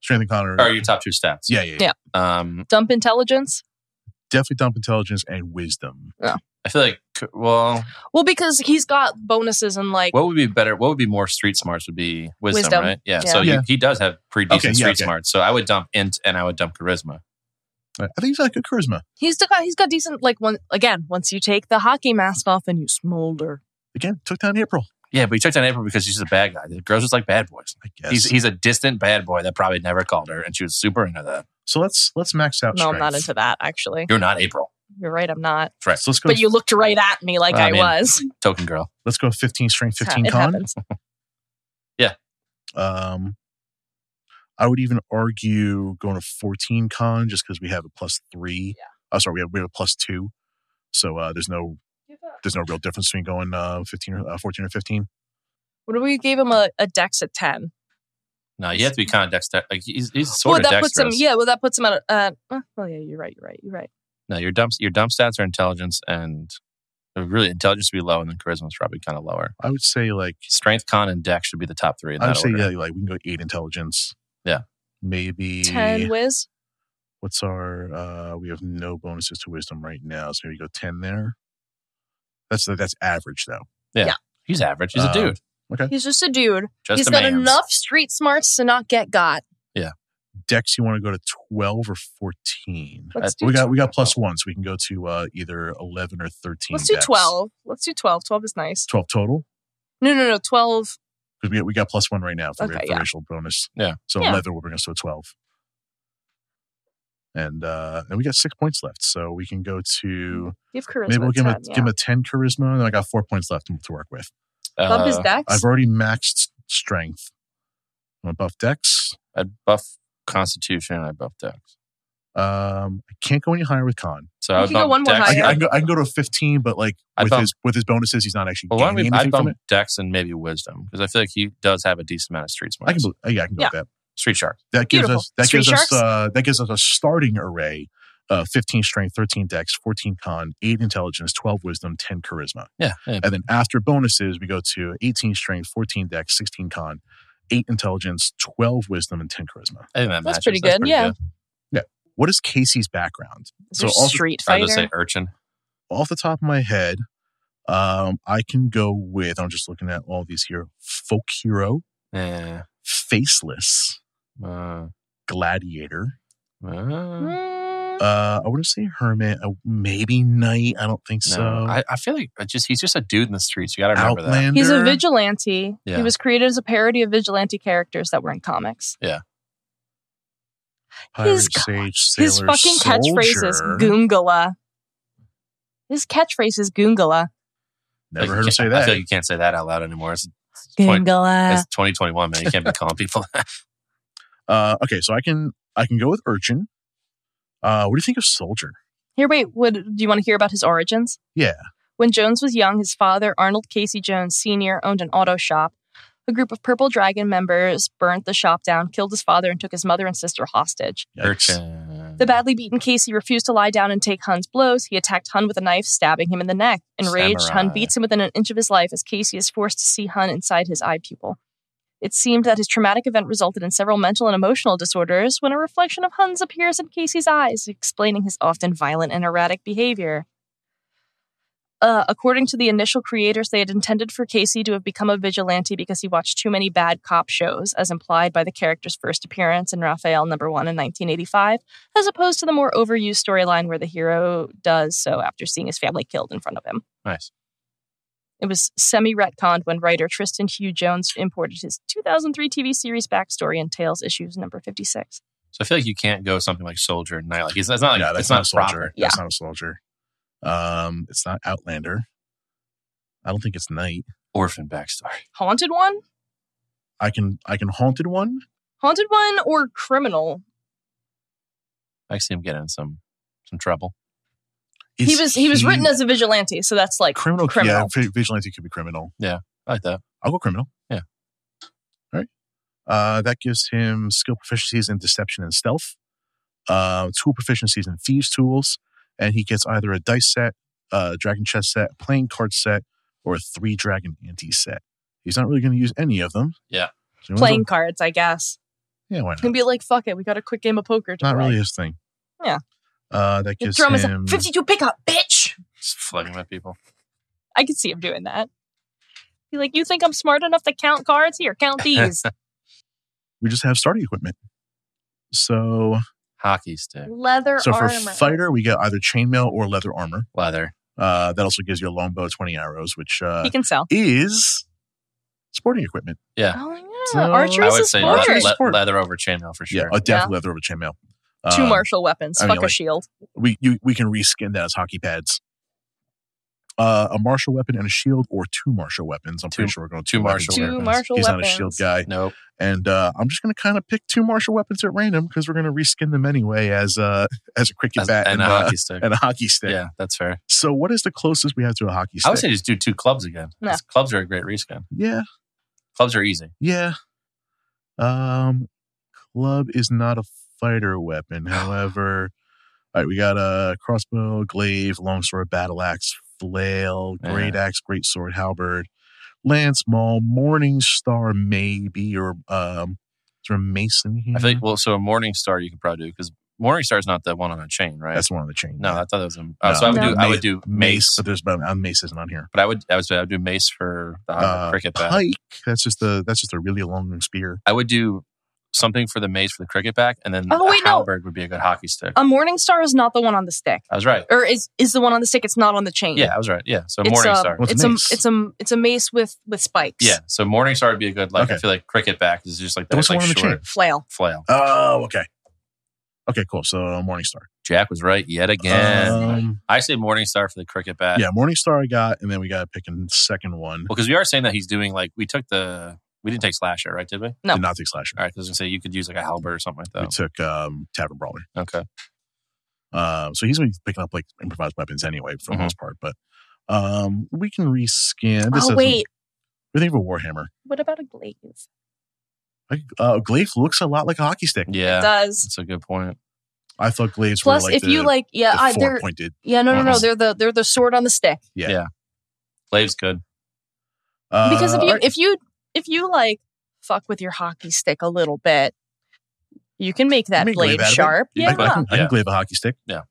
[SPEAKER 4] strength and con are
[SPEAKER 5] Or your top two stats.
[SPEAKER 4] Yeah, yeah, yeah.
[SPEAKER 6] Yeah.
[SPEAKER 5] Um,
[SPEAKER 6] Dump intelligence.
[SPEAKER 4] Definitely dump intelligence and wisdom.
[SPEAKER 5] I feel like well,
[SPEAKER 6] Well, because he's got bonuses and like
[SPEAKER 5] what would be better? What would be more street smarts would be wisdom,
[SPEAKER 6] Wisdom.
[SPEAKER 5] right? Yeah.
[SPEAKER 6] Yeah.
[SPEAKER 5] So you-
[SPEAKER 4] Yeah.
[SPEAKER 5] he does have pretty decent
[SPEAKER 4] Okay, yeah,
[SPEAKER 5] street
[SPEAKER 4] okay.
[SPEAKER 5] smarts. So I would dump int and I would dump charisma.
[SPEAKER 4] I think he's got good charisma.
[SPEAKER 6] he's still got he's got decent like one again. Once you take the hockey mask off and you smolder.
[SPEAKER 4] Again, took down April.
[SPEAKER 5] Yeah, but he took down April because she's a bad guy. The girls just like bad boys.
[SPEAKER 4] I guess.
[SPEAKER 5] He's he's a distant bad boy that probably never called her, and she was super into that.
[SPEAKER 4] so let's let's max out.
[SPEAKER 6] No, I'm not
[SPEAKER 4] strength.
[SPEAKER 6] into that. Actually,
[SPEAKER 5] You're not April,
[SPEAKER 6] you're right. I'm not.
[SPEAKER 5] Right.
[SPEAKER 4] So let's go.
[SPEAKER 6] But you looked right at me like
[SPEAKER 5] I
[SPEAKER 6] I,
[SPEAKER 5] mean,
[SPEAKER 6] was.
[SPEAKER 5] token girl.
[SPEAKER 4] let's go. Fifteen strength, fifteen
[SPEAKER 6] it
[SPEAKER 4] con.
[SPEAKER 6] happens.
[SPEAKER 4] Um, I would even argue going to 14 con just because we have a plus three.
[SPEAKER 6] Yeah.
[SPEAKER 4] Oh, sorry, we have, we have a plus two. So uh, there's no there's no real difference between going uh, 15 or uh, 14 or 15.
[SPEAKER 6] What if we gave him a, a dex at ten?
[SPEAKER 5] No, you have to be kind of dexter. Like he's he's
[SPEAKER 6] Well,
[SPEAKER 5] sort
[SPEAKER 6] that
[SPEAKER 5] of
[SPEAKER 6] puts him.
[SPEAKER 5] dexterous.
[SPEAKER 6] Yeah, well, that puts him at. a- Uh, uh, well, yeah, you're right. You're right. You're right.
[SPEAKER 5] No, your dump your dump stats are intelligence and really intelligence would be low, and then charisma is probably kind of lower.
[SPEAKER 4] I would say like
[SPEAKER 5] Strength, con, and dex should be the top three. In
[SPEAKER 4] I
[SPEAKER 5] that
[SPEAKER 4] would say
[SPEAKER 5] order.
[SPEAKER 4] yeah, like we can go eight intelligence.
[SPEAKER 5] Yeah.
[SPEAKER 4] maybe
[SPEAKER 6] Ten whiz.
[SPEAKER 4] What's our? uh We have no bonuses to wisdom right now, so maybe go 10 there. That's that's average though.
[SPEAKER 5] He's average. He's a
[SPEAKER 4] Um,
[SPEAKER 5] dude.
[SPEAKER 6] He's just a dude.
[SPEAKER 5] Just
[SPEAKER 6] He's
[SPEAKER 5] a
[SPEAKER 6] got
[SPEAKER 5] man's.
[SPEAKER 6] enough street smarts to not get got.
[SPEAKER 4] Dex, you want to go to 12 or 14?
[SPEAKER 6] Let's do
[SPEAKER 4] We got we got
[SPEAKER 5] 12.
[SPEAKER 4] plus one, so we can go to uh, either 11 or 13.
[SPEAKER 6] Let's do
[SPEAKER 4] decks.
[SPEAKER 6] twelve. Let's do twelve. Twelve is nice.
[SPEAKER 4] 12 total
[SPEAKER 6] No, no, no. Twelve.
[SPEAKER 4] because we, we got plus one right now for,
[SPEAKER 6] Okay,
[SPEAKER 4] for
[SPEAKER 6] yeah.
[SPEAKER 4] racial bonus.
[SPEAKER 5] Yeah.
[SPEAKER 4] So
[SPEAKER 6] Yeah.
[SPEAKER 4] 11 will bring us to a 12. And uh, and we got six points left, so we can go to
[SPEAKER 6] Give charisma.
[SPEAKER 4] maybe we'll give him
[SPEAKER 6] Mm, 10,
[SPEAKER 4] a,
[SPEAKER 6] yeah.
[SPEAKER 4] give him a 10 charisma. And then I got four points left to work with.
[SPEAKER 6] Bump his
[SPEAKER 5] Uh,
[SPEAKER 6] dex.
[SPEAKER 4] I've already maxed strength. I'm gonna buff dex.
[SPEAKER 5] I buff constitution. I buff dex.
[SPEAKER 4] Um, I can't go any higher with con.
[SPEAKER 5] So
[SPEAKER 6] You
[SPEAKER 5] I would
[SPEAKER 6] can go
[SPEAKER 5] bump
[SPEAKER 6] one more
[SPEAKER 5] dex.
[SPEAKER 4] I,
[SPEAKER 6] higher.
[SPEAKER 4] can- I, can, go, I can go to a 15, but like
[SPEAKER 5] I'd
[SPEAKER 4] with
[SPEAKER 5] bump-
[SPEAKER 4] his with his bonuses, he's not actually
[SPEAKER 5] Well, why
[SPEAKER 4] gaining
[SPEAKER 5] don't we?
[SPEAKER 4] anything
[SPEAKER 5] I
[SPEAKER 4] from it.
[SPEAKER 5] bump Dex and maybe Wisdom because I feel like he does have a decent amount of street smarts.
[SPEAKER 4] I can, bel- yeah, I can go
[SPEAKER 6] Yeah.
[SPEAKER 4] with that.
[SPEAKER 5] street shark.
[SPEAKER 4] That gives
[SPEAKER 6] Beautiful.
[SPEAKER 4] us that
[SPEAKER 6] Street
[SPEAKER 4] gives
[SPEAKER 6] sharks?
[SPEAKER 4] us uh, that gives us a starting array of 15 strength, 13 dex, 14 con, 8 intelligence, 12 wisdom, 10 charisma.
[SPEAKER 5] Yeah, yeah.
[SPEAKER 4] And then after bonuses, we go to 18 strength, 14 dex, 16 con, 8 intelligence, 12 wisdom, and 10 charisma.
[SPEAKER 5] I think that
[SPEAKER 6] That's
[SPEAKER 5] matches.
[SPEAKER 6] pretty good, yeah.
[SPEAKER 4] What is Casey's background?
[SPEAKER 6] Is
[SPEAKER 4] so
[SPEAKER 6] there
[SPEAKER 4] also-
[SPEAKER 6] street
[SPEAKER 5] I
[SPEAKER 6] fighter.
[SPEAKER 5] would say urchin.
[SPEAKER 4] Off the top of my head, um, I can go with, I'm just looking at all these here folk hero,
[SPEAKER 5] Yeah.
[SPEAKER 4] faceless,
[SPEAKER 5] Uh,
[SPEAKER 4] gladiator. Hmm,
[SPEAKER 5] uh,
[SPEAKER 6] Mm,
[SPEAKER 4] Uh, I want to say hermit, uh, maybe knight. I don't think so.
[SPEAKER 5] no, I, I feel like I just he's just a dude in the streets. You got to remember that.
[SPEAKER 4] Outlander.
[SPEAKER 6] he's a vigilante.
[SPEAKER 5] Yeah.
[SPEAKER 6] He was created as a parody of vigilante characters that were in comics.
[SPEAKER 4] pirate,
[SPEAKER 6] His-
[SPEAKER 4] sage,
[SPEAKER 6] His
[SPEAKER 4] sailor,
[SPEAKER 6] fucking catchphrase is
[SPEAKER 4] soldier.
[SPEAKER 6] "Goongala." His catchphrase is "Goongala."
[SPEAKER 4] Never
[SPEAKER 5] Like,
[SPEAKER 4] heard
[SPEAKER 5] you
[SPEAKER 4] him
[SPEAKER 5] can't-
[SPEAKER 4] say
[SPEAKER 5] I
[SPEAKER 4] that.
[SPEAKER 5] feel like you can't say that out loud anymore. It's, twen-
[SPEAKER 6] Goongala.
[SPEAKER 5] it's 2021, man. You can't be calling people. that.
[SPEAKER 4] uh, okay, so I can I can go with urchin. Uh, what do you think of soldier?
[SPEAKER 6] Here, wait. Would do you want to hear about his origins?
[SPEAKER 4] Yeah.
[SPEAKER 6] When Jones was young, his father, Arnold Casey Jones Sr., owned an auto shop. A group of Purple Dragon members burnt the shop down, killed his father, and took his mother and sister hostage.
[SPEAKER 4] Yikes.
[SPEAKER 5] urchin.
[SPEAKER 6] The badly beaten Casey refused to lie down and take Hun's blows. He attacked Hun with a knife, stabbing him in the neck. Enraged, Hun
[SPEAKER 5] Samurai.
[SPEAKER 6] beats him within an inch of his life as Casey is forced to see Hun inside his eye pupil. It seemed that his traumatic event resulted in several mental and emotional disorders when a reflection of Hun's appears in Casey's eyes, explaining his often violent and erratic behavior. Uh, according to the initial creators, they had intended for Casey to have become a vigilante because he watched too many bad cop shows, as implied by the character's first appearance in Raphael number one in 1985, as opposed to the more overused storyline where the hero does so after seeing his family killed in front of him.
[SPEAKER 5] Nice.
[SPEAKER 6] It was semi retconned when writer Tristan Hugh Jones imported his 2003 TV series backstory in Tales issues number 56.
[SPEAKER 5] So I feel like you can't go something like soldier and knight. Like he's, that's not like
[SPEAKER 4] no,
[SPEAKER 5] that's
[SPEAKER 4] that's
[SPEAKER 5] not,
[SPEAKER 4] not, a soldier.
[SPEAKER 5] proper.
[SPEAKER 4] That's not a soldier. Um, it's not Outlander. I don't think it's knight.
[SPEAKER 5] Orphan backstory.
[SPEAKER 6] Haunted one?
[SPEAKER 4] I can I can haunted one.
[SPEAKER 6] Haunted one or criminal?
[SPEAKER 5] I see him getting in some some trouble.
[SPEAKER 4] Is
[SPEAKER 6] he was he was written as a vigilante, so that's like
[SPEAKER 4] criminal.
[SPEAKER 6] criminal.
[SPEAKER 4] Yeah, vi- vigilante could be criminal.
[SPEAKER 5] I like that.
[SPEAKER 4] I'll go criminal.
[SPEAKER 5] Yeah.
[SPEAKER 4] All right. Uh, that gives him skill proficiencies in deception and stealth, uh, tool proficiencies in thieves' tools, and he gets either a dice set, uh, dragon chess set, playing card set, or a three dragon ante set. He's not really going to use any of them.
[SPEAKER 5] Yeah.
[SPEAKER 4] So he wants
[SPEAKER 6] Playing
[SPEAKER 4] to-
[SPEAKER 6] cards, I guess.
[SPEAKER 4] Yeah, why
[SPEAKER 6] It's
[SPEAKER 4] not?
[SPEAKER 6] gonna be like, fuck it, we got a quick game of poker.
[SPEAKER 4] Not
[SPEAKER 6] tomorrow.
[SPEAKER 4] really his thing.
[SPEAKER 6] Yeah.
[SPEAKER 4] Uh, that
[SPEAKER 6] The
[SPEAKER 4] gives
[SPEAKER 6] drum is a
[SPEAKER 4] him
[SPEAKER 6] 52 pickup, bitch.
[SPEAKER 5] Just flirting with people.
[SPEAKER 6] I could see him doing that. Be like, you think I'm smart enough to count cards? Here, count these.
[SPEAKER 4] we just have starting equipment. So,
[SPEAKER 5] Hockey stick.
[SPEAKER 6] Leather
[SPEAKER 4] so for
[SPEAKER 6] armor.
[SPEAKER 4] fighter, we get either chainmail or leather armor.
[SPEAKER 5] Leather.
[SPEAKER 4] Uh, that also gives you a longbow, twenty arrows, which uh,
[SPEAKER 6] he can sell.
[SPEAKER 4] is sporting equipment.
[SPEAKER 5] Yeah.
[SPEAKER 6] Oh yeah,
[SPEAKER 4] So-
[SPEAKER 6] archery
[SPEAKER 5] I would
[SPEAKER 6] is
[SPEAKER 5] say
[SPEAKER 6] sport.
[SPEAKER 5] le-
[SPEAKER 4] Archery's
[SPEAKER 5] le-
[SPEAKER 4] sport.
[SPEAKER 5] leather over chainmail for sure.
[SPEAKER 4] Yeah, a death
[SPEAKER 6] Yeah.
[SPEAKER 4] leather over chainmail.
[SPEAKER 6] Two
[SPEAKER 4] Um,
[SPEAKER 6] martial weapons.
[SPEAKER 4] I mean,
[SPEAKER 6] Fuck a
[SPEAKER 4] like-
[SPEAKER 6] shield.
[SPEAKER 4] We you, we can reskin that as hockey pads. Uh, a martial weapon and a shield, or two martial weapons. I'm
[SPEAKER 5] Two-
[SPEAKER 4] pretty sure we're going
[SPEAKER 5] two martial
[SPEAKER 6] Two
[SPEAKER 5] weapons.
[SPEAKER 6] martial
[SPEAKER 4] He's
[SPEAKER 6] weapons.
[SPEAKER 4] not a shield guy,
[SPEAKER 5] Nope.
[SPEAKER 4] and uh, I'm just going to kind of pick two martial weapons at random because we're going to reskin them anyway as uh, as a cricket
[SPEAKER 5] As-
[SPEAKER 4] bat
[SPEAKER 5] and a
[SPEAKER 4] uh,
[SPEAKER 5] hockey stick.
[SPEAKER 4] and a hockey stick.
[SPEAKER 5] Yeah, that's fair.
[SPEAKER 4] So what is the closest we have to a hockey stick?
[SPEAKER 5] I would say just do two clubs again.
[SPEAKER 6] No.
[SPEAKER 5] 'cause Clubs are a great reskin.
[SPEAKER 4] yeah,
[SPEAKER 5] Clubs are easy.
[SPEAKER 4] yeah. Um, club is not a fighter weapon. However, all right, we got a crossbow, glaive, longsword, battle axe, flail, great axe, great sword, halberd, lance, maul, morning star, maybe, or um, is there a mason here?
[SPEAKER 5] I think, well, so a Morning Star you could probably do because Morning Star is not the one on a chain, right?
[SPEAKER 4] that's the one on the chain.
[SPEAKER 5] no, I thought that was a. Uh,
[SPEAKER 4] No.
[SPEAKER 5] So I would
[SPEAKER 6] No.
[SPEAKER 5] do I would do mace,
[SPEAKER 4] but there's but uh, mace isn't on here.
[SPEAKER 5] but I would I would say I would do mace for the
[SPEAKER 4] Uh,
[SPEAKER 5] cricket bat.
[SPEAKER 4] pike. That's just the that's just a really long spear.
[SPEAKER 5] I would do something for the mace for the cricket back, and then
[SPEAKER 6] Oh,
[SPEAKER 5] a
[SPEAKER 6] wait, no. Oh.
[SPEAKER 5] halberd would be a good hockey stick.
[SPEAKER 6] A morning star is not the one on the stick,
[SPEAKER 5] I was right.
[SPEAKER 6] or is is the one on the stick? It's not on the chain.
[SPEAKER 5] Yeah, I was right. Yeah, so
[SPEAKER 6] it's
[SPEAKER 5] morning
[SPEAKER 6] a
[SPEAKER 5] star.
[SPEAKER 4] What's
[SPEAKER 6] it's
[SPEAKER 4] a
[SPEAKER 6] a
[SPEAKER 4] mace?
[SPEAKER 6] it's a it's a mace with with spikes.
[SPEAKER 5] Yeah, so morning star would be a good like. I
[SPEAKER 4] Okay.
[SPEAKER 5] feel like cricket back is just like that.
[SPEAKER 4] What's the
[SPEAKER 5] It's like
[SPEAKER 4] one on the
[SPEAKER 5] short
[SPEAKER 4] chain?
[SPEAKER 6] flail.
[SPEAKER 5] flail.
[SPEAKER 4] Oh, okay. Okay, cool. So Morningstar.
[SPEAKER 5] Jack was right yet again.
[SPEAKER 4] Um,
[SPEAKER 5] I say morning star for the cricket bat.
[SPEAKER 4] yeah, Morningstar I got, and then we got to pick a second one.
[SPEAKER 5] Well, because we are saying that he's doing like we took the we didn't take slasher right, did we? All
[SPEAKER 6] No.
[SPEAKER 4] Did not take Slasher.
[SPEAKER 5] right, because I was gonna say you could use like a halberd or something like
[SPEAKER 4] We
[SPEAKER 5] that.
[SPEAKER 4] took um, Tavern Brawler.
[SPEAKER 5] Okay,
[SPEAKER 4] Um, so he's going to be picking up like improvised weapons anyway for the
[SPEAKER 5] Mhm.
[SPEAKER 4] most part. But um, we can reskin.
[SPEAKER 6] Oh
[SPEAKER 4] doesn't-
[SPEAKER 6] wait,
[SPEAKER 4] we think of a Warhammer.
[SPEAKER 6] what about a glaze?
[SPEAKER 4] Like, uh, glaive looks a lot like a hockey stick.
[SPEAKER 5] yeah,
[SPEAKER 6] Does
[SPEAKER 5] that's a good point.
[SPEAKER 4] I thought glaives
[SPEAKER 6] plus
[SPEAKER 4] were like
[SPEAKER 6] if
[SPEAKER 4] the,
[SPEAKER 6] you like yeah
[SPEAKER 4] the
[SPEAKER 6] I,
[SPEAKER 4] four
[SPEAKER 6] they're
[SPEAKER 4] pointed.
[SPEAKER 6] yeah no no no
[SPEAKER 5] ones.
[SPEAKER 6] they're the they're the sword on the stick
[SPEAKER 4] Yeah.
[SPEAKER 5] yeah. Glave's good.
[SPEAKER 4] Uh,
[SPEAKER 6] because if you
[SPEAKER 4] all right.
[SPEAKER 6] if you if you like fuck with your hockey stick a little bit, you can make that
[SPEAKER 4] make glaive
[SPEAKER 6] blade
[SPEAKER 4] out of it.
[SPEAKER 6] sharp.
[SPEAKER 5] You can
[SPEAKER 4] I,
[SPEAKER 6] Yeah,
[SPEAKER 4] can, I can
[SPEAKER 5] Yeah.
[SPEAKER 4] glaive a hockey stick.
[SPEAKER 6] yeah.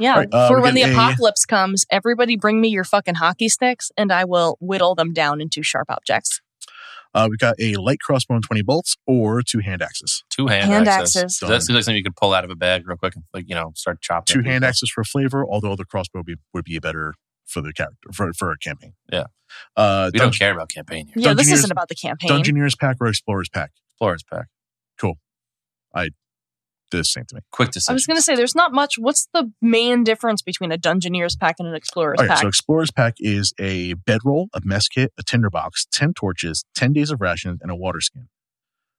[SPEAKER 4] Alright, uh,
[SPEAKER 6] For
[SPEAKER 4] we
[SPEAKER 6] when the
[SPEAKER 4] get a-
[SPEAKER 6] apocalypse comes, everybody bring me your fucking hockey sticks, and I will whittle them down into sharp objects.
[SPEAKER 4] Uh, we got a light crossbow and 20 bolts or two hand axes.
[SPEAKER 5] Two hand,
[SPEAKER 6] Hand
[SPEAKER 5] axes.
[SPEAKER 6] axes.
[SPEAKER 5] So That seems like something you could pull out of a bag real quick and like you know start chopping.
[SPEAKER 4] two hand axes for flavor, although the crossbow be, would be better for the character for, for a campaign.
[SPEAKER 5] Yeah.
[SPEAKER 4] Uh,
[SPEAKER 5] We
[SPEAKER 4] Dun-
[SPEAKER 5] don't care about campaign here.
[SPEAKER 6] Yeah, this
[SPEAKER 4] Dungeoneers-
[SPEAKER 6] isn't about the campaign.
[SPEAKER 4] Dungeoneers pack or Explorers pack.
[SPEAKER 5] Explorers pack.
[SPEAKER 4] They're the same to me.
[SPEAKER 5] Quick
[SPEAKER 6] I
[SPEAKER 5] decision.
[SPEAKER 6] was going to say, there's not much. What's the main difference between a Dungeoneer's pack and an Explorer's
[SPEAKER 4] Okay,
[SPEAKER 6] pack?
[SPEAKER 4] Oh, so Explorers pack is a bedroll, a mess kit, a tinderbox, ten torches, ten days of rations, and a water skin.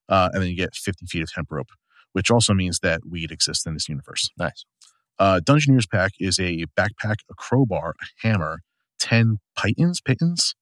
[SPEAKER 4] Uh, and then you get fifty feet of hemp rope, which also means that weed exists in this universe.
[SPEAKER 5] Nice.
[SPEAKER 4] Uh, Dungeoneers pack is a backpack, a crowbar, a hammer, 10 pitons, pitons,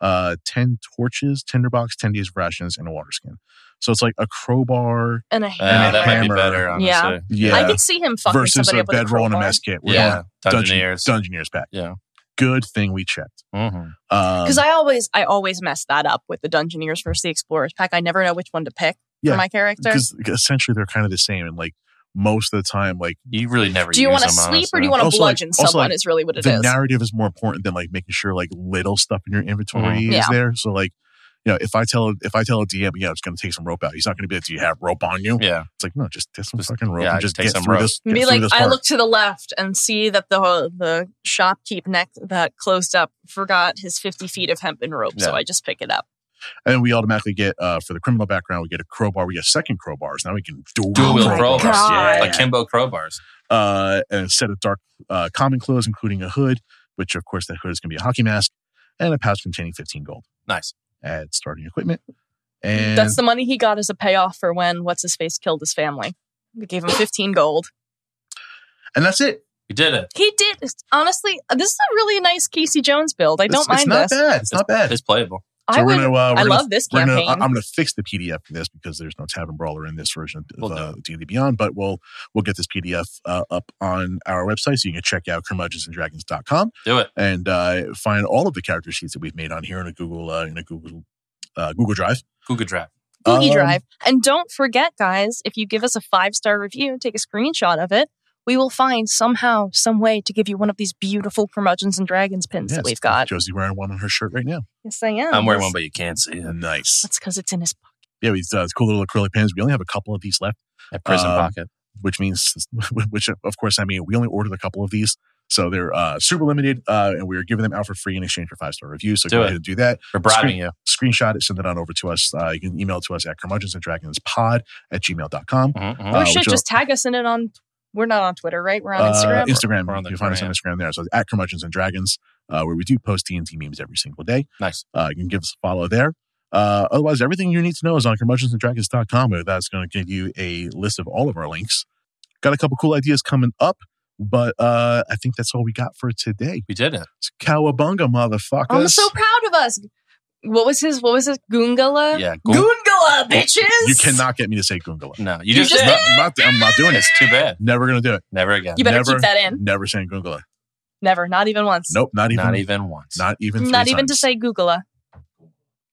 [SPEAKER 4] uh, 10 torches, tinderbox, 10 days of rations, and a water skin. So it's like a crowbar.
[SPEAKER 6] and a
[SPEAKER 5] Uh,
[SPEAKER 6] hammer.
[SPEAKER 5] that might be
[SPEAKER 4] Hammer.
[SPEAKER 5] better. Honestly.
[SPEAKER 6] Yeah. I
[SPEAKER 4] Yeah.
[SPEAKER 6] could see him fucking
[SPEAKER 4] Versus
[SPEAKER 6] somebody
[SPEAKER 4] a
[SPEAKER 6] up with
[SPEAKER 4] bedroll and a
[SPEAKER 6] crowbar.
[SPEAKER 4] mess kit. We're
[SPEAKER 5] Yeah.
[SPEAKER 4] going
[SPEAKER 5] Dungeoneers.
[SPEAKER 4] Dungeoneers pack.
[SPEAKER 5] Yeah.
[SPEAKER 4] Good thing we checked.
[SPEAKER 5] Mhm.
[SPEAKER 4] Um,
[SPEAKER 6] Because I always, I always mess that up with the Dungeoneers versus the Explorers pack. I never know which one to pick
[SPEAKER 4] Yeah,
[SPEAKER 6] for my character.
[SPEAKER 4] because essentially they're kind of the same. And like most of the time, like
[SPEAKER 5] You really never.
[SPEAKER 6] Do you
[SPEAKER 5] want
[SPEAKER 6] want to sleep or do you want to
[SPEAKER 4] Also, like-
[SPEAKER 6] bludgeon
[SPEAKER 4] also,
[SPEAKER 6] someone?
[SPEAKER 4] like,
[SPEAKER 6] is really what it
[SPEAKER 4] the
[SPEAKER 6] is.
[SPEAKER 4] narrative is more important than like making sure like little stuff in your inventory
[SPEAKER 5] Mhm.
[SPEAKER 4] is
[SPEAKER 6] Yeah.
[SPEAKER 4] there. So like, you know, if I tell if I tell a DM, yeah, it's going to take some rope out. He's not going to be like, "Do you have rope on you?"
[SPEAKER 5] Yeah.
[SPEAKER 4] It's like, no, just get some
[SPEAKER 5] Just-
[SPEAKER 4] fucking rope
[SPEAKER 5] yeah,
[SPEAKER 4] and just
[SPEAKER 5] take
[SPEAKER 4] get
[SPEAKER 5] some
[SPEAKER 4] through
[SPEAKER 5] rope.
[SPEAKER 4] this. Get
[SPEAKER 6] Be
[SPEAKER 4] through
[SPEAKER 6] like,
[SPEAKER 4] this
[SPEAKER 6] I
[SPEAKER 4] part.
[SPEAKER 6] look to the left and see that the the shopkeep next that closed up forgot his fifty feet of hemp and rope, so
[SPEAKER 5] Yeah.
[SPEAKER 6] I just pick it up.
[SPEAKER 4] and then we automatically get uh, for the criminal background, we get a crowbar. We get a second crowbars. Now we can dual,
[SPEAKER 5] Dual wheel
[SPEAKER 6] Oh my
[SPEAKER 5] crowbars.
[SPEAKER 6] God.
[SPEAKER 5] Yeah. Like Kimbo crowbars.
[SPEAKER 4] uh, and a set of dark uh, common clothes, including a hood, which of course that hood is going to be a hockey mask, and a pouch containing fifteen gold.
[SPEAKER 5] Nice.
[SPEAKER 4] Add starting equipment. And
[SPEAKER 6] That's the money he got as a payoff for when what's his face killed his family. We gave him fifteen gold.
[SPEAKER 4] and that's it.
[SPEAKER 5] You did it.
[SPEAKER 6] He did honestly. This is a really nice Casey Jones build. I
[SPEAKER 4] It's-
[SPEAKER 6] don't mind
[SPEAKER 4] It's
[SPEAKER 6] this.
[SPEAKER 4] not bad. It's not bad.
[SPEAKER 5] It's playable.
[SPEAKER 6] I would. I
[SPEAKER 4] gonna- uh,
[SPEAKER 6] love this
[SPEAKER 4] we're gonna- uh,
[SPEAKER 6] campaign.
[SPEAKER 4] I- I'm going to fix the PDF in this because there's no Tavern Brawler in this version of uh, D&D Beyond, but we'll we'll get this PDF uh, up on our website so you can check out curmudgeonsanddragons.com
[SPEAKER 5] Do it.
[SPEAKER 4] and uh, find all of the character sheets that we've made on here in a Google uh, in a Google uh, Google Drive.
[SPEAKER 5] Google Drive.
[SPEAKER 6] Boogie
[SPEAKER 4] Um,
[SPEAKER 6] Drive. And don't forget, guys, if you give us a five star review, take a screenshot of it. We will find somehow, some way to give you one of these beautiful curmudgeons and dragons pins
[SPEAKER 4] Yes,
[SPEAKER 6] that we've got.
[SPEAKER 4] Josie wearing one on her shirt right now.
[SPEAKER 6] Yes, I am. That's-
[SPEAKER 5] you can't see it.
[SPEAKER 4] Nice.
[SPEAKER 6] That's because it's in his pocket.
[SPEAKER 4] Yeah, we uh, cool little acrylic pins. We only have a couple of these left.
[SPEAKER 5] At Prison
[SPEAKER 4] Um,
[SPEAKER 5] Pocket.
[SPEAKER 4] which means which of course I mean we only ordered a couple of these. So they're uh, super limited, uh, and we are giving them out for free in exchange for five star reviews. So
[SPEAKER 5] Do
[SPEAKER 4] go
[SPEAKER 5] it.
[SPEAKER 4] ahead and do that.
[SPEAKER 5] We're bribing
[SPEAKER 4] Screen-
[SPEAKER 5] you.
[SPEAKER 4] Screenshot it, send it on over to us. Uh, you can email it to us at curmudgeonsanddragonspod at gmail.com.
[SPEAKER 5] Mm-hmm.
[SPEAKER 6] or should Oh, just tag us in it on. We're not on Twitter, right? We're on Instagram.
[SPEAKER 4] Oh, Uh, Instagram.
[SPEAKER 5] We're on the
[SPEAKER 4] you can find us on Instagram there. So it's at curmudgeons and dragons, uh, where we do post D and T memes every single day.
[SPEAKER 5] Nice.
[SPEAKER 4] Uh, you can give us a follow there. Uh, otherwise, everything you need to know is on curmudgeonsanddragons.com. where That's going to give you a list of all of our links. Got a couple cool ideas coming up, but uh, I think that's all we got for today.
[SPEAKER 5] We did it.
[SPEAKER 4] It's cowabunga, motherfuckers.
[SPEAKER 6] I'm so proud of us. What was his? What was his? Goongala.
[SPEAKER 5] Yeah,
[SPEAKER 6] Goongala,
[SPEAKER 5] Goon-
[SPEAKER 6] bitches.
[SPEAKER 4] You cannot get me to say Gungala.
[SPEAKER 5] No,
[SPEAKER 6] You
[SPEAKER 5] you, just,
[SPEAKER 6] just
[SPEAKER 5] did.
[SPEAKER 4] Not, not- I'm not doing it.
[SPEAKER 5] It's too bad.
[SPEAKER 4] Never going to do it.
[SPEAKER 5] Never again.
[SPEAKER 6] You better
[SPEAKER 4] never,
[SPEAKER 6] keep that in.
[SPEAKER 4] Never saying Gungala.
[SPEAKER 6] Never. Not even once.
[SPEAKER 4] Nope, not even.
[SPEAKER 5] Not even once.
[SPEAKER 4] Not even. three
[SPEAKER 6] Not even to
[SPEAKER 4] times.
[SPEAKER 6] say Googala.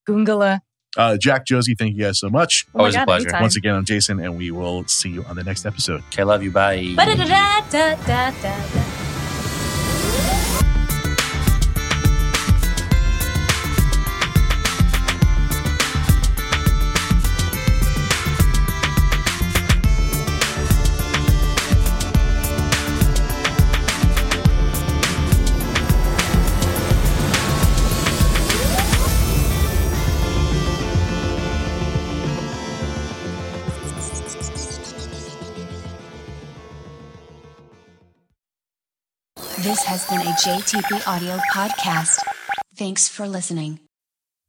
[SPEAKER 6] Goongala.
[SPEAKER 4] Uh, Jack, Josie, thank you guys so much.
[SPEAKER 6] Oh my
[SPEAKER 5] Always a
[SPEAKER 6] God,
[SPEAKER 5] pleasure.
[SPEAKER 6] anytime.
[SPEAKER 4] Once again, I'm Jason, and we will see you on the next episode.
[SPEAKER 5] Okay, love you. Bye.
[SPEAKER 6] Ba-da-da-da-da-da-da-da.
[SPEAKER 3] This has been a JTP audio podcast. Thanks for listening.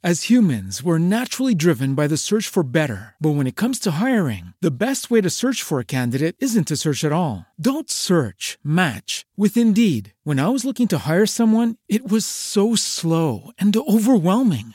[SPEAKER 10] As humans, we're naturally driven by the search for better. But when it comes to hiring, the best way to search for a candidate isn't to search at all. Don't search, match with Indeed. When I was looking to hire someone, it was so slow and overwhelming.